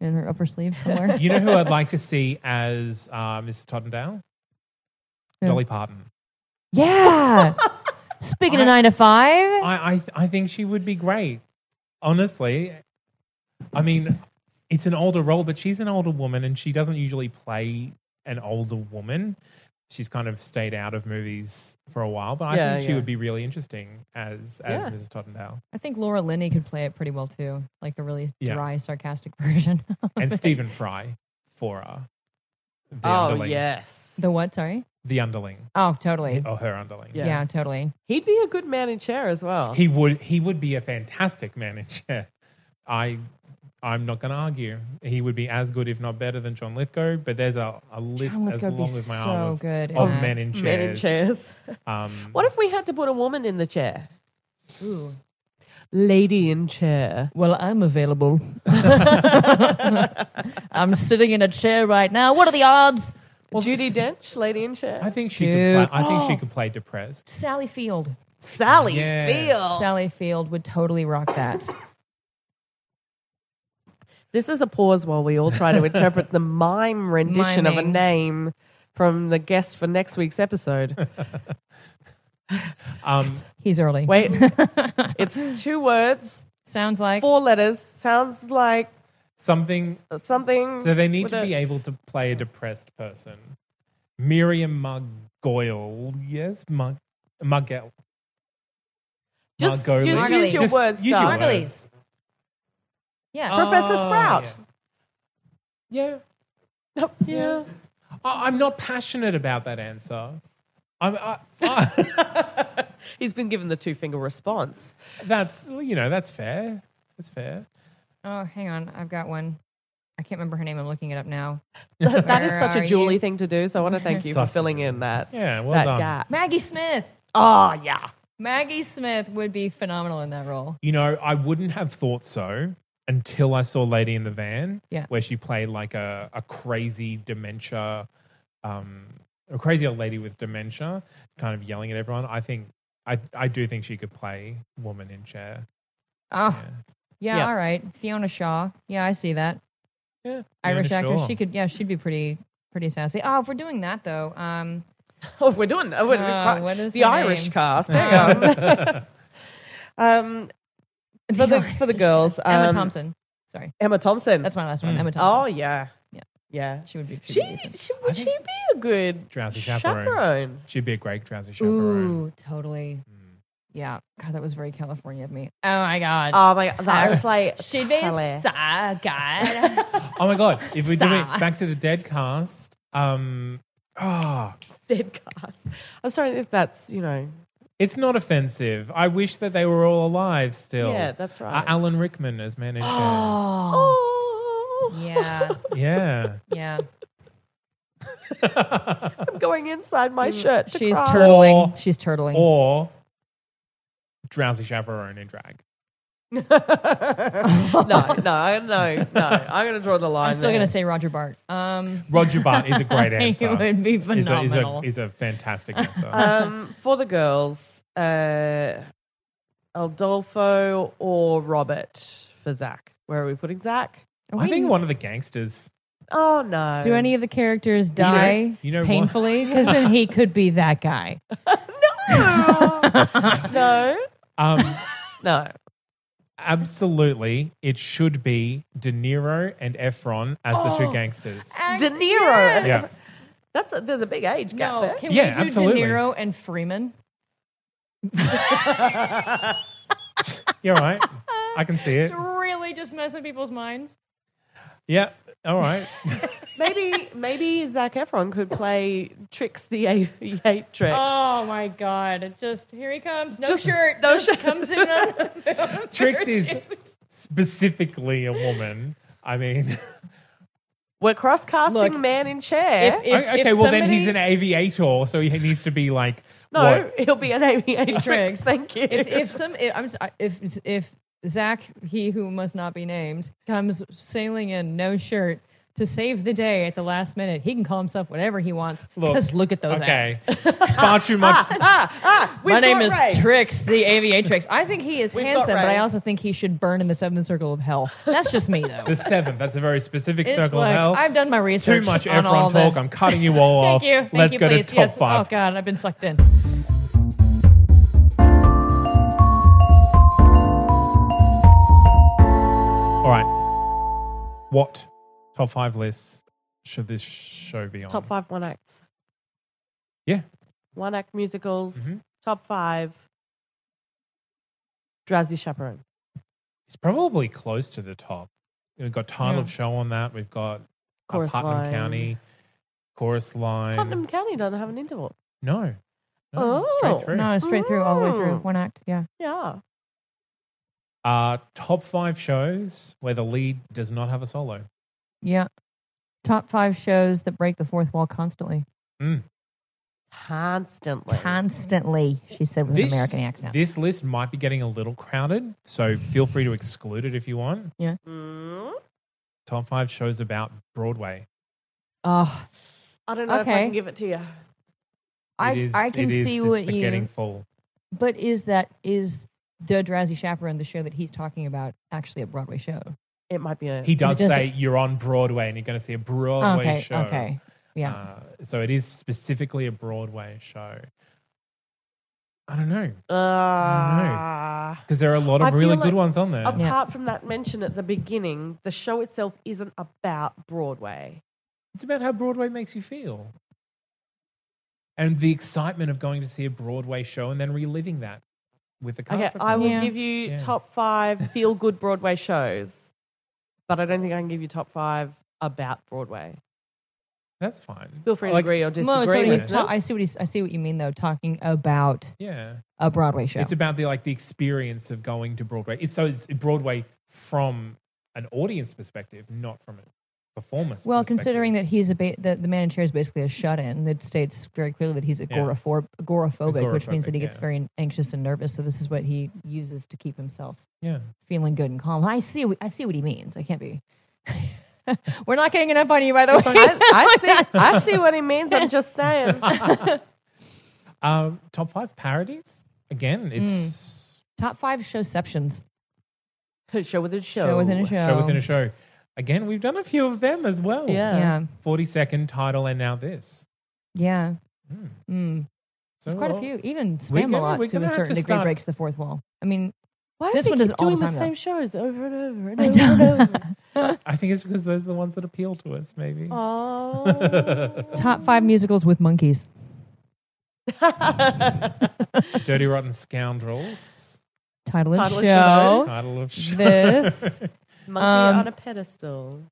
[SPEAKER 3] in her upper sleeve somewhere.
[SPEAKER 1] You know who I'd like to see as uh, Mrs. Tottendale?
[SPEAKER 3] Who?
[SPEAKER 1] Dolly Parton.
[SPEAKER 3] yeah. Speaking
[SPEAKER 1] I-
[SPEAKER 3] of nine to five,
[SPEAKER 1] I, I I think she would be great. Honestly, I mean, it's an older role, but she's an older woman, and she doesn't usually play an older woman. She's kind of stayed out of movies for a while, but I
[SPEAKER 2] Yeah,
[SPEAKER 1] think she
[SPEAKER 2] yeah.
[SPEAKER 1] would be really interesting as as
[SPEAKER 2] Yeah.
[SPEAKER 1] Mrs. Tottendale
[SPEAKER 3] I think Laura Linney could play it pretty well too, like the really
[SPEAKER 1] Yeah.
[SPEAKER 3] dry, sarcastic version.
[SPEAKER 1] and Stephen Fry for uh, the
[SPEAKER 2] Oh
[SPEAKER 1] underling,
[SPEAKER 2] yes,
[SPEAKER 3] the what? Sorry.
[SPEAKER 1] the underling
[SPEAKER 3] Oh, totally.
[SPEAKER 1] or her underling.
[SPEAKER 3] Yeah,
[SPEAKER 2] Yeah.
[SPEAKER 3] totally.
[SPEAKER 2] he'd be a good man in chair as well.
[SPEAKER 1] He would he would be a fantastic manager. I I'm not going to argue. He would be as good, if not better, than John Lithgow. But there's a, a list
[SPEAKER 3] John
[SPEAKER 1] as
[SPEAKER 3] Lithgow would
[SPEAKER 1] long
[SPEAKER 3] be
[SPEAKER 1] as my
[SPEAKER 3] so
[SPEAKER 1] arm of,
[SPEAKER 3] good in
[SPEAKER 1] of
[SPEAKER 3] that.
[SPEAKER 1] men in chairs.
[SPEAKER 2] Men in chairs.
[SPEAKER 1] Um,
[SPEAKER 2] What if we had to put a woman in the chair?
[SPEAKER 3] Ooh.
[SPEAKER 2] Lady in chair.
[SPEAKER 3] Well, I'm available. I'm sitting in a chair right now. What are the odds?
[SPEAKER 2] Judy Dench, lady in chair.
[SPEAKER 1] I think she could.
[SPEAKER 3] Dude. Oh.
[SPEAKER 1] Play, I think she could play depressed.
[SPEAKER 3] Sally Field.
[SPEAKER 2] Sally
[SPEAKER 1] Yes.
[SPEAKER 2] Field.
[SPEAKER 3] Sally Field would totally rock that.
[SPEAKER 2] This is a pause while we all try to interpret the mime rendition of a
[SPEAKER 3] Miming.
[SPEAKER 2] name from the guest for next week's episode.
[SPEAKER 1] Um,
[SPEAKER 3] He's early.
[SPEAKER 2] Wait, it's two words,
[SPEAKER 3] Sounds like
[SPEAKER 2] four letters. Sounds like
[SPEAKER 1] something.
[SPEAKER 2] something.
[SPEAKER 1] So they need
[SPEAKER 2] with
[SPEAKER 1] to
[SPEAKER 2] a-
[SPEAKER 1] be able to play a depressed person. Miriam Margoyle. Yes, Mar- Margel.
[SPEAKER 2] Just,
[SPEAKER 1] Margolis.
[SPEAKER 2] just use your
[SPEAKER 3] Just
[SPEAKER 2] words,
[SPEAKER 1] use your
[SPEAKER 2] darling.
[SPEAKER 3] Margolis.
[SPEAKER 1] words.
[SPEAKER 3] yeah.
[SPEAKER 2] Professor
[SPEAKER 1] Oh,
[SPEAKER 2] Sprout.
[SPEAKER 1] Yeah. yeah.
[SPEAKER 2] Nope, Yeah.
[SPEAKER 1] I- I'm not passionate about that answer. I'm, I, I,
[SPEAKER 2] He's been given the two finger response.
[SPEAKER 1] that's you know that's fair. That's fair.
[SPEAKER 3] Oh, hang on. I've got one. I can't remember her name. I'm looking it up now.
[SPEAKER 2] that is
[SPEAKER 3] Where
[SPEAKER 2] such
[SPEAKER 3] are
[SPEAKER 2] a Julie
[SPEAKER 3] you?
[SPEAKER 2] thing to do. So I want to thank you for
[SPEAKER 1] Such a
[SPEAKER 2] filling
[SPEAKER 1] Julie.
[SPEAKER 2] in that.
[SPEAKER 1] Yeah, well
[SPEAKER 2] that
[SPEAKER 1] done.
[SPEAKER 2] gap.
[SPEAKER 3] Maggie Smith.
[SPEAKER 2] Oh, yeah.
[SPEAKER 3] Maggie Smith would be phenomenal in that role.
[SPEAKER 1] You know, I wouldn't have thought so until I saw Lady in the Van,
[SPEAKER 3] Yeah.
[SPEAKER 1] where she played like a, a crazy dementia, um, a crazy old lady with dementia, kind of yelling at everyone. I think I I do think she could play woman in chair.
[SPEAKER 3] Oh, yeah.
[SPEAKER 2] Yeah.
[SPEAKER 3] All right. Fiona Shaw. Yeah, I see that.
[SPEAKER 1] Yeah,
[SPEAKER 3] Irish
[SPEAKER 1] Fiona
[SPEAKER 3] actress.
[SPEAKER 1] Shaw.
[SPEAKER 3] She could. Yeah, she'd be pretty, pretty sassy. Oh, if we're doing that though, um,
[SPEAKER 2] Oh, we're doing that. We're
[SPEAKER 3] Oh, what is
[SPEAKER 2] the
[SPEAKER 3] her
[SPEAKER 2] Irish
[SPEAKER 3] name? Ah.
[SPEAKER 2] cast. Hang on. um, for the, for the girls,
[SPEAKER 3] Emma
[SPEAKER 2] um,
[SPEAKER 3] Thompson. Sorry,
[SPEAKER 2] Emma Thompson.
[SPEAKER 3] that's my last one. Emma
[SPEAKER 2] oh
[SPEAKER 3] Thompson.
[SPEAKER 2] yeah,
[SPEAKER 3] Yeah.
[SPEAKER 2] yeah.
[SPEAKER 3] she would be. she'd
[SPEAKER 2] She,
[SPEAKER 3] be decent.
[SPEAKER 2] she would she be a good
[SPEAKER 1] Drowsy chaperone.
[SPEAKER 2] chaperone?
[SPEAKER 1] She'd be a great drowsy chaperone.
[SPEAKER 3] Ooh, totally.
[SPEAKER 1] Mm.
[SPEAKER 3] Yeah. God, that was very California of me. Oh my God.
[SPEAKER 2] Oh my god, that was like
[SPEAKER 3] she'd be
[SPEAKER 2] totally.
[SPEAKER 3] so good.
[SPEAKER 1] Oh my god! If we're doing
[SPEAKER 3] Stop.
[SPEAKER 1] back to the dead cast, um, ah,
[SPEAKER 2] dead cast. I'm sorry if that's you know.
[SPEAKER 1] it's not offensive. I wish that they were all alive still.
[SPEAKER 2] Yeah, that's
[SPEAKER 1] Uh,
[SPEAKER 2] right.
[SPEAKER 1] Alan Rickman as manager.
[SPEAKER 3] oh.
[SPEAKER 2] oh,
[SPEAKER 3] Yeah.
[SPEAKER 1] yeah.
[SPEAKER 3] Yeah.
[SPEAKER 2] I'm going inside my shirt. To
[SPEAKER 3] Mm, She's
[SPEAKER 2] cry.
[SPEAKER 3] turtling.
[SPEAKER 1] Or-
[SPEAKER 3] She's turtling.
[SPEAKER 1] Or drowsy chaperone in drag.
[SPEAKER 2] no, no, no, no. I'm going to draw the line.
[SPEAKER 3] I'm still
[SPEAKER 2] there.
[SPEAKER 3] gonna say Roger Bart. Um,
[SPEAKER 1] Roger Bart is a great answer.
[SPEAKER 4] would be
[SPEAKER 1] Is a, is, a,
[SPEAKER 4] phenomenal.
[SPEAKER 1] is a fantastic answer.
[SPEAKER 2] um, for the girls, uh, Aldolfo or Robert for Zach. Where are we putting Zach?
[SPEAKER 1] I think one of the gangsters.
[SPEAKER 2] Oh no!
[SPEAKER 4] Do any of the characters
[SPEAKER 1] You know-
[SPEAKER 4] die
[SPEAKER 1] you know what?
[SPEAKER 4] painfully? Because then he could be that guy.
[SPEAKER 2] no,
[SPEAKER 1] Um,
[SPEAKER 2] no.
[SPEAKER 1] absolutely it should be De Niro and Efron as the two gangsters.
[SPEAKER 2] De Niro.
[SPEAKER 1] Yeah.
[SPEAKER 2] That's a, there's a big age gap
[SPEAKER 3] No,
[SPEAKER 2] there.
[SPEAKER 3] can
[SPEAKER 1] Yeah,
[SPEAKER 3] we do
[SPEAKER 1] absolutely.
[SPEAKER 3] De Niro and Freeman?
[SPEAKER 1] You're right. I can see it.
[SPEAKER 3] It's really just messing people's minds.
[SPEAKER 1] Yeah. All right.
[SPEAKER 2] Maybe maybe Zach Efron could play Tricks the eight, eight Tricks.
[SPEAKER 3] Oh my god! It just here he comes. No
[SPEAKER 2] Just-
[SPEAKER 3] shirt.
[SPEAKER 2] no
[SPEAKER 3] No just
[SPEAKER 2] shirt.
[SPEAKER 3] Comes in. On,
[SPEAKER 1] Trix is specifically a woman. I mean,
[SPEAKER 2] We're cross casting
[SPEAKER 3] Look,
[SPEAKER 2] man in chair.
[SPEAKER 3] If-
[SPEAKER 1] okay,
[SPEAKER 3] if
[SPEAKER 1] well, then he's an
[SPEAKER 3] somebody-
[SPEAKER 1] aviator, so he needs to be like,
[SPEAKER 2] no,
[SPEAKER 1] what?
[SPEAKER 2] he'll be an aviator.
[SPEAKER 3] Tricks.
[SPEAKER 2] Thank you.
[SPEAKER 3] if if some if, I'm sorry, if if Zach, he who must not be named, comes sailing in no shirt to save the day at the last minute, he can call himself whatever he wants.
[SPEAKER 1] Look,
[SPEAKER 3] Because look at those
[SPEAKER 1] Okay.
[SPEAKER 3] abs.
[SPEAKER 1] Far too much.
[SPEAKER 2] Ah, We've
[SPEAKER 3] My name
[SPEAKER 2] got
[SPEAKER 3] is
[SPEAKER 2] Ray.
[SPEAKER 3] Trix, the aviatrix. I think he is
[SPEAKER 2] We've got
[SPEAKER 3] handsome, but
[SPEAKER 2] Ray.
[SPEAKER 3] I also think he should burn in the seventh circle of hell. That's just me, though.
[SPEAKER 1] the seventh. That's a very specific
[SPEAKER 3] It-
[SPEAKER 1] circle
[SPEAKER 3] look,
[SPEAKER 1] of hell.
[SPEAKER 3] I've done my
[SPEAKER 1] too
[SPEAKER 3] research.
[SPEAKER 1] much
[SPEAKER 3] on all
[SPEAKER 1] Efron talk.
[SPEAKER 3] The...
[SPEAKER 1] I'm cutting you all off.
[SPEAKER 3] Thank you. Thank
[SPEAKER 1] Let's
[SPEAKER 3] you,
[SPEAKER 1] go
[SPEAKER 3] please.
[SPEAKER 1] to top
[SPEAKER 3] yes.
[SPEAKER 1] five.
[SPEAKER 3] Oh God, I've been sucked in.
[SPEAKER 1] All right. What top five lists should this show be on?
[SPEAKER 2] top five one acts.
[SPEAKER 1] Yeah.
[SPEAKER 2] One act musicals.
[SPEAKER 1] Mhm.
[SPEAKER 2] Top five. Drowsy Chaperone.
[SPEAKER 1] It's probably close to the top. We've got title of show on that. We've got uh,
[SPEAKER 2] Chorus
[SPEAKER 1] Putnam
[SPEAKER 2] Line.
[SPEAKER 1] County, Chorus Line.
[SPEAKER 2] Putnam County doesn't have an interval.
[SPEAKER 1] No. No,
[SPEAKER 2] Oh.
[SPEAKER 1] straight through.
[SPEAKER 3] No, straight through, all the way through,
[SPEAKER 2] Mm.
[SPEAKER 3] one act. Yeah.
[SPEAKER 2] Yeah.
[SPEAKER 1] Uh, top five shows where the lead does not have a solo.
[SPEAKER 3] Yeah. Top five shows that break the fourth wall constantly.
[SPEAKER 1] Hmm.
[SPEAKER 2] Constantly.
[SPEAKER 3] Constantly, she said with an American accent.
[SPEAKER 1] This list might be getting a little crowded, so feel free to exclude it if you want. Mm-hmm.
[SPEAKER 2] Mm.
[SPEAKER 1] Top five shows about Broadway.
[SPEAKER 3] oh,
[SPEAKER 2] I don't know if I
[SPEAKER 3] Okay.
[SPEAKER 2] can give it to you.
[SPEAKER 3] I,
[SPEAKER 1] It is-
[SPEAKER 3] I can
[SPEAKER 1] it is-
[SPEAKER 3] see
[SPEAKER 1] it's
[SPEAKER 3] what
[SPEAKER 1] been
[SPEAKER 3] you.
[SPEAKER 1] getting full.
[SPEAKER 3] But is that is the Drowsy Chaperone the show that he's talking about actually a Broadway show?
[SPEAKER 2] It might be a.
[SPEAKER 1] He does
[SPEAKER 3] does-
[SPEAKER 1] say you're on Broadway and you're going to see a Broadway
[SPEAKER 3] okay.
[SPEAKER 1] show.
[SPEAKER 3] Okay. Yeah.
[SPEAKER 1] Uh, so it is specifically a Broadway show. I don't know
[SPEAKER 2] Ah.
[SPEAKER 1] because there are a lot
[SPEAKER 2] I
[SPEAKER 1] of
[SPEAKER 2] feel
[SPEAKER 1] really
[SPEAKER 2] like-
[SPEAKER 1] good ones on there.
[SPEAKER 3] Yeah.
[SPEAKER 2] Apart from that mention at the beginning, the show itself isn't about Broadway.
[SPEAKER 1] It's about how Broadway makes you feel. And the excitement of going to see a Broadway show and then reliving that with the
[SPEAKER 2] Okay,
[SPEAKER 1] cast.
[SPEAKER 2] I will
[SPEAKER 1] performance.
[SPEAKER 2] give you
[SPEAKER 1] Yeah.
[SPEAKER 2] top five feel good Broadway shows, but I don't think I can give you top five about Broadway.
[SPEAKER 1] That's fine.
[SPEAKER 2] Feel free to
[SPEAKER 1] Like,
[SPEAKER 2] agree or
[SPEAKER 3] Well,
[SPEAKER 2] disagree.
[SPEAKER 3] it's what he's
[SPEAKER 1] with
[SPEAKER 3] ta-
[SPEAKER 2] listeners.
[SPEAKER 3] I see what he's, I see what you mean though. Talking about
[SPEAKER 1] Yeah.
[SPEAKER 3] a Broadway show.
[SPEAKER 1] It's about the like the experience of going to Broadway. It's so it's Broadway from an audience perspective, not from a performance.
[SPEAKER 3] well, considering that he's a ba- the, the man in chair is basically a shut-in. It states very clearly that he's agoraphob- agoraphobic, which means that he
[SPEAKER 1] Agoraphobic,
[SPEAKER 3] gets
[SPEAKER 1] yeah.
[SPEAKER 3] very anxious and nervous. So this is what he uses to keep himself
[SPEAKER 1] yeah,
[SPEAKER 3] feeling good and calm. I see. wh- I see what he means. I can't be. We're not getting enough on you, by the way.
[SPEAKER 2] I, I see, I see what he means. I'm just saying.
[SPEAKER 1] um, top five parodies again. It's
[SPEAKER 3] Top five showceptions.
[SPEAKER 2] show within a show.
[SPEAKER 3] Show within a Hmm. show.
[SPEAKER 1] show within a show. Again, we've done a few of them as well.
[SPEAKER 2] Yeah.
[SPEAKER 3] Yeah.
[SPEAKER 1] forty second title and now this.
[SPEAKER 3] Yeah.
[SPEAKER 1] Mm.
[SPEAKER 3] Mm.
[SPEAKER 1] So
[SPEAKER 3] There's quite a
[SPEAKER 1] well,
[SPEAKER 3] few. Even
[SPEAKER 1] we're
[SPEAKER 3] Spam
[SPEAKER 1] gonna-
[SPEAKER 3] a lot
[SPEAKER 1] we're
[SPEAKER 3] to
[SPEAKER 1] gonna
[SPEAKER 3] a
[SPEAKER 1] have
[SPEAKER 3] certain
[SPEAKER 1] to
[SPEAKER 3] degree
[SPEAKER 1] start-
[SPEAKER 3] breaks the fourth wall. I mean,
[SPEAKER 2] Why do
[SPEAKER 3] This
[SPEAKER 2] they
[SPEAKER 3] one does
[SPEAKER 2] keep
[SPEAKER 3] it all the
[SPEAKER 2] doing
[SPEAKER 3] time, though.
[SPEAKER 2] same shows over and over and
[SPEAKER 3] I
[SPEAKER 2] over and
[SPEAKER 3] know.
[SPEAKER 2] over?
[SPEAKER 1] I think it's because those are the ones that appeal to us. Maybe.
[SPEAKER 2] Oh.
[SPEAKER 1] Uh,
[SPEAKER 3] top five musicals with monkeys.
[SPEAKER 1] Dirty Rotten Scoundrels.
[SPEAKER 3] Title of
[SPEAKER 2] Title of
[SPEAKER 3] show.
[SPEAKER 1] Title of show.
[SPEAKER 3] This.
[SPEAKER 2] Monkey
[SPEAKER 3] Um,
[SPEAKER 2] on a pedestal.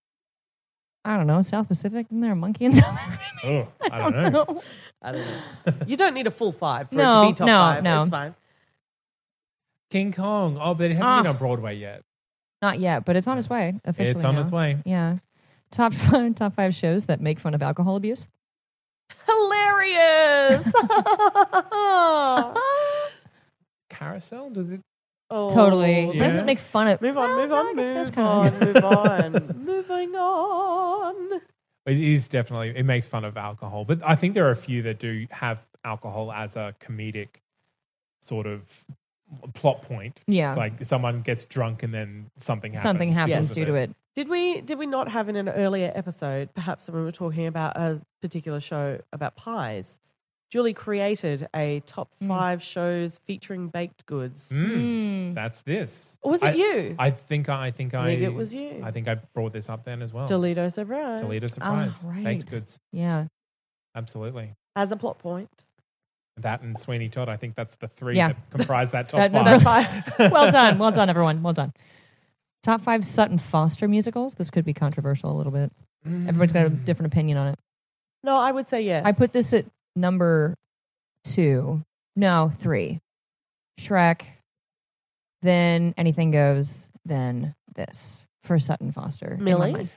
[SPEAKER 3] I don't know. South Pacific. Isn't there a monkey in South Pacific?
[SPEAKER 1] oh, I don't know.
[SPEAKER 2] I don't know. You don't need a full five for it
[SPEAKER 3] No,
[SPEAKER 2] to be top
[SPEAKER 3] no,
[SPEAKER 2] five.
[SPEAKER 3] no.
[SPEAKER 2] It's fine.
[SPEAKER 1] King Kong. Oh, but it hasn't been
[SPEAKER 3] Ah.
[SPEAKER 1] on Broadway yet.
[SPEAKER 3] Not yet, but it's on its way. Officially.
[SPEAKER 1] It's on
[SPEAKER 3] now.
[SPEAKER 1] its way.
[SPEAKER 3] Yeah. Top five, top five shows that make fun of alcohol abuse.
[SPEAKER 2] Hilarious.
[SPEAKER 1] Carousel? Does it?
[SPEAKER 2] Oh,
[SPEAKER 3] totally.
[SPEAKER 1] Yeah.
[SPEAKER 3] That doesn't make fun of.
[SPEAKER 2] Move on,
[SPEAKER 3] Well,
[SPEAKER 2] move
[SPEAKER 3] no,
[SPEAKER 2] on,
[SPEAKER 3] I guess it does
[SPEAKER 2] move
[SPEAKER 3] count.
[SPEAKER 2] on, move on. Moving on.
[SPEAKER 1] It is definitely. It makes fun of alcohol, but I think there are a few that do have alcohol as a comedic sort of plot point.
[SPEAKER 3] Yeah.
[SPEAKER 1] It's like someone gets drunk and then something happens.
[SPEAKER 3] Something happens
[SPEAKER 1] because of
[SPEAKER 3] due to it.
[SPEAKER 2] Did we did we not have in an earlier episode, perhaps when we were talking about a particular show about pies, Julie created a top
[SPEAKER 3] Hmm.
[SPEAKER 2] five shows featuring baked goods.
[SPEAKER 3] Hmm.
[SPEAKER 1] Mm, That's this.
[SPEAKER 2] Or was it
[SPEAKER 1] I-
[SPEAKER 2] you?
[SPEAKER 1] I think I, I think I,
[SPEAKER 2] think it was you.
[SPEAKER 1] I think I brought this up then as well.
[SPEAKER 2] Toledo Surprise.
[SPEAKER 1] Toledo surprise,
[SPEAKER 3] Ah, right.
[SPEAKER 1] baked goods,
[SPEAKER 3] Yeah.
[SPEAKER 1] absolutely.
[SPEAKER 2] As a plot point.
[SPEAKER 1] That and Sweeney Todd. I think that's the three
[SPEAKER 3] Yeah.
[SPEAKER 1] that comprise that top
[SPEAKER 3] That-
[SPEAKER 1] five.
[SPEAKER 3] that-
[SPEAKER 2] Number five.
[SPEAKER 3] well done. Well done, everyone. Well done. Top five Sutton Foster musicals. This could be controversial a little bit.
[SPEAKER 1] Mm.
[SPEAKER 3] Everybody's got a
[SPEAKER 1] Hmm.
[SPEAKER 3] different opinion on it.
[SPEAKER 2] No, I would say yes.
[SPEAKER 3] I put this at number two. No, three. Shrek. Then Anything Goes. Then this for Sutton Foster. in my
[SPEAKER 2] Millie?
[SPEAKER 3] mind.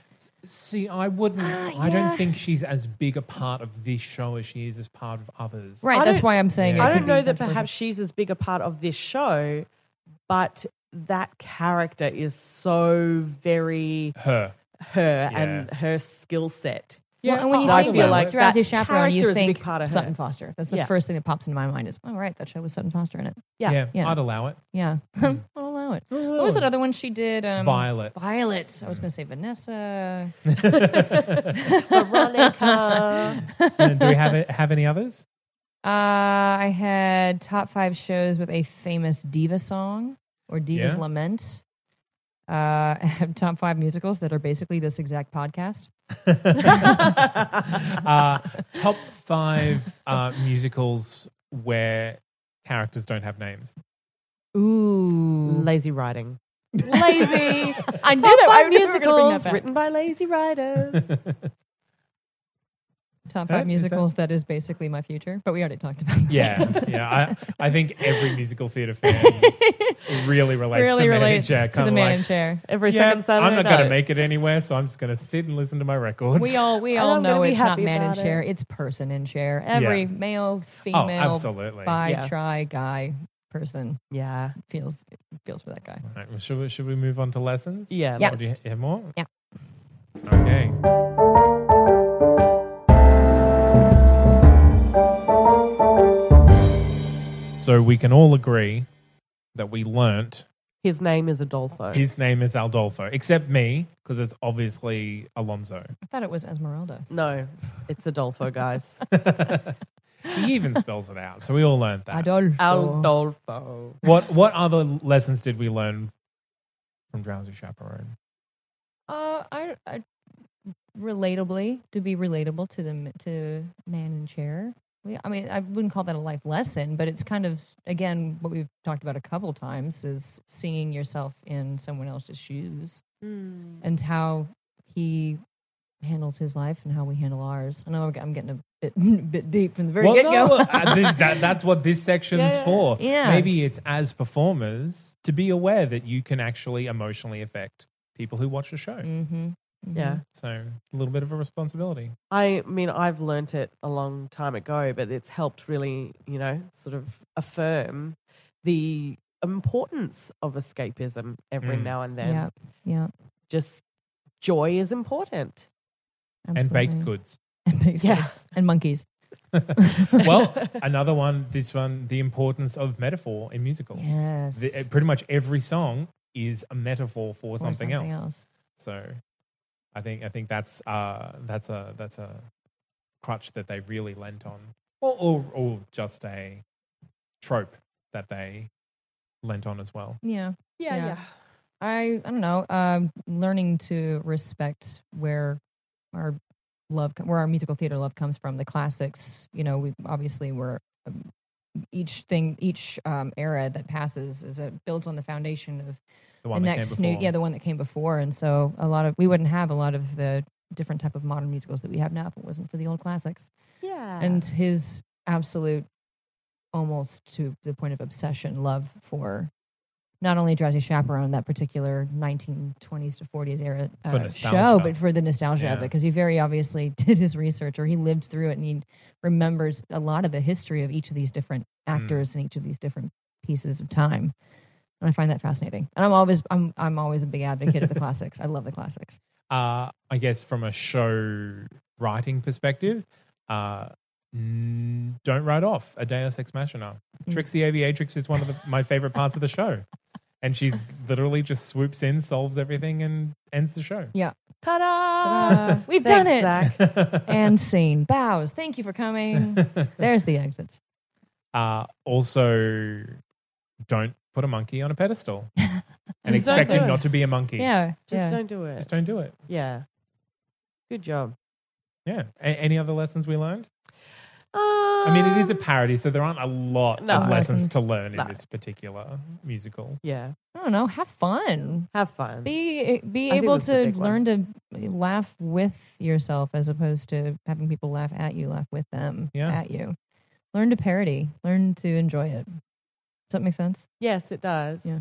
[SPEAKER 1] See, I wouldn't.
[SPEAKER 3] Ah,
[SPEAKER 1] I
[SPEAKER 3] yeah.
[SPEAKER 1] don't think she's as big a part of this show as she is as part of others.
[SPEAKER 3] Right.
[SPEAKER 2] I
[SPEAKER 3] that's
[SPEAKER 2] don't-
[SPEAKER 3] why I'm saying.
[SPEAKER 1] Yeah.
[SPEAKER 3] it
[SPEAKER 2] I
[SPEAKER 3] could
[SPEAKER 2] don't know
[SPEAKER 3] be
[SPEAKER 2] that
[SPEAKER 3] controversial.
[SPEAKER 2] perhaps she's as big a part of this show, but that character is so very
[SPEAKER 1] Her.
[SPEAKER 2] her and her skill set.
[SPEAKER 3] Well, and when you
[SPEAKER 2] I
[SPEAKER 3] think
[SPEAKER 2] feel
[SPEAKER 3] of
[SPEAKER 2] like
[SPEAKER 3] Drowsy
[SPEAKER 2] that
[SPEAKER 3] Chaperone,
[SPEAKER 2] character
[SPEAKER 3] you
[SPEAKER 2] is a big
[SPEAKER 3] think
[SPEAKER 2] part of her.
[SPEAKER 3] Sutton Foster. That's the
[SPEAKER 2] Yeah.
[SPEAKER 3] first thing that pops into my mind. Is oh right, that show was Sutton Foster in it.
[SPEAKER 2] Yeah.
[SPEAKER 1] Yeah,
[SPEAKER 3] Yeah.
[SPEAKER 1] I'd allow it.
[SPEAKER 3] Yeah,
[SPEAKER 2] Hmm.
[SPEAKER 3] I'll allow it. What was that other one she did? Um,
[SPEAKER 1] Violet.
[SPEAKER 3] Violet. I was going to say Vanessa.
[SPEAKER 2] Veronica.
[SPEAKER 1] Do we have it, have any others?
[SPEAKER 3] Uh, I had top five shows with a famous diva song or diva's
[SPEAKER 1] Yeah.
[SPEAKER 3] lament. Uh, I have top five musicals that are basically this exact podcast.
[SPEAKER 1] Uh, top five uh, musicals where characters don't have names.
[SPEAKER 3] Ooh,
[SPEAKER 2] Lazy writing. Lazy. Top
[SPEAKER 3] I knew that. I
[SPEAKER 2] five
[SPEAKER 3] knew we were gonna bring
[SPEAKER 2] musicals
[SPEAKER 3] that back.
[SPEAKER 2] written by lazy writers.
[SPEAKER 3] Top
[SPEAKER 1] That
[SPEAKER 3] five
[SPEAKER 1] is
[SPEAKER 3] musicals that is basically my future, but we already talked about. That.
[SPEAKER 1] Yeah, yeah. I, I think every musical theater fan really relates
[SPEAKER 3] really
[SPEAKER 1] to
[SPEAKER 3] relates
[SPEAKER 1] Man in Chair.
[SPEAKER 3] to
[SPEAKER 1] kinda
[SPEAKER 3] the man in
[SPEAKER 1] like,
[SPEAKER 3] chair.
[SPEAKER 2] Every
[SPEAKER 1] Yeah,
[SPEAKER 2] second Saturday
[SPEAKER 1] I'm not going to
[SPEAKER 2] night.
[SPEAKER 1] make it anywhere, so I'm just going to sit and listen to my records.
[SPEAKER 3] We all we
[SPEAKER 2] And
[SPEAKER 3] all
[SPEAKER 2] I'm gonna
[SPEAKER 3] know
[SPEAKER 2] be
[SPEAKER 3] it's not
[SPEAKER 2] happy
[SPEAKER 3] man in
[SPEAKER 2] about
[SPEAKER 3] chair. It's person in chair. Every
[SPEAKER 1] Yeah.
[SPEAKER 3] male,
[SPEAKER 1] oh,
[SPEAKER 3] female,
[SPEAKER 1] absolutely.
[SPEAKER 3] bi,
[SPEAKER 2] Yeah.
[SPEAKER 3] tri, guy person
[SPEAKER 2] Yeah.
[SPEAKER 3] feels feels for that guy.
[SPEAKER 1] Right, well, should, we, should we move on to lessons?
[SPEAKER 2] Yeah.
[SPEAKER 3] Yeah.
[SPEAKER 1] Or do you have more?
[SPEAKER 3] Yeah.
[SPEAKER 1] Okay. So we can all agree that we learnt
[SPEAKER 2] His name is Adolfo.
[SPEAKER 1] his name is Aldolfo, except me, because it's obviously Alonso.
[SPEAKER 3] I thought it was Esmeralda.
[SPEAKER 2] no, it's Adolfo, guys.
[SPEAKER 1] He even spells it out, so we all learnt that.
[SPEAKER 3] Adolfo.
[SPEAKER 2] Adolfo.
[SPEAKER 1] What What other lessons did we learn from Drowsy Chaperone?
[SPEAKER 3] Uh, I, I relatably to be relatable to the to man in chair. We, I mean, I wouldn't call that a life lesson, but it's kind of again what we've talked about a couple times is seeing yourself in someone else's shoes and how he handles his life and how we handle ours. I know I'm getting a bit bit deep from the very
[SPEAKER 1] Well,
[SPEAKER 3] get go.
[SPEAKER 1] no, uh, this- that- that's what this section's
[SPEAKER 2] Yeah.
[SPEAKER 1] for.
[SPEAKER 3] Yeah.
[SPEAKER 1] Maybe it's as performers to be aware that you can actually emotionally affect people who watch the show.
[SPEAKER 3] mm-hmm.
[SPEAKER 2] Yeah.
[SPEAKER 1] So a little bit of a responsibility.
[SPEAKER 2] I mean, I've learnt it a long time ago, but it's helped really, you know, sort of affirm the importance of escapism every
[SPEAKER 1] Mm.
[SPEAKER 2] now and then.
[SPEAKER 3] yeah, yeah,
[SPEAKER 2] Just joy is important.
[SPEAKER 3] absolutely.
[SPEAKER 1] And baked goods.
[SPEAKER 3] and baked
[SPEAKER 2] Yeah.
[SPEAKER 3] goods. and monkeys.
[SPEAKER 1] Well, another one, this one, the importance of metaphor in musicals.
[SPEAKER 3] Yes,
[SPEAKER 1] The- uh, pretty much every song is a metaphor for
[SPEAKER 3] Or
[SPEAKER 1] something, else. So I think I think that's uh, that's a that's a crutch that they really lent on, or or, or just a trope that they lent on as well.
[SPEAKER 3] Yeah.
[SPEAKER 2] Yeah,
[SPEAKER 3] Yeah. I I don't know. Um, learning to respect where our love, where our musical theater love comes from. The classics, you know, we obviously were um, each thing, each um, era that passes is a builds on the foundation of
[SPEAKER 1] The one
[SPEAKER 3] the
[SPEAKER 1] that
[SPEAKER 3] next
[SPEAKER 1] came
[SPEAKER 3] new,
[SPEAKER 1] before.
[SPEAKER 3] yeah, the one that came before. And so a lot of we wouldn't have a lot of the different type of modern musicals that we have now if it wasn't for the old classics.
[SPEAKER 2] Yeah.
[SPEAKER 3] And his absolute, almost to the point of obsession, love for not only Drowsy Chaperone, that particular 1920s to 40s era
[SPEAKER 1] For
[SPEAKER 3] uh,
[SPEAKER 1] nostalgia.
[SPEAKER 3] show, but for the nostalgia of
[SPEAKER 1] Yeah.
[SPEAKER 3] it, because he very obviously did his research or he lived through it and he remembers a lot of the history of each of these different
[SPEAKER 1] Mm.
[SPEAKER 3] actors and each of these different pieces of time. And I find that fascinating. And I'm always I'm I'm always a big advocate of the classics. I love the classics.
[SPEAKER 1] uh, I guess from a show writing perspective, uh, n- don't write off a Deus Ex Machina.
[SPEAKER 3] Mm.
[SPEAKER 1] Trixie Aviatrix is one of the, my favorite parts of the show, and she's literally just swoops in, solves everything, and ends the show.
[SPEAKER 3] Yeah.
[SPEAKER 2] Ta-da!
[SPEAKER 3] Uh, we've
[SPEAKER 2] Thanks,
[SPEAKER 3] done it.
[SPEAKER 2] Zach.
[SPEAKER 3] And scene bows. Thank you for coming. There's the exits.
[SPEAKER 1] Uh, also, don't put a monkey on a pedestal and
[SPEAKER 2] don't
[SPEAKER 1] expect
[SPEAKER 2] do
[SPEAKER 1] him
[SPEAKER 2] it.
[SPEAKER 1] not to be a monkey.
[SPEAKER 3] Yeah.
[SPEAKER 2] Just
[SPEAKER 3] yeah.
[SPEAKER 2] don't do it.
[SPEAKER 1] Just don't do it.
[SPEAKER 2] Yeah. Good job.
[SPEAKER 1] Yeah. A- any other lessons we learned?
[SPEAKER 2] Um,
[SPEAKER 1] I mean, it is a parody, so there aren't a lot
[SPEAKER 2] No.
[SPEAKER 1] of lessons to
[SPEAKER 3] Lessons.
[SPEAKER 1] learn
[SPEAKER 2] No.
[SPEAKER 1] in this particular musical.
[SPEAKER 2] Yeah.
[SPEAKER 3] I don't know. Have fun.
[SPEAKER 2] Have fun.
[SPEAKER 3] Be be
[SPEAKER 2] I think
[SPEAKER 3] able
[SPEAKER 2] that's the
[SPEAKER 3] to
[SPEAKER 2] big
[SPEAKER 3] learn to laugh with yourself as opposed to having people laugh at you. Laugh with them
[SPEAKER 1] Yeah.
[SPEAKER 3] at you. Learn to parody. Learn to enjoy it. Does that make sense?
[SPEAKER 2] yes, it does.
[SPEAKER 3] Yeah.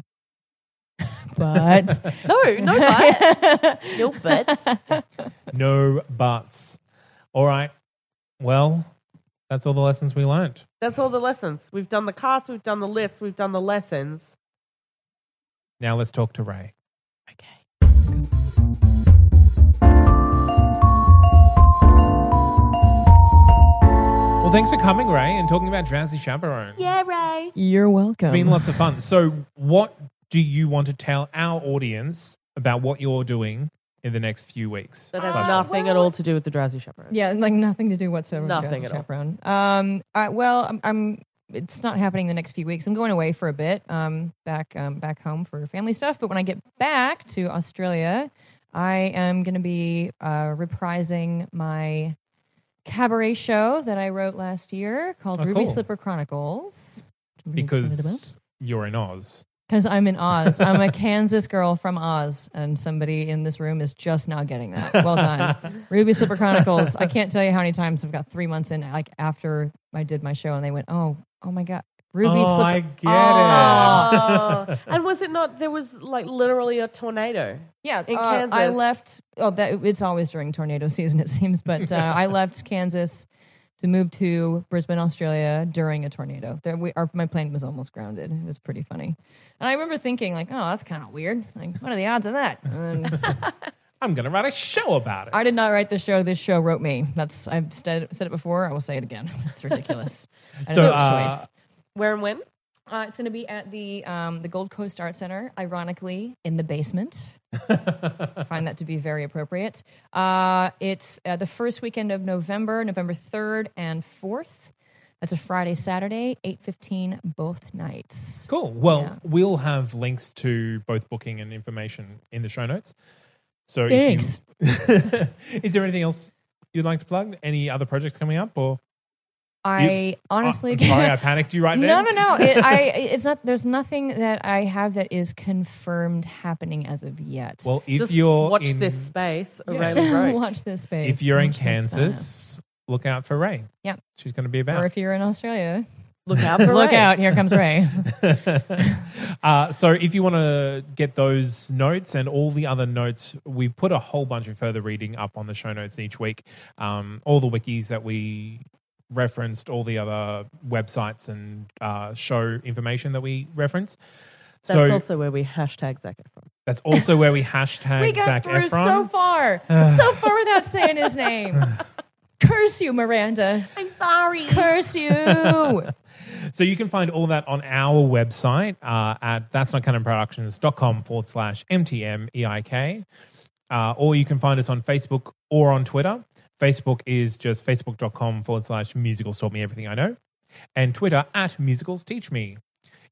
[SPEAKER 3] But
[SPEAKER 2] No, no, but no buts.
[SPEAKER 1] No buts. All right. Well, that's all the lessons we learned.
[SPEAKER 2] That's all the lessons. We've done the cast, we've done the list, we've done the lessons.
[SPEAKER 1] Now let's talk to Ray.
[SPEAKER 2] Okay.
[SPEAKER 1] Well, thanks for coming, Ray, and talking about Drowsy Chaperone.
[SPEAKER 2] Yeah, Ray.
[SPEAKER 3] You're welcome.
[SPEAKER 1] It's been lots of fun. So, what do you want to tell our audience about what you're doing in the next few weeks?
[SPEAKER 2] That has
[SPEAKER 1] Slash-
[SPEAKER 2] nothing at all to do with the drowsy chaperone.
[SPEAKER 3] Yeah, like nothing to do whatsoever.
[SPEAKER 2] Nothing
[SPEAKER 3] with
[SPEAKER 2] at
[SPEAKER 3] Jazz
[SPEAKER 2] all.
[SPEAKER 3] Chaperone. Um, I, well, I'm, I'm. It's not happening the next few weeks. I'm going away for a bit. Um, back um, back home for family stuff. But when I get back to Australia, I am going to be uh, reprising my cabaret show that I wrote last year called
[SPEAKER 1] Oh,
[SPEAKER 3] Ruby
[SPEAKER 1] cool.
[SPEAKER 3] Slipper Chronicles. which I'm really excited about.
[SPEAKER 1] Because you're in Oz.
[SPEAKER 3] Because I'm in Oz. I'm a Kansas girl from Oz, and somebody in this room is just now getting that. Well done. Ruby Slipper Chronicles. I can't tell you how many times I've got three months in, like after I did my show, and they went, oh, oh my God. Ruby
[SPEAKER 1] oh,
[SPEAKER 3] Slipper.
[SPEAKER 1] I get
[SPEAKER 2] Oh. and was it not? There was like literally a tornado.
[SPEAKER 3] yeah,
[SPEAKER 2] in
[SPEAKER 3] uh, I
[SPEAKER 2] Kansas.
[SPEAKER 3] left. Oh, that it's always during tornado season, it seems. But uh, I left Kansas to move to Brisbane, Australia during a tornado. There, we, our, my plane was almost grounded. It was pretty funny, and I remember thinking, like, oh, that's kind of weird. Like, what are the odds of that? And then-
[SPEAKER 1] it. I'm going to write a show about it.
[SPEAKER 3] I did not write the show. This show wrote me. That's I've said, said it before. I will say it again. It's ridiculous. I
[SPEAKER 1] So,
[SPEAKER 3] so,
[SPEAKER 1] uh,
[SPEAKER 3] choice.
[SPEAKER 2] Where and when?
[SPEAKER 3] Uh, it's going to be at the um, the Gold Coast Art Center, ironically in the basement. I find that to be very appropriate. Uh, it's uh, the first weekend of November, November third and fourth. That's a Friday, Saturday, eight fifteen both nights.
[SPEAKER 1] Cool. Well,
[SPEAKER 3] Yeah.
[SPEAKER 1] we'll have links to both booking and information in the show notes. So, if you-
[SPEAKER 3] Thanks.
[SPEAKER 1] is there anything else you'd like to plug? Any other projects coming up? Or Ah,
[SPEAKER 3] I honestly
[SPEAKER 1] uh, I'm sorry, I panicked you right there.
[SPEAKER 3] No, no, no. It, I, it's not. There's nothing that I have that is confirmed happening as of yet.
[SPEAKER 1] Well, if
[SPEAKER 2] Just
[SPEAKER 1] you're
[SPEAKER 2] watch
[SPEAKER 1] in,
[SPEAKER 2] this space,
[SPEAKER 1] Yeah.
[SPEAKER 2] O'Reilly Road.
[SPEAKER 3] Watch this space.
[SPEAKER 1] if you're in
[SPEAKER 3] Watch this stuff.
[SPEAKER 1] Kansas, look out for Ray.
[SPEAKER 3] Yep.
[SPEAKER 1] she's going to be
[SPEAKER 3] or
[SPEAKER 1] about.
[SPEAKER 3] if you're in Australia,
[SPEAKER 2] Look out for
[SPEAKER 3] look
[SPEAKER 2] Ray.
[SPEAKER 3] out! Here comes Ray.
[SPEAKER 1] Uh, so if you want to get those notes and all the other notes, we put a whole bunch of further reading up on the show notes each week. Um, all the wikis that we referenced, all the other websites and uh, show information that we reference.
[SPEAKER 2] That's
[SPEAKER 1] so
[SPEAKER 2] also where we hashtag Zach Efron.
[SPEAKER 1] that's also where we hashtag
[SPEAKER 3] we got
[SPEAKER 1] Zach
[SPEAKER 3] through
[SPEAKER 1] Efron.
[SPEAKER 3] so far, so far without saying his name. Curse you, Miranda!
[SPEAKER 2] I'm sorry.
[SPEAKER 3] Curse you!
[SPEAKER 1] So you can find all that on our website uh, at that's not canon productions.com forward slash MTMEIK. E Uh, or you can find us on Facebook or on Twitter. Facebook is just facebook.com forward slash musicals taught me everything I know. And Twitter at musicals teach me.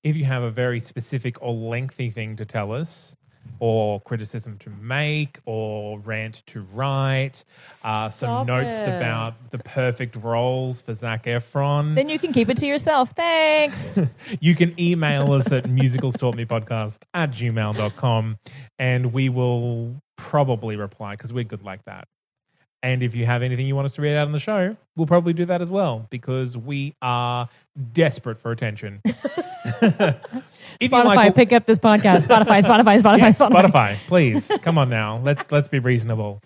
[SPEAKER 1] If you have a very specific or lengthy thing to tell us, or criticism to make, or rant to write, uh, some
[SPEAKER 2] Stop
[SPEAKER 1] notes
[SPEAKER 2] it.
[SPEAKER 1] about the perfect roles for Zach Efron
[SPEAKER 3] then you can keep it to yourself. Thanks.
[SPEAKER 1] you can email us at musicalstaughtmepodcast at gmail.com and we will probably reply because we're good like that. And if you have anything you want us to read out on the show, we'll probably do that as well because we are desperate for attention. if you
[SPEAKER 4] Spotify,
[SPEAKER 1] like-
[SPEAKER 4] pick up this podcast. Spotify, Spotify, Spotify,
[SPEAKER 1] Yes,
[SPEAKER 4] Spotify.
[SPEAKER 1] Spotify, please come on now. Let's let's be reasonable.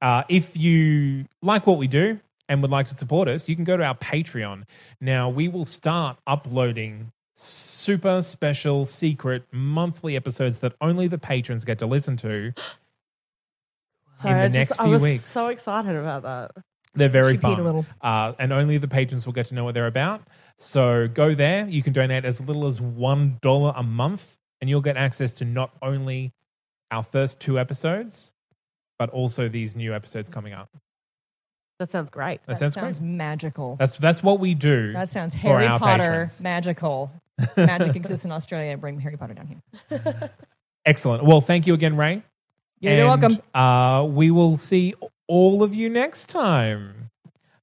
[SPEAKER 1] Uh, if you like what we do and would like to support us, you can go to our Patreon. Now we will start uploading super special, secret monthly episodes that only the patrons get to listen to.
[SPEAKER 2] Sorry,
[SPEAKER 1] the
[SPEAKER 2] I
[SPEAKER 1] next
[SPEAKER 2] just, I
[SPEAKER 1] few
[SPEAKER 2] was
[SPEAKER 1] weeks.
[SPEAKER 2] so excited about that.
[SPEAKER 1] They're very
[SPEAKER 3] She peed a
[SPEAKER 1] fun,
[SPEAKER 3] little.
[SPEAKER 1] Uh, and only the patrons will get to know what they're about. So go there. You can donate as little as one dollar a month, and you'll get access to not only our first two episodes, but also these new episodes coming up.
[SPEAKER 2] That sounds great.
[SPEAKER 1] That, sounds,
[SPEAKER 3] sounds
[SPEAKER 1] great.
[SPEAKER 3] magical.
[SPEAKER 1] That's that's what we do.
[SPEAKER 3] that sounds
[SPEAKER 1] for
[SPEAKER 3] Harry
[SPEAKER 1] our
[SPEAKER 3] Potter
[SPEAKER 1] patrons.
[SPEAKER 3] magical. Magic exists in Australia. Bring Harry Potter down here.
[SPEAKER 1] Excellent. Well, thank you again, Ray.
[SPEAKER 3] You're welcome.
[SPEAKER 1] And, Uh, we will see all of you next time.